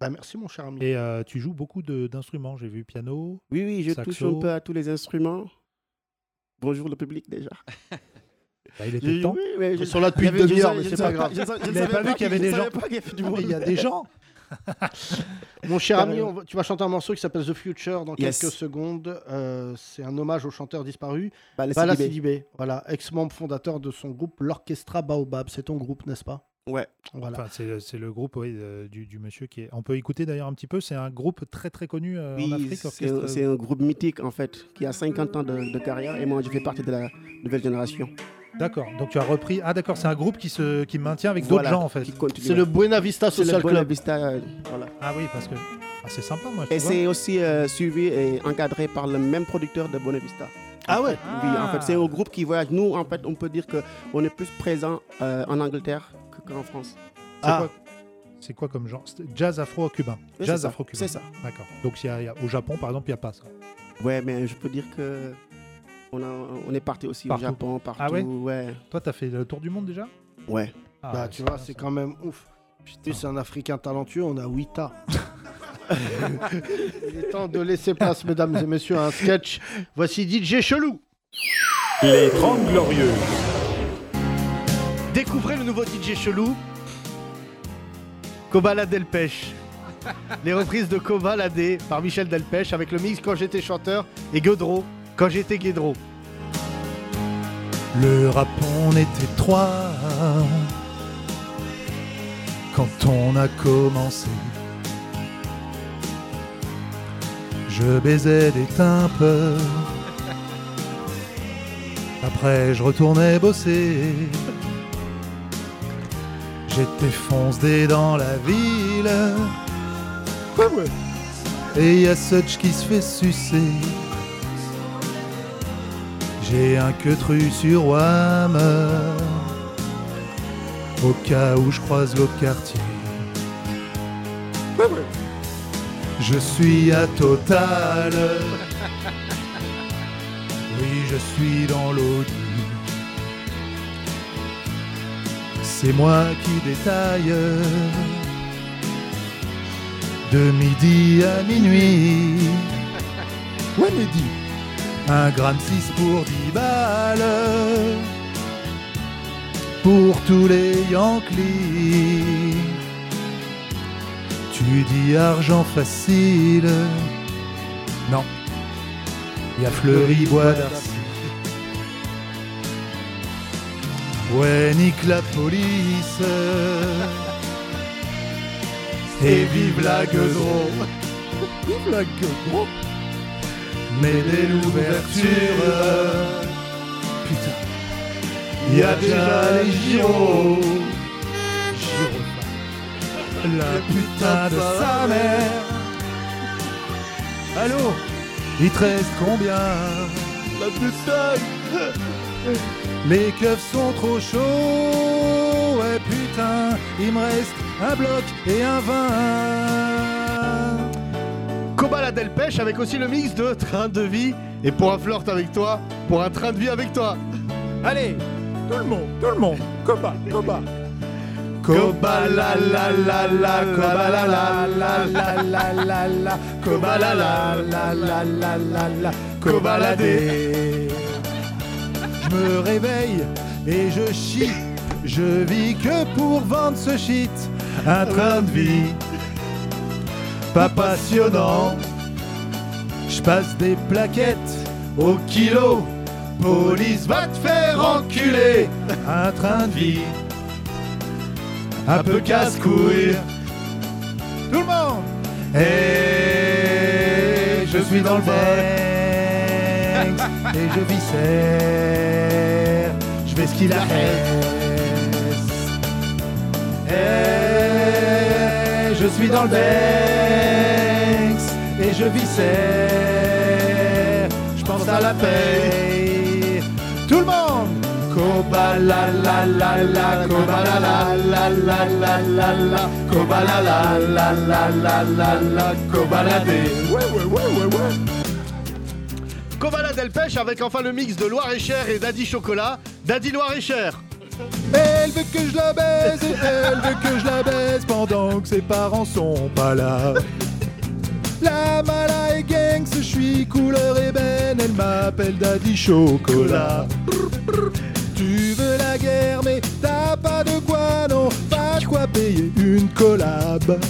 Bah, merci, mon cher ami. Et euh, tu joues beaucoup de- d'instruments, j'ai vu piano. Oui, oui, je touche saxo. un peu à tous les instruments. Bonjour le public déjà. Bah, il Oui, était temps. oui, mais je- Ils sont là depuis il y avait- une demi-heure, je- mais je c'est ne pas savais grave. je ne savais- je Vous ne n'avez savais pas vu qu'il y avait des je gens savais pas qu'il y avait du Ah, mais monde. il y a des gens Euh, Mon cher ami, Carrément. on va- tu vas chanter un morceau qui s'appelle The Future dans Yes. quelques secondes. Euh, c'est un hommage au chanteur disparu, Bala Bala Sidibé. Sidibé. Voilà, ex-membre fondateur de son groupe, l'Orchestra Baobab. C'est ton groupe, n'est-ce pas Ouais. Voilà. Enfin, c'est, le- c'est le groupe oui, euh, du, du monsieur qui est. On peut écouter d'ailleurs un petit peu. C'est un groupe très très connu euh, en Oui, Afrique. c'est un- orchestre- euh, c'est un, groupe mythique en fait, qui a 50 ans de, de carrière et moi je fais partie de la nouvelle génération. D'accord. Donc tu as repris. Ah d'accord. C'est un groupe qui se qui maintient avec Voilà, d'autres gens en fait. qui continue. C'est le Buena Vista C'est le Social Buena Club. Vista, euh, voilà. Ah oui, parce que Ah, c'est sympa moi. tu Et vois. c'est aussi euh, suivi et encadré par le même producteur de Bonavista. Ah ouais Oui, en fait, c'est un groupe qui voyage. Nous, en fait, on peut dire qu'on est plus présent euh, en Angleterre que- qu'en France. C'est Ah. quoi- C'est quoi comme genre C'est Jazz afro-cubain. Ah. Oui, Jazz c'est ça, afro-cubain. c'est ça. D'accord. Donc il y a- il y a- au Japon par exemple, il n'y a pas ça. Ouais, mais je peux dire que on, a- on est parti aussi Partout. au Japon, partout. Ah ouais ouais. Toi, t'as fait le tour du monde déjà Ouais. Ah, bah, ouais, tu c'est vois, bien, c'est Ah. ça. quand même ouf. Putain, c'est un Africain talentueux, on a Wita. Il est temps de laisser place, mesdames et messieurs, à un sketch. Voici DJ Chelou. Les 30 Glorieux. Découvrez le nouveau DJ Chelou. Kobala Delpech. Les reprises de Kobalade par Michel Delpech avec le mix Quand j'étais chanteur et Guedro Quand j'étais Guedro. Le rap, on était trois quand on a commencé. Je baisais des timpes. Après, je retournais bosser. J'étais foncé dans la ville. Et y a Such qui se fait sucer. J'ai un queutru sur Wam. Au cas où je croise l'autre quartier. Je suis à Total. Oui, je suis dans l'autre. C'est moi qui détaille. De midi à minuit. Ouais, midi. Un gramme 6 pour 10 balles. Pour tous les Yankees. Tu dis argent facile. Non. Il y a Fleury Bois d'Arcy. Ouais, nique la police. Et vive la gueudron. Vive la gueudron. Mais dès l'ouverture, putain, il y a déjà les gyros. Gyros. La putain de sa mère. Allô Il te reste combien La putain Les keufs sont trop chauds Ouais putain, il me reste un bloc et un vin Coba la Delpech avec aussi le mix de train de vie et pour un flirt avec toi, pour un train de vie avec toi. Allez, tout le monde, tout le monde, Coba, Coba. Coba la la la la coba la la la la la la la coba la la la la la la la cobaladé Je me réveille et je chie Je vis que pour vendre ce shit Un train de vie Pas passionnant Je passe des plaquettes au kilo Police va te faire enculer Un train de vie un peu casse-couille. Tout le monde Et je suis dans le Banks et je viscère. Je vais ce qu'il a Et je suis dans le Banks et je viscère. Je pense à la paix. Tout le monde Coba la la la la, coba la la la la la la la, coba la la la la la la la, cobaladé. Ouais ouais ouais ouais ouais. Coba la Delpech avec enfin le mix de Loire-et-Cher et Daddy Chocolat. Daddy Loire-et-Cher. Elle veut que je la baise et elle veut que je la baise pendant que ses parents sont pas là. La mala est gangs, je suis couleur ébène, elle m'appelle Daddy Chocolat. Tu veux la guerre, mais t'as pas de quoi, non, pas de quoi payer une collab.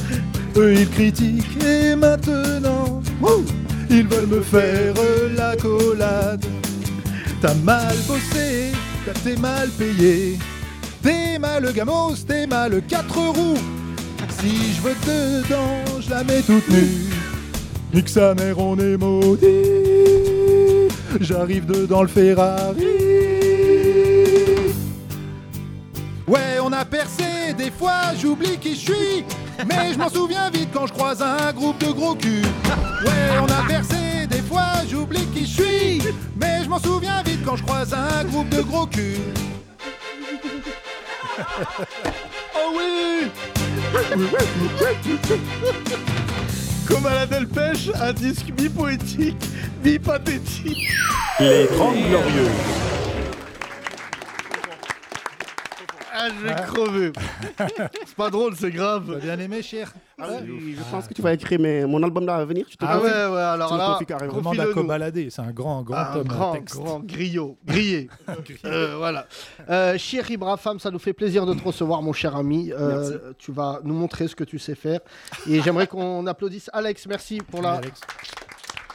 Eux ils critiquent et maintenant, ouh, ils veulent me faire la collade. T'as mal bossé, t'as- t'es mal payé. T'es mal gamos, t'es mal quatre roues. Si je veux dedans, je la mets toute nue. Nique sa mère, on est maudit. J'arrive dedans le Ferrari. Ouais, on a percé, des fois j'oublie qui je suis. Mais je m'en souviens vite quand je croise un groupe de gros culs. Ouais, on a percé, des fois j'oublie qui je suis. Mais je m'en souviens vite quand je croise un groupe de gros culs. Oh oui Comme à la Delpech, un disque mi-poétique, mi-pathétique. Les 30 Glorieuses. Ah, je vais crever. C'est pas drôle, c'est grave. bien aimé, cher Je pense que tu vas écrire mais mon album là à venir. Tu te Ah confies ouais, ouais, alors Tu me là, confies carrément. Commande à Confie-le-nous. cobalader, c'est un grand, grand Un homme. grand, grand griot, grillé. Euh, voilà. Euh, Chir Ibrahim, ça nous fait plaisir de te recevoir, mon cher ami. Euh, tu vas nous montrer ce que tu sais faire. Et j'aimerais qu'on applaudisse Alex. Merci pour la.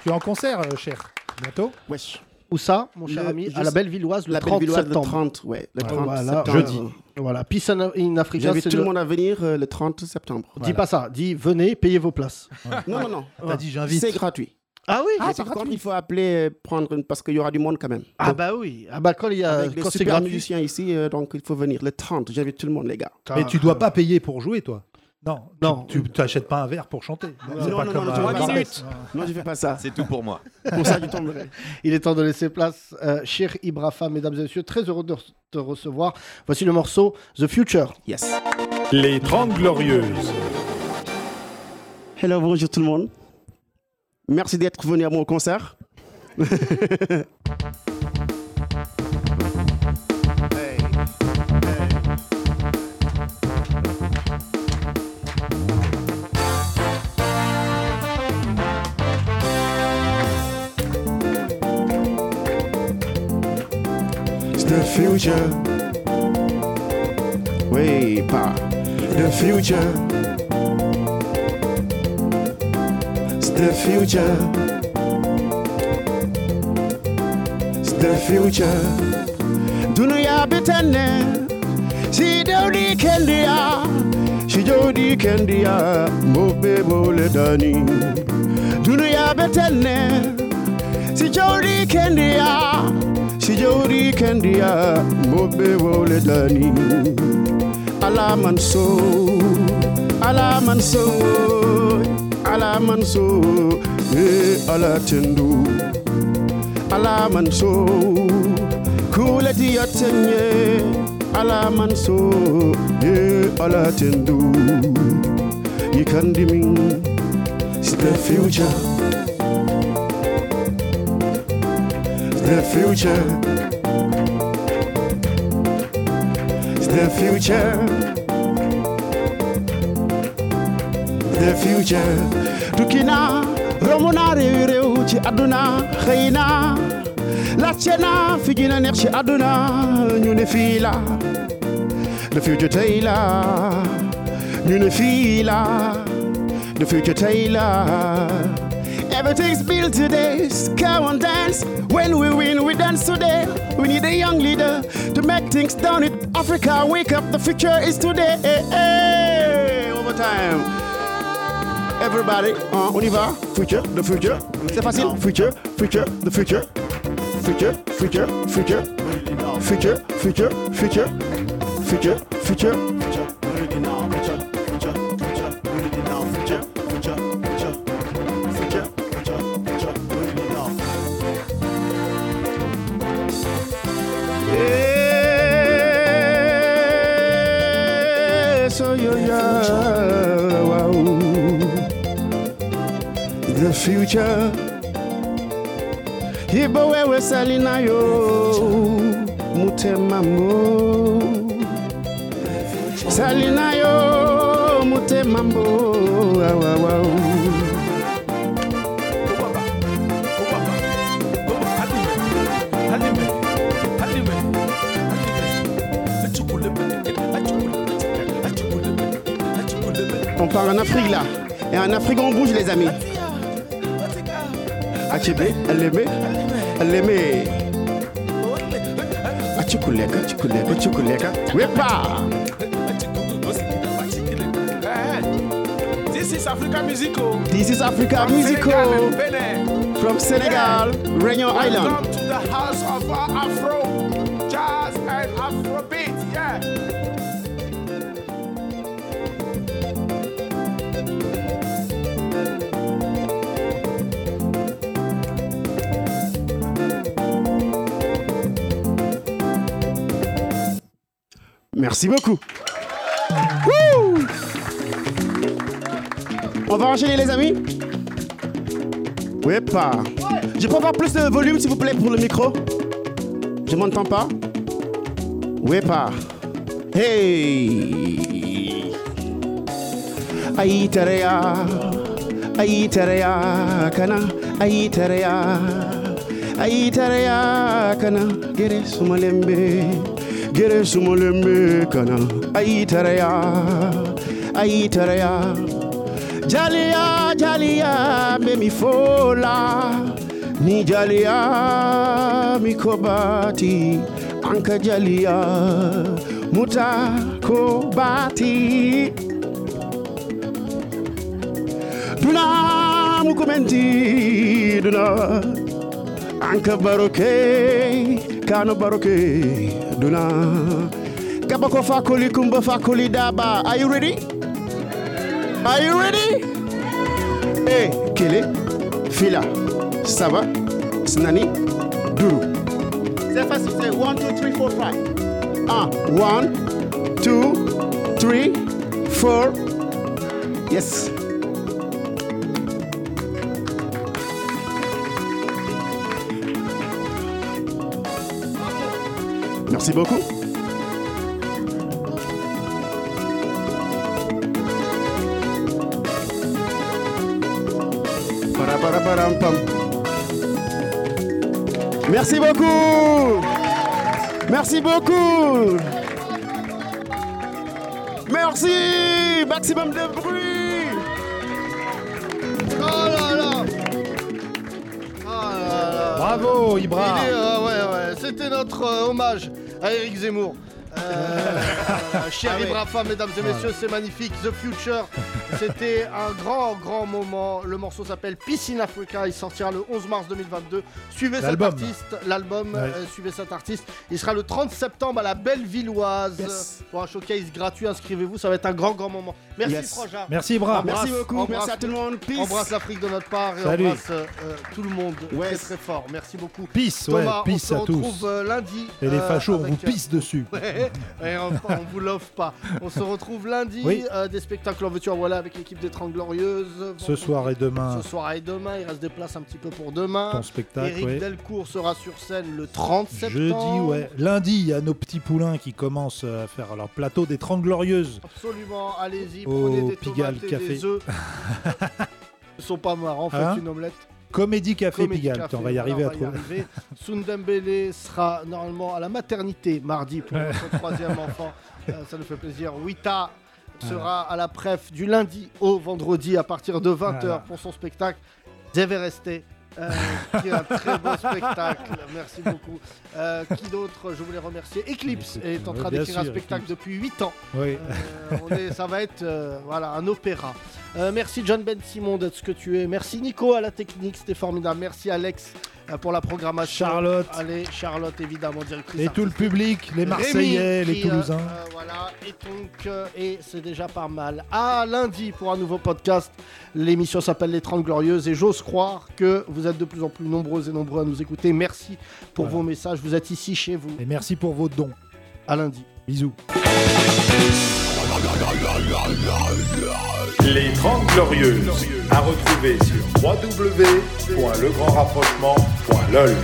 Tu es en concert, euh, cher Bientôt Wesh. Où ça, mon cher Le- ami je À la sais- Bellevilloise, le la 30 Bellevilloise, le septembre. 30, ouais, le 30 voilà, septembre. jeudi. Voilà, Peace in, in Africa. J'invite c'est tout le monde à venir euh, le 30 septembre. Dis pas ça, dis venez, payez vos places. Non, non, non. T'as dit, j'invite. C'est gratuit. Ah oui Mais Par contre, il faut appeler, euh, prendre, une- parce qu'il y aura du monde quand même. Ah bah oui. Ah bah quand il y a Avec des quand c'est super gratuit. musiciens ici, euh, donc il faut venir. Le 30, j'invite tout le monde, les gars. Mais tu dois pas payer pour jouer, toi. Non, non. Tu n'achètes pas un verre pour chanter. C'est pas comme un- Non, je fais pas ça. C'est tout pour moi. Pour ça, je tomberai. Il est temps de laisser place. Euh, Cher Ibrafa, mesdames et messieurs, très heureux de re- te recevoir. Voici le morceau The Future. Yes. Les 30 Glorieuses. Hello, bonjour tout le monde. Merci d'être venu à mon concert. The future. Oui, pas. The future. It's the future. It's the future. Dunuya bitane, si dodi kendia, si dodi kendia, mobe bole dani. Dunuya bitane, si dodi kendia, si dodi kendia, mobe bole dani. Ala manso, ala manso, ala manso, eh ala tendu. ala man so kulati yatenye ala man so ye ala tendu yikandimin It's the future. It's the future. It's the future. It's the future. dukina romona rewrew ci aduna xeyna laccena fijina neex ci aduna ñu ne fii la le future tey la ñu ne fii la le future tey la Everything's built today. Come on, dance. When we win, we dance today. We need a young leader to make things down in Africa. Wake up, the future is today. Hey, hey. Over time. Everybody, uh, on y va. Future, the future. C'est facile. Future, future, the future. Future, future, future. Future, future, future. Future, future. Yeah, so you yeah, wow. The future. Ibo wewe salina yo mutema mo salina yo mutema mo wow, wow, wow. On part en Afrique là. Et en Afrique, on bouge, les amis. Achebe, Aleme, Aleme. Ah, Achukuleka, Achukuleka, Achukuleka. Wepa! This is Africa Musical. This is Africa oh. From Senegal Musical and Benin. from Senegal, Réunion Island. Welcome to the house of our Afro jazz and Afrobeat. Yeah. Merci beaucoup. Wouh On va enchaîner les amis Wepa Je peux avoir plus de volume s'il vous plaît pour le micro Je m'entends pas Wepa Hey Aïterea Aïterea Kana Aïterea aitareya kana gere sumalembe gere sumalembe kana aitareya aitareya jaliya jaliya be mi fola ni jaliya mi kobati anka jaliya muta kobati duna mu ko men tiiduna anka baroke kano baroke duna kabako fakoli kumba fakoli daba are you ready are you ready hey kele fila saba snani duru C'est facile, c'est 1, 2, 3, 4, 5. Ah, one, two, three, four. Yes. Merci beaucoup. Paraparaparam-pam. Merci beaucoup. Merci beaucoup. Merci. Maximum de bruit. Oh là là. Bravo, Ibra. Il est, euh, ouais, ouais. C'était notre euh, hommage à Eric Zemmour. Euh, voilà, cher Ah ouais. Ibra Femme, mesdames et messieurs, c'est magnifique. The Future, c'était un grand, grand moment. Le morceau s'appelle Piscine Africa. Il sortira le 11 mars 2022. Suivez cet L'album. artiste, l'album. Ouais. euh, suivez cet artiste. Il sera le 30 septembre à la Bellevilloise Yes. pour un showcase gratuit. Inscrivez-vous, ça va être un grand, grand moment. Merci Yes. Frangin. Merci, Ibra. Embrasse- Merci beaucoup, embrasse- merci à tout le monde. Peace. Embrasse l'Afrique de notre part et Salut. embrasse euh, euh, tout le monde très, très fort. Merci beaucoup. Peace, ouais, Thomas, peace on à se tous. retrouve euh, lundi. Et les euh, fachos, on avec, vous euh, pisse dessus. Ouais, et on, on vous l'offre pas. On se retrouve lundi. Oui. euh, des spectacles en veux voilà avec l'équipe des 30 Glorieuses. Ce soir et demain. Ce soir et demain, il reste des places un petit peu pour demain. Ton spectacle, Eric ouais. Delcourt sera sur scène le 30 septembre. Jeudi, ouais. Lundi, il y a nos petits poulains qui commencent euh, à faire leur plateau des 30 glorieuses. Absolument, allez-y, Au prenez des Pigalle tomates et Café. des œufs. Ils sont pas marrants, faites Hein une omelette. Comédie Café Comédie Pigalle. Café, Putain, on va y voilà, arriver à y trouver. arriver. Sundembele sera normalement à la maternité mardi pour notre troisième enfant. Euh, ça nous fait plaisir. Wita sera à la pref du lundi au vendredi à partir de 20h Voilà. pour son spectacle. Zevereste. euh, qui est un très beau spectacle, merci beaucoup. Euh, qui d'autre Je voulais remercier. Eclipse est en ouais, train bien d'écrire un sûr, spectacle depuis 8 ans. Oui. Euh, on est- ça va être euh, voilà, un opéra. Euh, merci John Ben Simon d'être ce que tu es. Merci Nico à la technique, c'était formidable. Merci Alex euh, pour la programmation. Charlotte. Allez, Charlotte évidemment, directrice. Et tout le public, les Rémi, Marseillais, les qui, Toulousains. euh, euh, voilà, et donc, euh, et c'est déjà pas mal. À lundi pour un nouveau podcast. L'émission s'appelle Les 30 Glorieuses et j'ose croire que vous êtes de plus en plus nombreux et nombreux à nous écouter. Merci pour Voilà. vos messages. Vous êtes ici chez vous. Et merci pour vos dons. À lundi. Bisous. Les 30 Glorieuses, à retrouver sur www.legrandrapprochement.lol.